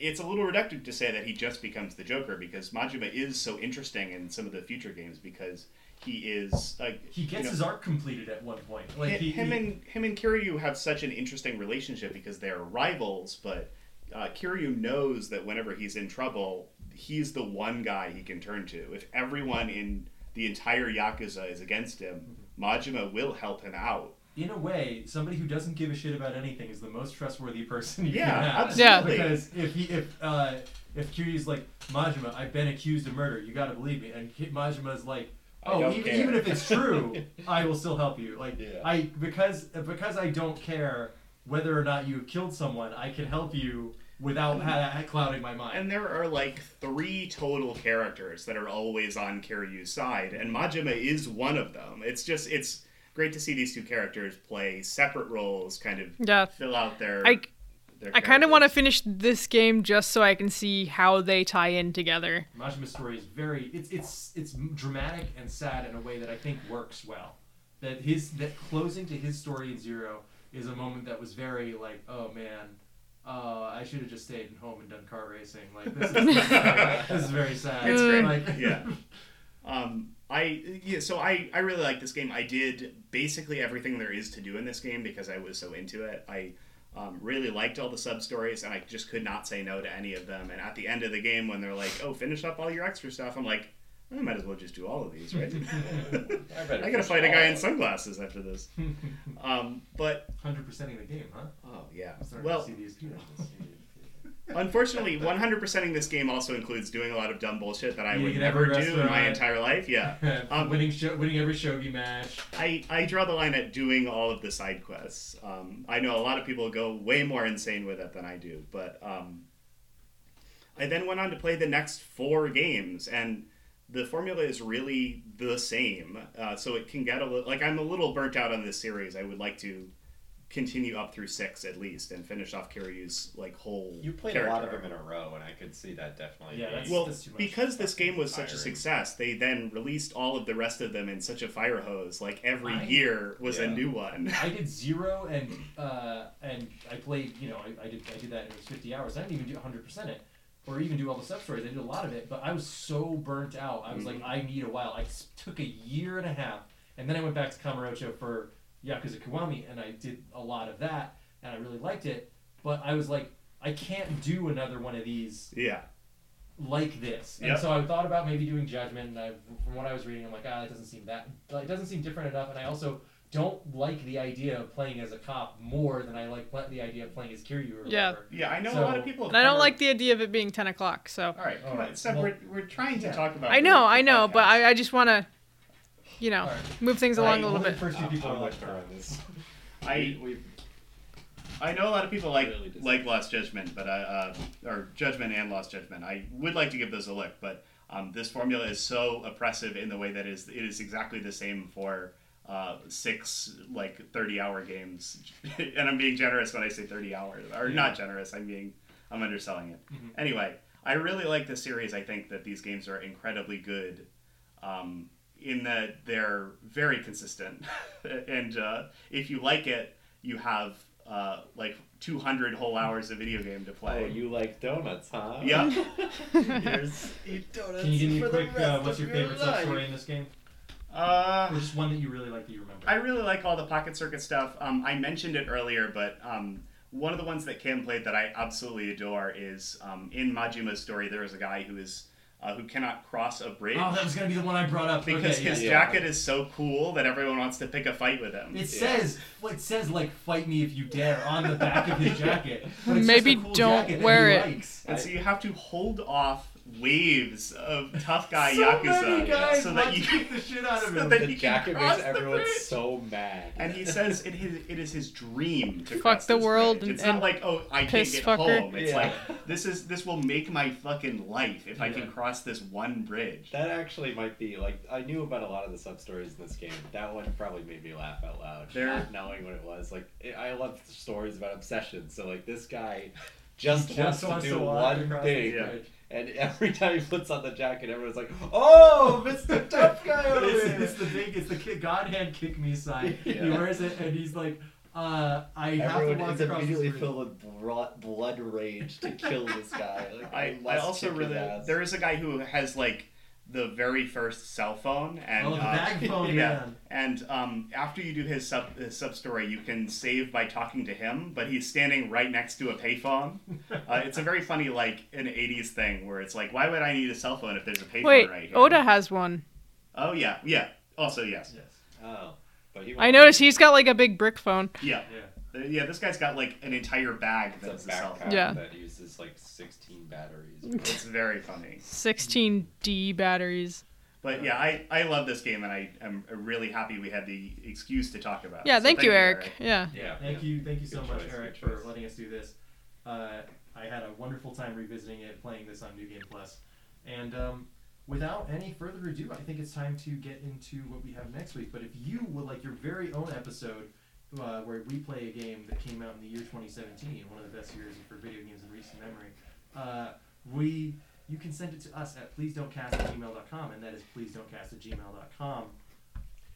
Speaker 2: It's a little reductive to say that he just becomes the Joker because Majima is so interesting in some of the future games because he is like
Speaker 1: He gets
Speaker 2: you know,
Speaker 1: his arc completed at one point. Like
Speaker 2: Hi-
Speaker 1: he,
Speaker 2: him
Speaker 1: he-
Speaker 2: and him and Kiryu have such an interesting relationship because they're rivals, but uh, Kiryu knows that whenever he's in trouble, he's the one guy he can turn to. If everyone in the entire Yakuza is against
Speaker 1: Mm-hmm.
Speaker 2: him, Majima will help him out.
Speaker 1: in a way, somebody who doesn't give a shit about anything is the most trustworthy person you
Speaker 2: Yeah,
Speaker 1: can have.
Speaker 2: absolutely.
Speaker 1: Because if he if uh if Kiryu's like Majima, I've been accused of murder. You got to believe me. And Ki- Majima's like, oh,
Speaker 5: don't
Speaker 1: even,
Speaker 5: care."
Speaker 1: even if it's
Speaker 5: [LAUGHS]
Speaker 1: true, I will still help you. Like
Speaker 5: Yeah.
Speaker 1: I because because I don't care whether or not you killed someone, I can help you without ha- ha- clouding my mind.
Speaker 2: And there are like three total characters that are always on Kiryu's side, and Majima is one of them. It's just it's great to see these two characters play separate roles, kind of
Speaker 3: Yeah.
Speaker 2: fill out their.
Speaker 3: I
Speaker 2: their
Speaker 3: I kind of want to
Speaker 2: characters.
Speaker 3: finish this game just so I can see how they tie in together.
Speaker 1: Majima's story is very it's it's it's dramatic and sad in a way that I think works well. That his that closing to his story in Zero is a moment that was very like, oh man, uh, I should have just stayed at home and done car racing. Like this is [LAUGHS] this is very sad.
Speaker 2: It's great.
Speaker 1: Like,
Speaker 2: yeah. [LAUGHS] Um, I yeah. So I I really like this game. I did basically everything there is to do in this game because I was so into it. I um, really liked all the sub stories, and I just could not say no to any of them. And at the end of the game, when they're like, "Oh, finish up all your extra stuff," I'm like, "I might as well just do all of these, right?" [LAUGHS]
Speaker 5: I, better
Speaker 2: I gotta
Speaker 5: finish
Speaker 2: fight a
Speaker 5: all
Speaker 2: guy
Speaker 5: of
Speaker 2: in
Speaker 5: them.
Speaker 2: sunglasses after
Speaker 1: [LAUGHS]
Speaker 2: this. Um, but
Speaker 1: Hundred percent in the game, huh?
Speaker 2: oh yeah.
Speaker 1: I'm starting
Speaker 2: Well,
Speaker 1: to see these people.
Speaker 2: Unfortunately, 100%ing this game also includes doing a lot of dumb bullshit that I
Speaker 1: You
Speaker 2: would
Speaker 1: get
Speaker 2: never
Speaker 1: every
Speaker 2: do in
Speaker 1: restaurant.
Speaker 2: my entire life.
Speaker 1: [LAUGHS]
Speaker 2: Yeah. [LAUGHS] Um,
Speaker 1: winning sho- winning every shogi match.
Speaker 2: I, I draw the line at doing all of the side quests. Um, I know a lot of people go way more insane with it than I do, but um, I then went on to play the next four games, and the formula is really the same. Uh, so it can get a little like I'm a little burnt out on this series. I would like to continue up through six at least and finish off Kiryu's like whole.
Speaker 5: You played
Speaker 2: character
Speaker 5: a lot of
Speaker 2: arc.
Speaker 5: them in a row, and I could see that definitely.
Speaker 1: Yeah,
Speaker 5: being-
Speaker 1: that's-
Speaker 2: Well,
Speaker 1: that's too much.
Speaker 2: because this game was such a
Speaker 5: Tiring.
Speaker 2: success, they then released all of the rest of them in such a fire hose. Like every
Speaker 1: I-
Speaker 2: year was a
Speaker 5: Yeah.
Speaker 2: new one. [LAUGHS]
Speaker 1: I did zero and uh, and I played. You know, I, I did I did that. And it was fifty hours. I didn't even do hundred percent it, or even do all the sub stories. I did a lot of it, but I was so burnt out. I was like, I need a while. I s- took a year and a half, and then I went back to Kamurocho for Yakuza Kiwami, and I did a lot of that, and I really liked it. But I was like, I can't do another one of these
Speaker 2: Yeah.
Speaker 1: like this. And
Speaker 2: Yep.
Speaker 1: so I thought about maybe doing Judgment, and I, from what I was reading, I'm like, ah, it doesn't seem that, like, it doesn't seem different enough. And I also don't like the idea of playing as a cop more than I like pl- the idea of playing as Kiryu or
Speaker 3: Yeah.
Speaker 1: whatever.
Speaker 2: Yeah, I know
Speaker 1: So-
Speaker 2: a lot of people. have
Speaker 3: And I don't
Speaker 2: covered-
Speaker 3: like the idea of it being 10 o'clock, so.
Speaker 2: All right, come
Speaker 1: All
Speaker 2: on.
Speaker 1: right,
Speaker 2: Steph,
Speaker 1: well-
Speaker 2: we're, we're trying to
Speaker 1: Yeah.
Speaker 2: talk about.
Speaker 3: I know, I know, but
Speaker 2: podcasts.
Speaker 3: I, I just want to, you know,
Speaker 1: Alright.
Speaker 3: move things along a
Speaker 2: Right.
Speaker 3: little bit.
Speaker 1: First few people
Speaker 4: I
Speaker 2: Oh,
Speaker 1: are like,
Speaker 4: like her on this.
Speaker 2: I
Speaker 4: we,
Speaker 2: I know a lot of people like
Speaker 4: Really disagree.
Speaker 2: like Lost Judgment, but I uh, or Judgment and Lost Judgment. I would like to give those a look, but um, this formula is so oppressive in the way that is it is exactly the same for uh, six like thirty hour games, [LAUGHS] and I'm being generous when I say thirty hours, or not generous. I'm being I'm underselling it.
Speaker 1: Mm-hmm.
Speaker 2: Anyway, I really like this series. I think that these games are incredibly good um, in that they're very consistent. [LAUGHS] and uh, if you like it, you have uh, like 200 whole hours of video game to play.
Speaker 4: oh, you like donuts, huh?
Speaker 2: [LAUGHS]
Speaker 4: [LAUGHS]
Speaker 2: yeah.
Speaker 4: Eat donuts.
Speaker 1: Can you give me a
Speaker 4: for the
Speaker 1: quick, uh,
Speaker 4: rest
Speaker 1: what's
Speaker 4: of
Speaker 1: your favorite sub
Speaker 4: life.
Speaker 1: story in this game? Or
Speaker 2: Uh,
Speaker 1: just one that you really like that you remember?
Speaker 2: I really like all the Pocket Circuit stuff. Um, I mentioned it earlier, but um, one of the ones that Cam played that I absolutely adore is um, in Majima's story. There is a guy who is uh, who cannot cross a bridge.
Speaker 1: Oh, that was gonna be the one I brought up
Speaker 2: because
Speaker 1: okay,
Speaker 2: his [LAUGHS]
Speaker 1: yeah.
Speaker 2: jacket is so cool that everyone wants to pick a fight with him.
Speaker 1: It says well, it says like "fight me if you dare" on the back of
Speaker 2: [LAUGHS]
Speaker 1: his jacket. But it's
Speaker 3: Maybe
Speaker 1: just a cool
Speaker 3: don't
Speaker 1: jacket that he
Speaker 3: wear it.
Speaker 1: likes.
Speaker 2: And so you have to hold off waves of tough guy
Speaker 1: so
Speaker 2: Ah, yakuza
Speaker 1: many guys
Speaker 2: so
Speaker 1: want
Speaker 2: that
Speaker 1: to
Speaker 2: you
Speaker 1: kick [LAUGHS] the
Speaker 2: [LAUGHS]
Speaker 1: shit out of
Speaker 2: so
Speaker 1: him.
Speaker 2: that
Speaker 4: The
Speaker 2: you can
Speaker 4: jacket
Speaker 2: cross
Speaker 4: makes
Speaker 2: the
Speaker 4: everyone
Speaker 2: bridge.
Speaker 4: so mad.
Speaker 2: And he says it is it is his dream to
Speaker 3: Fuck
Speaker 2: cross
Speaker 3: the
Speaker 2: this
Speaker 3: world
Speaker 2: bridge. It's
Speaker 3: and-
Speaker 2: not like oh I can't
Speaker 3: piss
Speaker 2: get
Speaker 3: fucker.
Speaker 2: home. It's
Speaker 4: Yeah.
Speaker 2: like this is this will make my fucking life if I
Speaker 1: Yeah.
Speaker 2: can cross this one bridge.
Speaker 4: That actually might be like I knew about a lot of the sub stories in this game. That one probably made me laugh out loud,
Speaker 2: There-
Speaker 4: not knowing what it was. Like I- I love stories about obsessions. So like this guy just,
Speaker 1: Just
Speaker 4: wants,
Speaker 1: wants
Speaker 4: to
Speaker 1: to
Speaker 4: do
Speaker 1: walk
Speaker 4: one
Speaker 1: across
Speaker 4: thing,
Speaker 2: the
Speaker 1: bridge.
Speaker 4: [LAUGHS] and every time he puts on the jacket, everyone's like, "Oh, Mr. [LAUGHS] Tough Guy over
Speaker 1: [LAUGHS] it's,
Speaker 4: here!"
Speaker 1: it's
Speaker 4: [LAUGHS]
Speaker 1: the big, it's the kick, God hand kick me sign. He
Speaker 4: Yeah.
Speaker 1: wears it and he's like, uh, I have to
Speaker 4: Everyone
Speaker 1: walk
Speaker 4: is
Speaker 1: across this
Speaker 4: immediately
Speaker 1: bridge.
Speaker 4: filled with bro- blood rage to kill this guy. Like,
Speaker 2: I, I
Speaker 4: must
Speaker 2: also
Speaker 4: kick
Speaker 2: really
Speaker 4: his ass.
Speaker 2: there is a guy who has like the very first cell phone and
Speaker 1: Oh, the
Speaker 2: uh,
Speaker 1: bag phone
Speaker 2: [LAUGHS] yeah
Speaker 1: man.
Speaker 2: and um, after you do his sub his sub story you can save by talking to him but he's standing right next to
Speaker 1: [LAUGHS]
Speaker 2: a payphone uh, it's a very funny like an 80s thing where it's like why would i need a cell phone if there's a payphone
Speaker 3: Wait,
Speaker 2: right here
Speaker 3: Oda has one.
Speaker 2: oh yeah yeah also yes
Speaker 1: Yes.
Speaker 4: Oh, but he
Speaker 3: I
Speaker 4: won't-
Speaker 3: noticed he's got like a big brick phone.
Speaker 2: yeah
Speaker 1: Yeah.
Speaker 2: Uh, yeah this guy's got like an entire bag that's
Speaker 4: It's
Speaker 2: a,
Speaker 4: a
Speaker 2: cell phone
Speaker 4: backpack
Speaker 3: Yeah.
Speaker 4: that uses like 16
Speaker 3: [LAUGHS]
Speaker 4: batteries.
Speaker 2: it's very funny
Speaker 3: 16D batteries.
Speaker 2: but yeah i i love this game and i am really happy we had the excuse to talk about it.
Speaker 3: Yeah,
Speaker 2: So
Speaker 3: Oh, thank you, Eric. Yeah.
Speaker 4: Yeah.
Speaker 1: Thank you, thank you so
Speaker 4: Good
Speaker 1: much,
Speaker 4: choice,
Speaker 1: Eric,
Speaker 4: good
Speaker 1: for
Speaker 4: choice.
Speaker 1: letting us do this. Uh, I had a wonderful time revisiting it, playing this on New Game Plus, and um, without any further ado, I think it's time to get into what we have next week. But if you would like your very own episode. Uh, where we play a game that came out in the year 2017, one of the best years for video games in recent memory. Uh, we, you can send it to us at please don't cast at gmail.com, and that is please don't cast at gmail.com.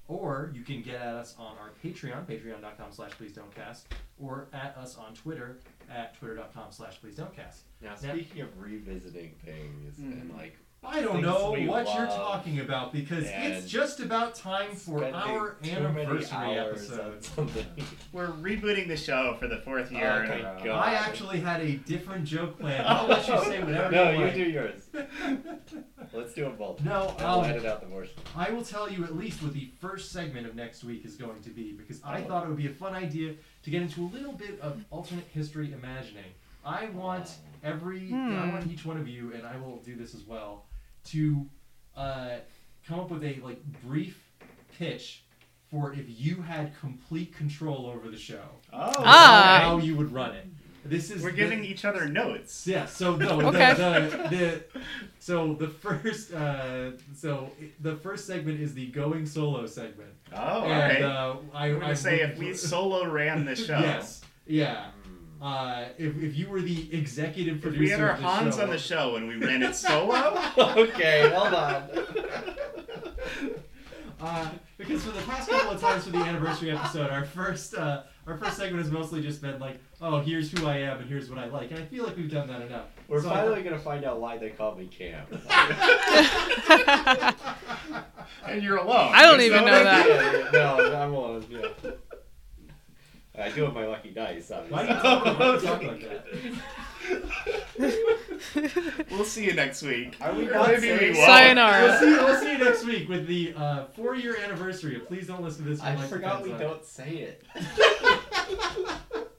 Speaker 1: Or you can get at us on our Patreon, patreon.com slash please don't cast, or at us on Twitter at twitter.com slash please don't cast.
Speaker 4: Now,
Speaker 1: Now-
Speaker 4: speaking of revisiting things
Speaker 3: Mm-hmm.
Speaker 4: and like
Speaker 1: I don't
Speaker 4: Things
Speaker 1: know
Speaker 4: we
Speaker 1: what you're
Speaker 4: love.
Speaker 1: talking about because it's
Speaker 4: And
Speaker 1: just about time for
Speaker 4: spending
Speaker 1: our
Speaker 4: too
Speaker 1: anniversary
Speaker 4: many hours
Speaker 1: episode. [LAUGHS]
Speaker 4: on something.
Speaker 2: We're rebooting the show for the fourth year.
Speaker 4: Oh,
Speaker 2: and
Speaker 4: my
Speaker 2: I-
Speaker 4: [LAUGHS] God.
Speaker 1: I actually had a different joke plan. I'll let you say whatever
Speaker 4: [LAUGHS] No,
Speaker 1: you
Speaker 4: you
Speaker 1: want.
Speaker 4: do yours.
Speaker 1: [LAUGHS]
Speaker 4: Let's do them both.
Speaker 1: No,
Speaker 4: I'll
Speaker 1: um,
Speaker 4: edit out the worst. [LAUGHS]
Speaker 1: I will tell you at least what the first segment of next week is going to be because
Speaker 2: Oh.
Speaker 1: I thought it would be a fun idea to get into a little bit of alternate history imagining. I want every,
Speaker 2: Hmm.
Speaker 1: I want each one of you, and I will do this as well, to uh, come up with a like brief pitch for if you had complete control over the show,
Speaker 2: Oh,
Speaker 3: Ah.
Speaker 1: how you would run it. This is
Speaker 2: we're
Speaker 1: the-
Speaker 2: giving each other notes.
Speaker 1: yeah. So no.
Speaker 3: Okay.
Speaker 1: The, the, the, so the first uh, so the first segment is the going solo segment.
Speaker 2: Oh,
Speaker 1: and,
Speaker 2: okay.
Speaker 1: Uh, I,
Speaker 2: I'm gonna
Speaker 1: I
Speaker 2: say if we solo ran the show,
Speaker 1: Yes. Yeah. Uh, if, if you were the executive
Speaker 2: if
Speaker 1: producer
Speaker 2: we had our
Speaker 1: of the
Speaker 2: Hans
Speaker 1: show,
Speaker 2: on the show and we ran
Speaker 1: [LAUGHS]
Speaker 2: it solo,
Speaker 4: okay, hold on.
Speaker 1: Uh, because for the past couple of times for the anniversary episode, our first uh, our first segment has mostly just been like, oh, here's who I am and here's what I like, and I feel like we've done that enough.
Speaker 4: We're
Speaker 1: So I-
Speaker 4: finally gonna find out why they call
Speaker 1: [LAUGHS]
Speaker 4: me Cam.
Speaker 2: and you're alone.
Speaker 3: I don't
Speaker 2: There's
Speaker 3: even
Speaker 2: no
Speaker 3: know
Speaker 2: one-
Speaker 3: that.
Speaker 4: Yeah, no, I'm alone. Yeah. I do have my lucky dice,
Speaker 1: Why do you
Speaker 4: obviously. [LAUGHS]
Speaker 1: talk, why do you talk like that?
Speaker 2: We'll see you next week.
Speaker 4: Are we
Speaker 2: Or
Speaker 4: not
Speaker 2: maybe we
Speaker 4: saying-
Speaker 2: won't.
Speaker 1: We'll
Speaker 3: Sayonara.
Speaker 1: see, we'll see you next week with the uh, four year anniversary. of Please don't listen to this.
Speaker 4: I
Speaker 1: Like
Speaker 4: forgot we
Speaker 1: Depends
Speaker 4: don't say it.
Speaker 1: on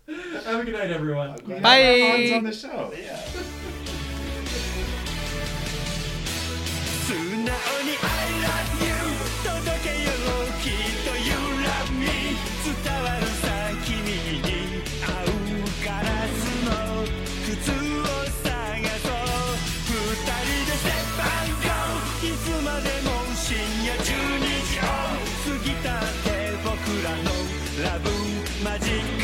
Speaker 1: It. Have a good night, everyone.
Speaker 2: I'm glad
Speaker 3: Bye.
Speaker 2: Han's on the show. Yeah.
Speaker 6: 「僕らのラブマジック」